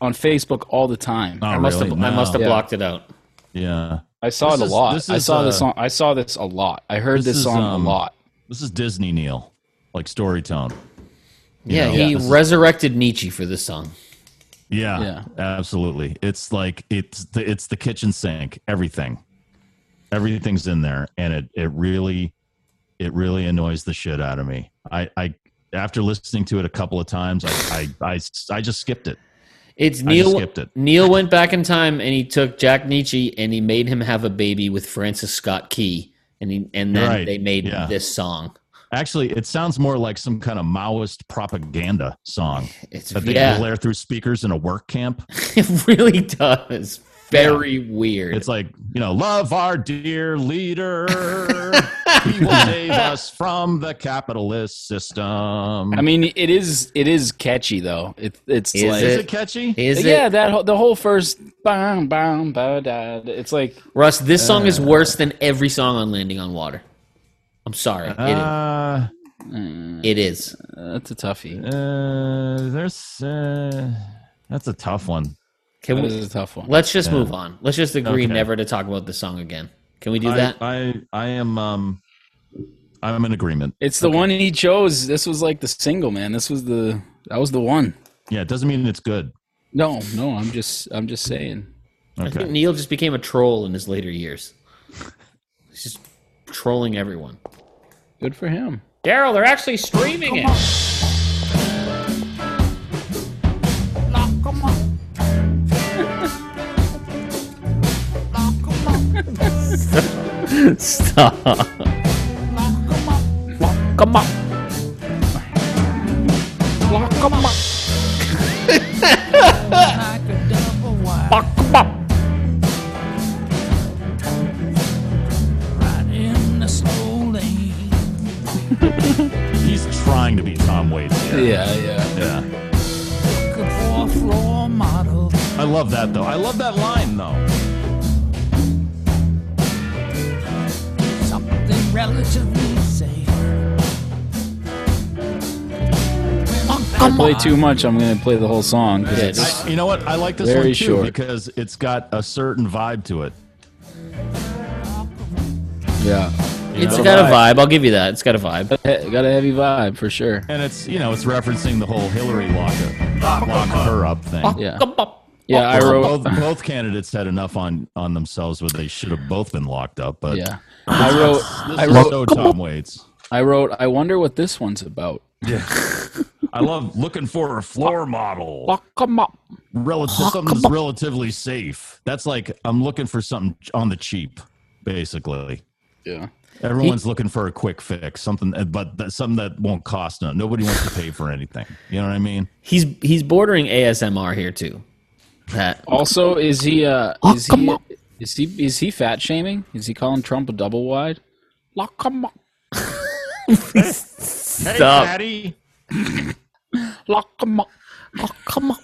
Speaker 2: on Facebook all the time.
Speaker 3: Oh,
Speaker 4: I must
Speaker 3: really?
Speaker 4: have. I must have
Speaker 3: No.
Speaker 4: blocked it out.
Speaker 3: Yeah.
Speaker 2: I saw
Speaker 3: This
Speaker 2: it a
Speaker 3: is-
Speaker 2: lot.
Speaker 3: this
Speaker 2: I
Speaker 3: is,
Speaker 2: saw this
Speaker 3: uh,
Speaker 2: song. I saw this a lot. I heard this,
Speaker 3: is,
Speaker 2: song
Speaker 3: um,
Speaker 2: a lot.
Speaker 3: This is Disney Neil, like Storytone. You
Speaker 4: Yeah,
Speaker 3: know,
Speaker 4: he
Speaker 3: this is-
Speaker 4: resurrected Nietzsche for this song.
Speaker 3: Yeah, absolutely. It's like it's the it's the kitchen sink. Everything, everything's in there, and it it really it really annoys the shit out of me. I I after listening to it a couple of times, I I I, I just skipped it.
Speaker 4: It's
Speaker 3: I just
Speaker 4: Neil.
Speaker 3: skipped it.
Speaker 4: Neil went back in time and he took Jack Nietzsche and he made him have a baby with Francis Scott Key, and he and then
Speaker 3: Right,
Speaker 4: they made
Speaker 3: yeah.
Speaker 4: this song.
Speaker 3: Actually, it sounds more like some kind of Maoist propaganda song
Speaker 4: It's
Speaker 3: that they
Speaker 4: yeah,
Speaker 3: blare through speakers in a work camp.
Speaker 4: it really does. Very weird.
Speaker 3: It's like, you know, love our dear leader. he will save us from the capitalist system.
Speaker 2: I mean, it is it is catchy though. It, it's
Speaker 4: Is
Speaker 2: like
Speaker 3: is
Speaker 4: it-
Speaker 3: it catchy?
Speaker 4: Is
Speaker 2: yeah,
Speaker 4: it
Speaker 2: that whole, the whole first bam bam ba da. It's like
Speaker 4: Russ? This song
Speaker 3: Uh.
Speaker 4: is worse than every song on Landing on Water. I'm sorry. It is.
Speaker 3: Uh,
Speaker 4: It is.
Speaker 2: that's a toughie.
Speaker 3: uh, there's, uh, that's a tough one.
Speaker 4: Can
Speaker 2: That
Speaker 4: we?
Speaker 2: is a tough one.
Speaker 4: Let's just move on. Let's just agree
Speaker 3: Okay.
Speaker 4: never to talk about this song again. Can we do
Speaker 3: I,
Speaker 4: that?
Speaker 3: I, I am, um, I'm in agreement.
Speaker 2: It's the one he chose. This was like the single, man. This was the that was the one.
Speaker 3: Yeah, it doesn't mean it's good.
Speaker 2: No, no, I'm just I'm just saying.
Speaker 4: I think
Speaker 3: Okay.
Speaker 4: Neil just became a troll in his later years. He's just trolling everyone.
Speaker 2: Good for him.
Speaker 4: Daryl, they're actually streaming it. Stop. Come on.
Speaker 3: He's trying to be Tom Waits here.
Speaker 2: Yeah, yeah.
Speaker 3: Yeah. I love that though. I love that line though.
Speaker 2: I play too much. I'm gonna play the whole song. 'cause
Speaker 4: Yeah,
Speaker 2: it's-
Speaker 3: I, you know what? I like this
Speaker 2: Very
Speaker 3: one too
Speaker 2: short.
Speaker 3: because it's got a certain vibe to it.
Speaker 2: yeah.
Speaker 3: you
Speaker 4: It's
Speaker 3: know?
Speaker 4: got a vibe. I'll give you that. It's got a vibe.
Speaker 2: He- got a heavy vibe for sure.
Speaker 3: and it's you know it's referencing the whole Hillary lock, up- lock her up thing.
Speaker 2: Yeah. Yeah, I
Speaker 3: Both-
Speaker 2: wrote.
Speaker 3: both, both candidates had enough on on themselves where they should have both been locked up. But
Speaker 2: Yeah. I wrote.
Speaker 3: this
Speaker 2: I
Speaker 3: is
Speaker 2: wrote.
Speaker 3: so Tom Waits.
Speaker 2: I wrote. I wonder what this one's about.
Speaker 3: I love looking for a floor model. relative something's relatively safe. That's like I'm looking for something on the cheap, basically.
Speaker 2: Yeah.
Speaker 3: Everyone's looking for a quick fix, something, uh, but that, something that won't cost no. Nobody wants to pay for anything. You know what I mean?
Speaker 4: He's he's bordering ASMR here too. That
Speaker 2: Also, is he? Uh, is he? Is he? Is he fat shaming? Is he calling Trump a double wide? Lock 'em up.
Speaker 4: stop.
Speaker 3: Patty,
Speaker 2: Lock 'em up. Lock 'em up.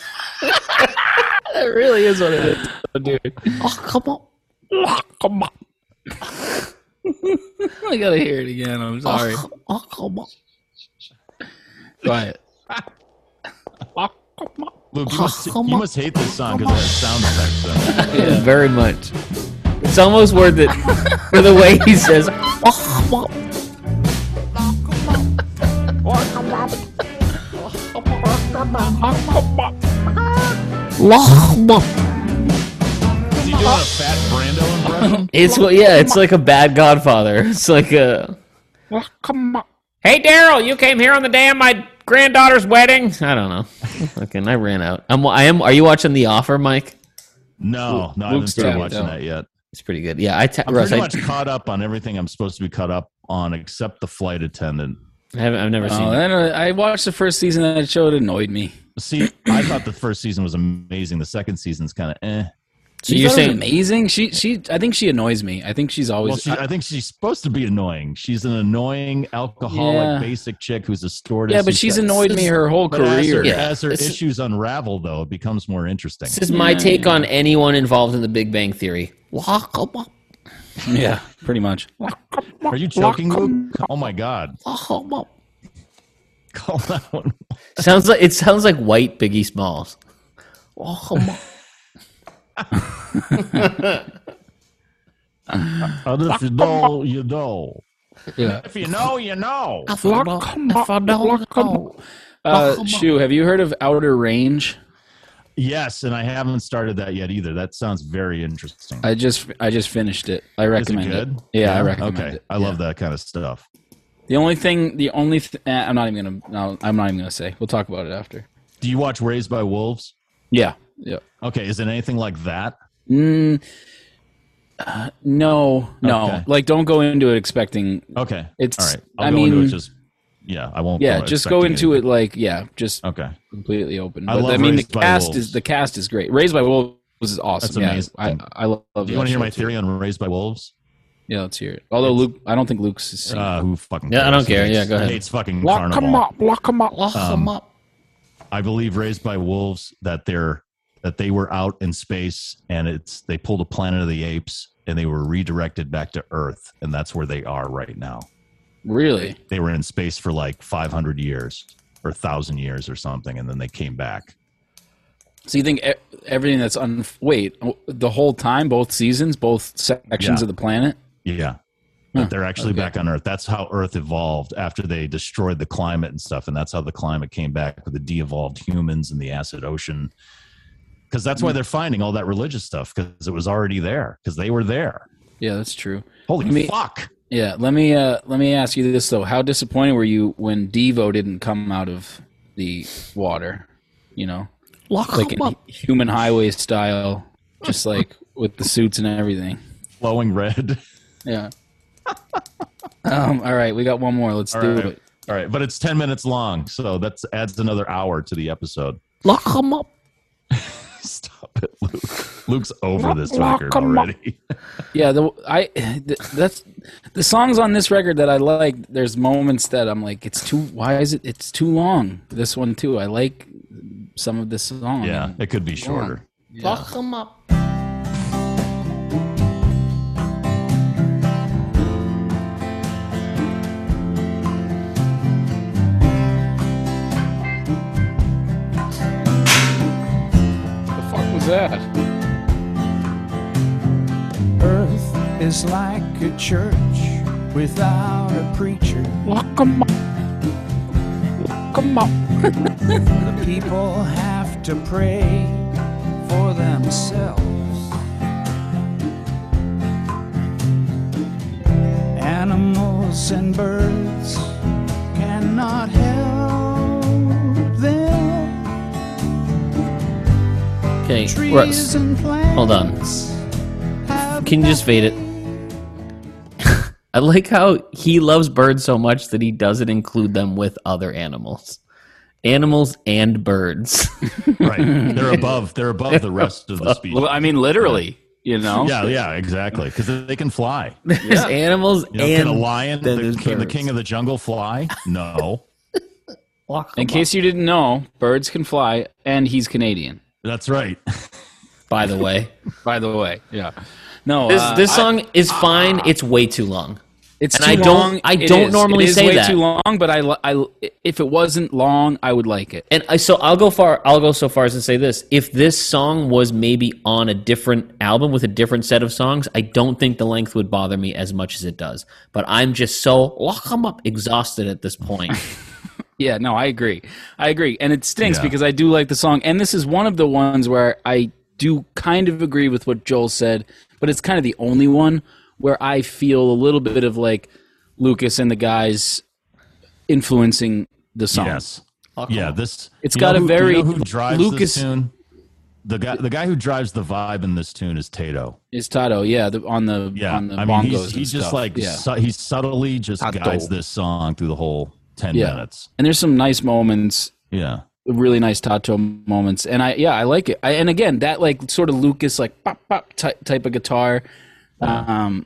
Speaker 2: that really is what it is, dude. Lock 'em up. Lock 'em up. I gotta hear it again. I'm sorry. Lock 'em up. Quiet. Lock 'em up.
Speaker 3: Luke, you must, you must hate this song because it has sound effects. in it.
Speaker 4: Very much. It's almost worth it for the way he says.
Speaker 3: Is he doing a fat Brando impression?
Speaker 4: It's what? Yeah, it's like a bad Godfather. It's like a. Hey Daryl, you came here on the day of my granddaughter's wedding. I don't know. Fucking, I ran out. I'm. I am. Are you watching The Offer, Mike?
Speaker 3: No, no, I haven't
Speaker 2: Luke's
Speaker 3: started
Speaker 2: down,
Speaker 3: watching
Speaker 2: down.
Speaker 3: that yet.
Speaker 4: It's pretty good. Yeah, I. Ta-
Speaker 3: I'm
Speaker 4: Russ,
Speaker 3: pretty
Speaker 4: I,
Speaker 3: much caught up on everything I'm supposed to be caught up on except the flight attendant.
Speaker 4: I haven't. I've never seen.
Speaker 2: Oh,
Speaker 4: it.
Speaker 2: then uh, I watched the first season of that show. It annoyed me.
Speaker 3: See, I thought the first season was amazing. The second season's kind of eh.
Speaker 4: So
Speaker 2: You
Speaker 4: you're
Speaker 2: thought it was
Speaker 4: saying
Speaker 2: amazing? She, she. I think she annoys me. I think she's always.
Speaker 3: Well, she, I think she's supposed to be annoying. She's an annoying alcoholic
Speaker 2: Yeah.
Speaker 3: basic chick who's a store.
Speaker 2: yeah, but she's annoyed me her whole
Speaker 3: But as
Speaker 2: career.
Speaker 3: her,
Speaker 4: Yeah.
Speaker 3: as her
Speaker 4: This is-
Speaker 3: issues unravel, though, it becomes more interesting.
Speaker 4: this is my take on anyone involved in The Big Bang Theory. Lock 'em up.
Speaker 2: Yeah, pretty much. Uh,
Speaker 3: Are you choking, Luke? Oh my god!
Speaker 4: Lock 'em up.
Speaker 3: Call that one.
Speaker 4: Sounds like it sounds like white Biggie Smalls.
Speaker 3: And if you know, you know.
Speaker 2: Yeah.
Speaker 3: If you know, you know.
Speaker 2: Uh, Shu, have you heard of Outer Range?
Speaker 3: Yes, and I haven't started that yet either. That sounds very interesting.
Speaker 2: I just I just finished it. I recommend
Speaker 3: Is it good?
Speaker 2: it. Yeah, I recommend
Speaker 3: okay.
Speaker 2: it.
Speaker 3: I love that kind of stuff.
Speaker 2: The only thing, the only th- eh, I'm not even gonna. No, I'm not even gonna say. We'll talk about it after.
Speaker 3: Do you watch Raised by Wolves?
Speaker 2: Yeah. Yeah.
Speaker 3: Okay, is it anything like that?
Speaker 2: Mm, uh, no, no.
Speaker 3: Okay.
Speaker 2: Like, don't go into it expecting.
Speaker 3: Okay.
Speaker 2: It's.
Speaker 3: All right. I'll
Speaker 2: I
Speaker 3: go
Speaker 2: mean,
Speaker 3: into it just yeah, I won't
Speaker 2: yeah, just go into it like yeah, just
Speaker 3: Okay.
Speaker 2: completely open.
Speaker 3: Oh. I
Speaker 2: But I,
Speaker 3: love
Speaker 2: mean, the
Speaker 3: Raised by
Speaker 2: cast
Speaker 3: Wolves.
Speaker 2: is the cast is great. Raised by Wolves is awesome.
Speaker 3: That's
Speaker 2: yeah,
Speaker 3: amazing.
Speaker 2: I, I love.
Speaker 3: Do you
Speaker 2: that
Speaker 3: want to hear
Speaker 2: show,
Speaker 3: my
Speaker 2: too.
Speaker 3: theory on Raised by Wolves?
Speaker 2: Yeah, let's hear it. Although Luke, I don't think Luke's has seen
Speaker 3: Uh,
Speaker 2: it.
Speaker 3: who fucking
Speaker 4: Yeah, I don't
Speaker 3: cares? He
Speaker 4: care.
Speaker 3: hates-
Speaker 4: Yeah, go ahead.
Speaker 3: Hates fucking
Speaker 2: Lock 'em
Speaker 3: carnival. Uh,
Speaker 2: Lock him up.
Speaker 4: Lock
Speaker 3: 'em
Speaker 4: up.
Speaker 3: I believe raised by wolves that they're that they were out in space and it's they pulled a planet of the apes and they were redirected back to Earth and that's where they are right now.
Speaker 2: Really?
Speaker 3: They were in space for like 500 years or 1000 years or something and then they came back.
Speaker 2: So you think e- everything that's un wait the whole time, both seasons, both sections
Speaker 3: Yeah.
Speaker 2: of the planet? Huh,
Speaker 3: Yeah. But they're actually
Speaker 2: okay.
Speaker 3: back on Earth. That's how Earth evolved after they destroyed the climate and stuff. And that's how the climate came back with the de evolved humans and the acid ocean. Because that's
Speaker 2: Hmm.
Speaker 3: why they're finding all that religious stuff because it was already there because they were there.
Speaker 2: Yeah, that's true.
Speaker 3: Holy
Speaker 2: I mean-
Speaker 3: fuck.
Speaker 2: Yeah, let me uh, let me ask you this though: How disappointed were you when Devo didn't come out of the water? You know, like in human highway style, just like with the suits and everything.
Speaker 3: Flowing red.
Speaker 2: Yeah. um. All right, we got one more. Let's
Speaker 3: All
Speaker 2: do
Speaker 3: right.
Speaker 2: it.
Speaker 3: All right. But it's 10 minutes long. So that adds another hour to the episode.
Speaker 11: Lock him up.
Speaker 3: Stop it, Luke. Luke's over this record already.
Speaker 2: Yeah, the I th- that's the songs on this record that I like. There's moments that I'm like, it's too. Why is it? It's too long. This one too. I like some of this song.
Speaker 3: Yeah. It could be shorter.
Speaker 11: Lock him up.
Speaker 2: The fuck was that?
Speaker 12: Earth is like a church without a preacher.
Speaker 2: Lock 'em up. Lock 'em up.
Speaker 12: The people have to pray for themselves. Animals and birds cannot help them.
Speaker 4: Okay,
Speaker 12: Trees
Speaker 4: Russ,
Speaker 12: and plants.
Speaker 4: hold on.
Speaker 12: have
Speaker 4: Can you just fade it? I like how he loves birds so much that he doesn't include them with other animals. Animals and birds.
Speaker 3: right. They're above. They're above the rest of the species.
Speaker 2: Well, I mean, literally. You know.
Speaker 3: Yeah, yeah, exactly. Because they can fly.
Speaker 4: There's animals
Speaker 3: You know,
Speaker 4: and
Speaker 3: can a lion,
Speaker 4: then
Speaker 3: the,
Speaker 4: there's
Speaker 3: king, the
Speaker 4: birds.
Speaker 3: king of the jungle, fly? No,
Speaker 2: In case you didn't know, birds can fly, and he's Canadian.
Speaker 3: that's right.
Speaker 4: By the way,
Speaker 2: By the way. Yeah. No.
Speaker 4: this
Speaker 2: uh,
Speaker 4: this
Speaker 2: I-
Speaker 4: song is fine. It's way too long.
Speaker 2: It's
Speaker 4: And
Speaker 2: too
Speaker 4: I don't-
Speaker 2: long.
Speaker 4: I
Speaker 2: It
Speaker 4: don't
Speaker 2: is.
Speaker 4: normally
Speaker 2: it is
Speaker 4: say
Speaker 2: way
Speaker 4: that.
Speaker 2: too long, but I, li- I if it wasn't long, I would like it.
Speaker 4: And I, so I'll go far. I'll go so far as to say this: if this song was maybe on a different album with a different set of songs, I don't think the length would bother me as much as it does. But I'm just so lock 'em up exhausted at this point.
Speaker 2: Yeah, no, I agree. I agree. And it stinks
Speaker 3: Yeah.
Speaker 2: because I do like the song. And this is one of the ones where I do kind of agree with what Joel said, but it's kind of the only one where I feel a little bit of like Lucas and the guys influencing the song.
Speaker 3: Yes. Yeah. This.
Speaker 2: It's
Speaker 3: you know
Speaker 2: got a
Speaker 3: who-
Speaker 2: very
Speaker 3: You know who drives
Speaker 2: Lucas-
Speaker 3: this tune? The guy. The guy who drives the vibe in this tune is Tato.
Speaker 2: Is Tato, yeah, the, on the
Speaker 3: Yeah.
Speaker 2: on the
Speaker 3: I
Speaker 2: bongos.
Speaker 3: mean, he's,
Speaker 2: and
Speaker 3: he's just
Speaker 2: stuff.
Speaker 3: like
Speaker 2: yeah.
Speaker 3: su- he subtly just guides this song through the whole ten
Speaker 2: Yeah.
Speaker 3: minutes.
Speaker 2: And there's some nice moments
Speaker 3: Yeah.
Speaker 2: really nice Tato moments, and I yeah I like it. I, and again, that like sort of Lucas like pop pop type, type of guitar. Um,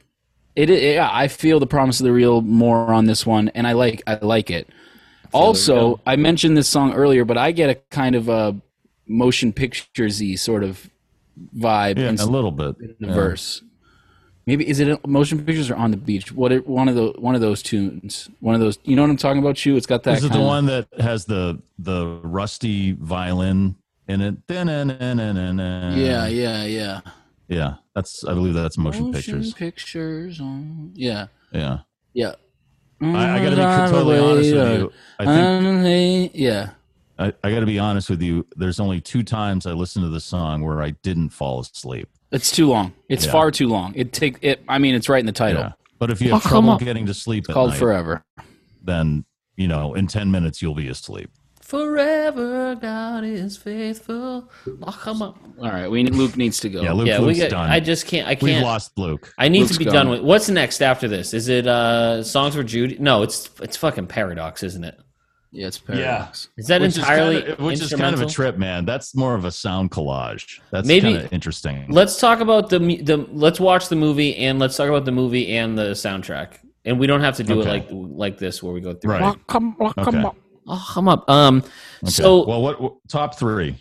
Speaker 2: it, it yeah I feel the promise of the real more on this one, and I like I like it. Also, I mentioned this song earlier, but I get a kind of a motion picturesy sort of vibe
Speaker 3: Yeah.
Speaker 2: in
Speaker 3: A little bit.
Speaker 2: the
Speaker 3: Yeah.
Speaker 2: verse. Maybe is it motion pictures or on the beach? What it, one of the one of those tunes? One of those? You know what I'm talking about? Shu? It's got that.
Speaker 3: Is it the
Speaker 2: kinda-
Speaker 3: one that has the the rusty violin in it?
Speaker 2: Yeah,
Speaker 3: Yeah.
Speaker 2: yeah, yeah.
Speaker 3: Yeah, that's I believe that's motion, pictures.
Speaker 2: pictures on. Yeah.
Speaker 3: Yeah.
Speaker 2: Yeah.
Speaker 3: I- I gotta be totally honest with
Speaker 4: uh,
Speaker 3: you. I
Speaker 2: think. Um, yeah.
Speaker 3: I, I got to be honest with you. There's only two times I listened to the song where I didn't fall asleep.
Speaker 2: It's too long. It's
Speaker 3: Yeah.
Speaker 2: far too long. It take it. I mean, it's right in the title.
Speaker 3: Yeah. But if you have
Speaker 2: Fuck 'em
Speaker 3: trouble
Speaker 2: up.
Speaker 3: getting to sleep,
Speaker 2: It's
Speaker 3: at
Speaker 2: called
Speaker 3: night,
Speaker 2: Forever.
Speaker 3: Then you know, in ten minutes, you'll be asleep.
Speaker 4: Forever God is faithful. Lock 'em up.
Speaker 2: All right, we Luke needs to go.
Speaker 3: Yeah, Luke,
Speaker 4: Oh, yeah, we
Speaker 3: Luke's
Speaker 4: get,
Speaker 3: done.
Speaker 4: I just can't. I
Speaker 3: We've
Speaker 4: can't.
Speaker 3: lost Luke.
Speaker 4: I need
Speaker 3: Luke's
Speaker 4: to be
Speaker 3: gone.
Speaker 4: done with. What's next after this? Is it uh songs for Judy? No, it's it's fucking paradox, isn't it?
Speaker 2: Yeah, it's
Speaker 4: paradox. Is that entirely
Speaker 3: kind of, which is kind of a
Speaker 4: instrumental?
Speaker 3: trip, man? That's more of a sound collage. That's
Speaker 4: Maybe-
Speaker 3: kind of interesting.
Speaker 4: Let's talk about the mu- the. Let's watch the movie and let's talk about the movie and the soundtrack. And we don't have to do
Speaker 3: Okay.
Speaker 4: it like like this where we go through.
Speaker 3: Right. Lock
Speaker 4: come,
Speaker 3: lock 'em Okay. up.
Speaker 4: Lock 'em up. Um.
Speaker 3: Okay.
Speaker 4: So
Speaker 3: well, what, what top three?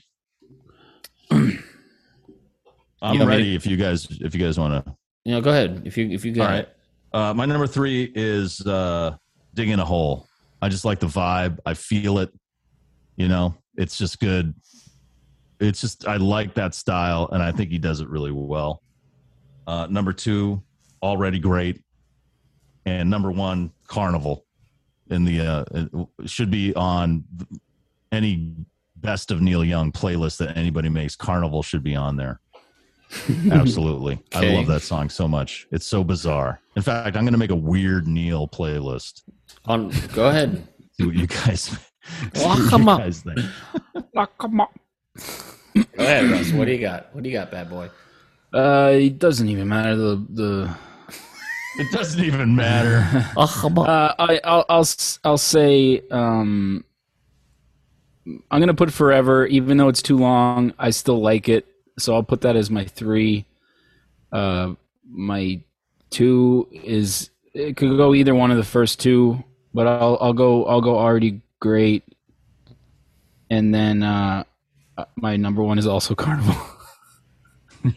Speaker 3: I'm
Speaker 4: You want me
Speaker 3: ready. if you guys, if you guys want to,
Speaker 4: you know, go ahead if you if you
Speaker 3: all
Speaker 4: got
Speaker 3: right.
Speaker 4: it.
Speaker 3: Uh, my number three is uh, digging a hole. I just like the vibe. I feel it. You know, it's just good. It's just I like that style, and I think he does it really well. Uh, number two, already great, and number one, Carnival. In the uh, it should be on any best of Neil Young playlist that anybody makes. Carnival should be on there. Absolutely. I
Speaker 4: Okay.
Speaker 3: love that song so much. It's so bizarre. In fact, I'm going to make a weird Neil playlist.
Speaker 4: On go ahead.
Speaker 3: See what you guys, see
Speaker 2: Oh,
Speaker 4: Lock
Speaker 3: what
Speaker 4: 'em
Speaker 3: you
Speaker 4: up.
Speaker 3: guys think.
Speaker 4: Go ahead, Russ. What do you got? What do you got, bad boy?
Speaker 2: Uh, it doesn't even matter the the.
Speaker 3: It doesn't even matter.
Speaker 2: Uh, I, I'll, I'll s- I'll say um, I'm gonna put forever, even though it's too long. I still like it, so I'll put that as my three. Uh, my two is it could go either one of the first two, but I'll I'll go I'll go already great, and then uh, my number one is also Carnival.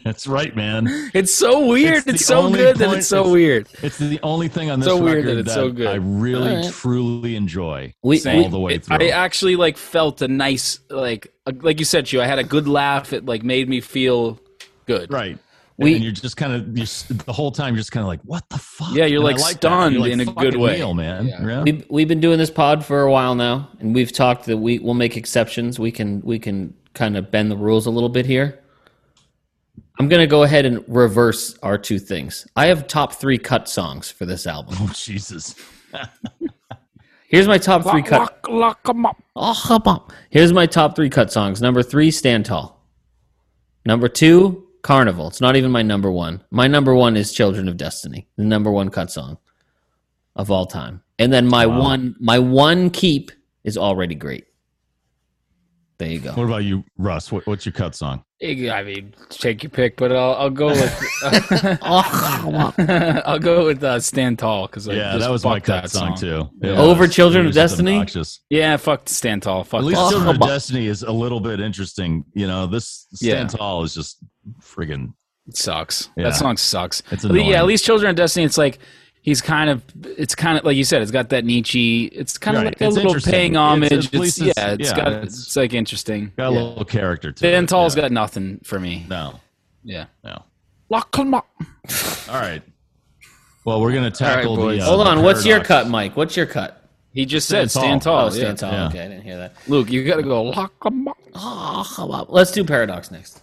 Speaker 3: That's right, man.
Speaker 2: it's so weird. It's,
Speaker 3: the
Speaker 2: so
Speaker 3: only
Speaker 2: good that
Speaker 3: point-
Speaker 2: it's so weird.
Speaker 3: It's the only thing on this
Speaker 2: So weird
Speaker 3: record
Speaker 2: that it's so good.
Speaker 3: I really
Speaker 2: All right.
Speaker 3: truly enjoy
Speaker 4: We-
Speaker 3: all the way
Speaker 2: it-
Speaker 3: through.
Speaker 2: I actually like felt a nice like a, like you said, you. I had a good laugh. It like made me feel good.
Speaker 3: right.
Speaker 4: We-
Speaker 3: and you're just kind of you're, s- the whole time you're just kind of like, what the fuck?
Speaker 2: Yeah, you're,
Speaker 3: And I
Speaker 2: like,
Speaker 3: that.
Speaker 2: stunned
Speaker 3: You're like,
Speaker 2: in a
Speaker 3: "Fucking
Speaker 2: good way.
Speaker 3: Neil, man.
Speaker 2: Yeah.
Speaker 3: Yeah.
Speaker 4: We've, we've been doing this pod for a while now, and we've talked that we will make exceptions. We can we can kind of bend the rules a little bit here. I'm gonna go ahead and reverse our two things. I have top three cut songs for this album.
Speaker 3: Oh Jesus.
Speaker 4: Here's my top three
Speaker 11: Lock,
Speaker 4: cut.
Speaker 11: lock, lock 'em up.
Speaker 4: Lock 'em up. Here's my top three cut songs. Number three, Stand Tall. Number two, Carnival. It's not even my number one. My number one is Children of Destiny, the number one cut song of all time. And then my one, my one keep is already great. There you go.
Speaker 3: What about you, Russ? What, what's your cut song?
Speaker 2: I mean, take your pick, but I'll I'll go with I'll go with uh, Stand Tall because
Speaker 3: yeah, that was my cut song, too. It
Speaker 4: Over
Speaker 3: was-
Speaker 4: Children of
Speaker 3: it was just
Speaker 4: Destiny?
Speaker 3: obnoxious.
Speaker 2: Yeah, fuck Stand Tall. Fuck
Speaker 3: At least
Speaker 2: that.
Speaker 3: Children of Destiny is a little bit interesting. You know, this Stand
Speaker 2: Yeah.
Speaker 3: Tall is just friggin'
Speaker 2: It sucks.
Speaker 3: Yeah.
Speaker 2: That song sucks.
Speaker 3: It's
Speaker 2: But
Speaker 3: annoying.
Speaker 2: yeah, at least Children of Destiny. It's like he's kind of it's kind of like you said. It's got that Nietzsche. It's kind of
Speaker 3: Right.
Speaker 2: like a
Speaker 3: It's
Speaker 2: little
Speaker 3: interesting.
Speaker 2: paying
Speaker 3: It's-
Speaker 2: homage.
Speaker 3: at
Speaker 2: It's,
Speaker 3: least it's-
Speaker 2: yeah, it's
Speaker 3: yeah,
Speaker 2: got
Speaker 3: it's-
Speaker 2: it's, like interesting.
Speaker 3: got a
Speaker 2: yeah.
Speaker 3: little character to
Speaker 2: Stand
Speaker 3: it.
Speaker 2: Tall's
Speaker 3: yeah.
Speaker 2: got nothing for me.
Speaker 3: no,
Speaker 2: Yeah.
Speaker 3: no.
Speaker 11: Lock 'em up.
Speaker 3: All right. Well, we're gonna tackle
Speaker 2: boys.
Speaker 3: the. Uh,
Speaker 4: Hold
Speaker 3: the
Speaker 4: on. What's your
Speaker 3: paradox.
Speaker 4: cut, Mike? What's your cut?
Speaker 2: He just
Speaker 3: Stand
Speaker 2: said stand
Speaker 3: tall.
Speaker 2: tall.
Speaker 4: Oh, Stand
Speaker 2: yeah.
Speaker 4: Tall.
Speaker 3: yeah.
Speaker 4: Okay, I didn't hear that.
Speaker 2: Luke, you gotta go. Lock.
Speaker 11: Lock 'em up.
Speaker 4: Lock 'em up. Let's do Paradox next.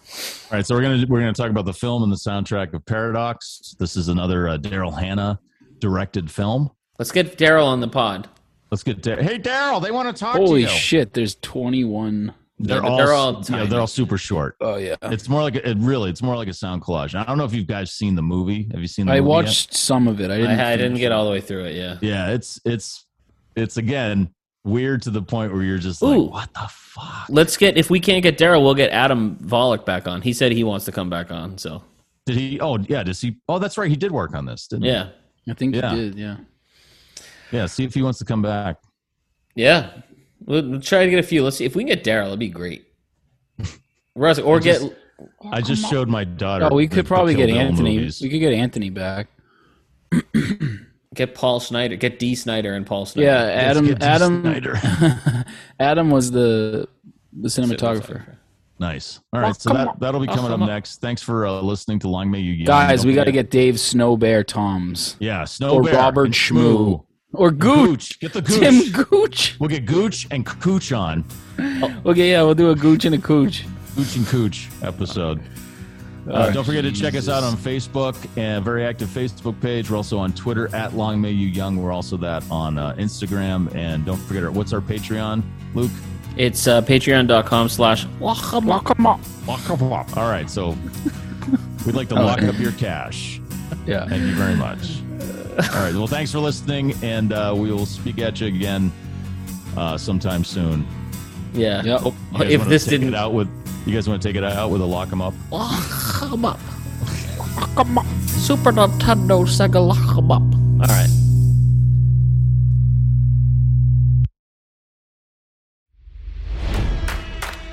Speaker 3: All right, so we're gonna we're gonna talk about the film and the soundtrack of Paradox. This is another uh, Daryl Hannah directed film.
Speaker 4: Let's get Daryl on the pod.
Speaker 3: Let's get Dar- hey Daryl, they want to talk
Speaker 2: Holy
Speaker 3: to you.
Speaker 2: shit! There's 21.
Speaker 3: They're,
Speaker 4: Yeah, but
Speaker 3: all,
Speaker 4: they're all
Speaker 3: yeah,
Speaker 4: tiny.
Speaker 3: they're all super short.
Speaker 2: Oh yeah.
Speaker 3: It's more like a, it really. It's more like a sound collage. I don't know if you guys seen the movie. Have you seen? the
Speaker 2: I
Speaker 3: movie yet?
Speaker 2: watched some of it. I didn't.
Speaker 4: I, I didn't
Speaker 2: finish
Speaker 4: get
Speaker 2: it.
Speaker 4: all the way through it. Yeah.
Speaker 3: Yeah, it's it's it's again weird to the point where you're just
Speaker 4: Ooh.
Speaker 3: like, what the fuck?
Speaker 4: Let's get if we can't get Daryl, we'll get Adam Volek back on. He said he wants to come back on. So
Speaker 3: Did he? Oh yeah, does he? Oh, that's right. He did work on this, didn't he?
Speaker 4: yeah,
Speaker 2: I think
Speaker 3: Yeah.
Speaker 2: you did. Yeah.
Speaker 3: Yeah. See if he wants to come back.
Speaker 4: yeah. We'll, we'll try to get a few. Let's see if we can get Daryl. It'd be great. Russ, or get
Speaker 3: I just showed my daughter.
Speaker 2: Oh, we could
Speaker 3: the- the
Speaker 2: probably
Speaker 3: Kill
Speaker 2: get
Speaker 3: Bill
Speaker 2: Anthony.
Speaker 3: movies.
Speaker 2: We could get Anthony back.
Speaker 4: get Paul Snyder, get D Snyder and Paul Snyder.
Speaker 2: Yeah,
Speaker 3: Let's
Speaker 2: Adam.
Speaker 3: get Dee
Speaker 2: Adam.
Speaker 3: Snyder.
Speaker 2: Adam was the the cinematographer.
Speaker 3: Nice. All right. So that, that'll be coming up next. Thanks for uh, listening to Long May You Young.
Speaker 2: Guys, we
Speaker 3: Don't
Speaker 2: got to
Speaker 3: forget-
Speaker 2: get Dave Snow Bear Toms.
Speaker 3: Yeah, Snow
Speaker 2: or
Speaker 3: Bear
Speaker 2: Robert
Speaker 3: and
Speaker 2: Schmoo.
Speaker 3: Schmoo.
Speaker 2: Or Gooch.
Speaker 3: Get the Gooch.
Speaker 2: Tim Gooch.
Speaker 3: We'll get Gooch and Cooch on.
Speaker 2: Okay, yeah, we'll do a Gooch and a Cooch.
Speaker 3: Gooch and Cooch episode. Uh,
Speaker 2: Oh,
Speaker 3: don't forget to check us
Speaker 2: Jesus.
Speaker 3: out on Facebook, and very active Facebook page. We're also on Twitter at Long May You Young. We're also that on uh, Instagram, and don't forget our, what's our Patreon, Luke.
Speaker 4: It's uh, patreon.com slash
Speaker 3: Lock 'em up. All right, so we'd like to
Speaker 4: Oh.
Speaker 3: lock up your cash.
Speaker 2: Yeah.
Speaker 3: Thank you very much. All right. Well, thanks for listening, and uh, we will speak at you again uh, sometime soon.
Speaker 4: Yeah.
Speaker 2: Yep.
Speaker 3: You guys
Speaker 4: Oh, If
Speaker 3: wanna
Speaker 4: this
Speaker 3: take
Speaker 4: didn't-
Speaker 3: it out with, you guys want to take it out with a lock 'em up?
Speaker 5: Lock 'em up. Lock 'em up. Super Nintendo Sega lock 'em up.
Speaker 4: All right.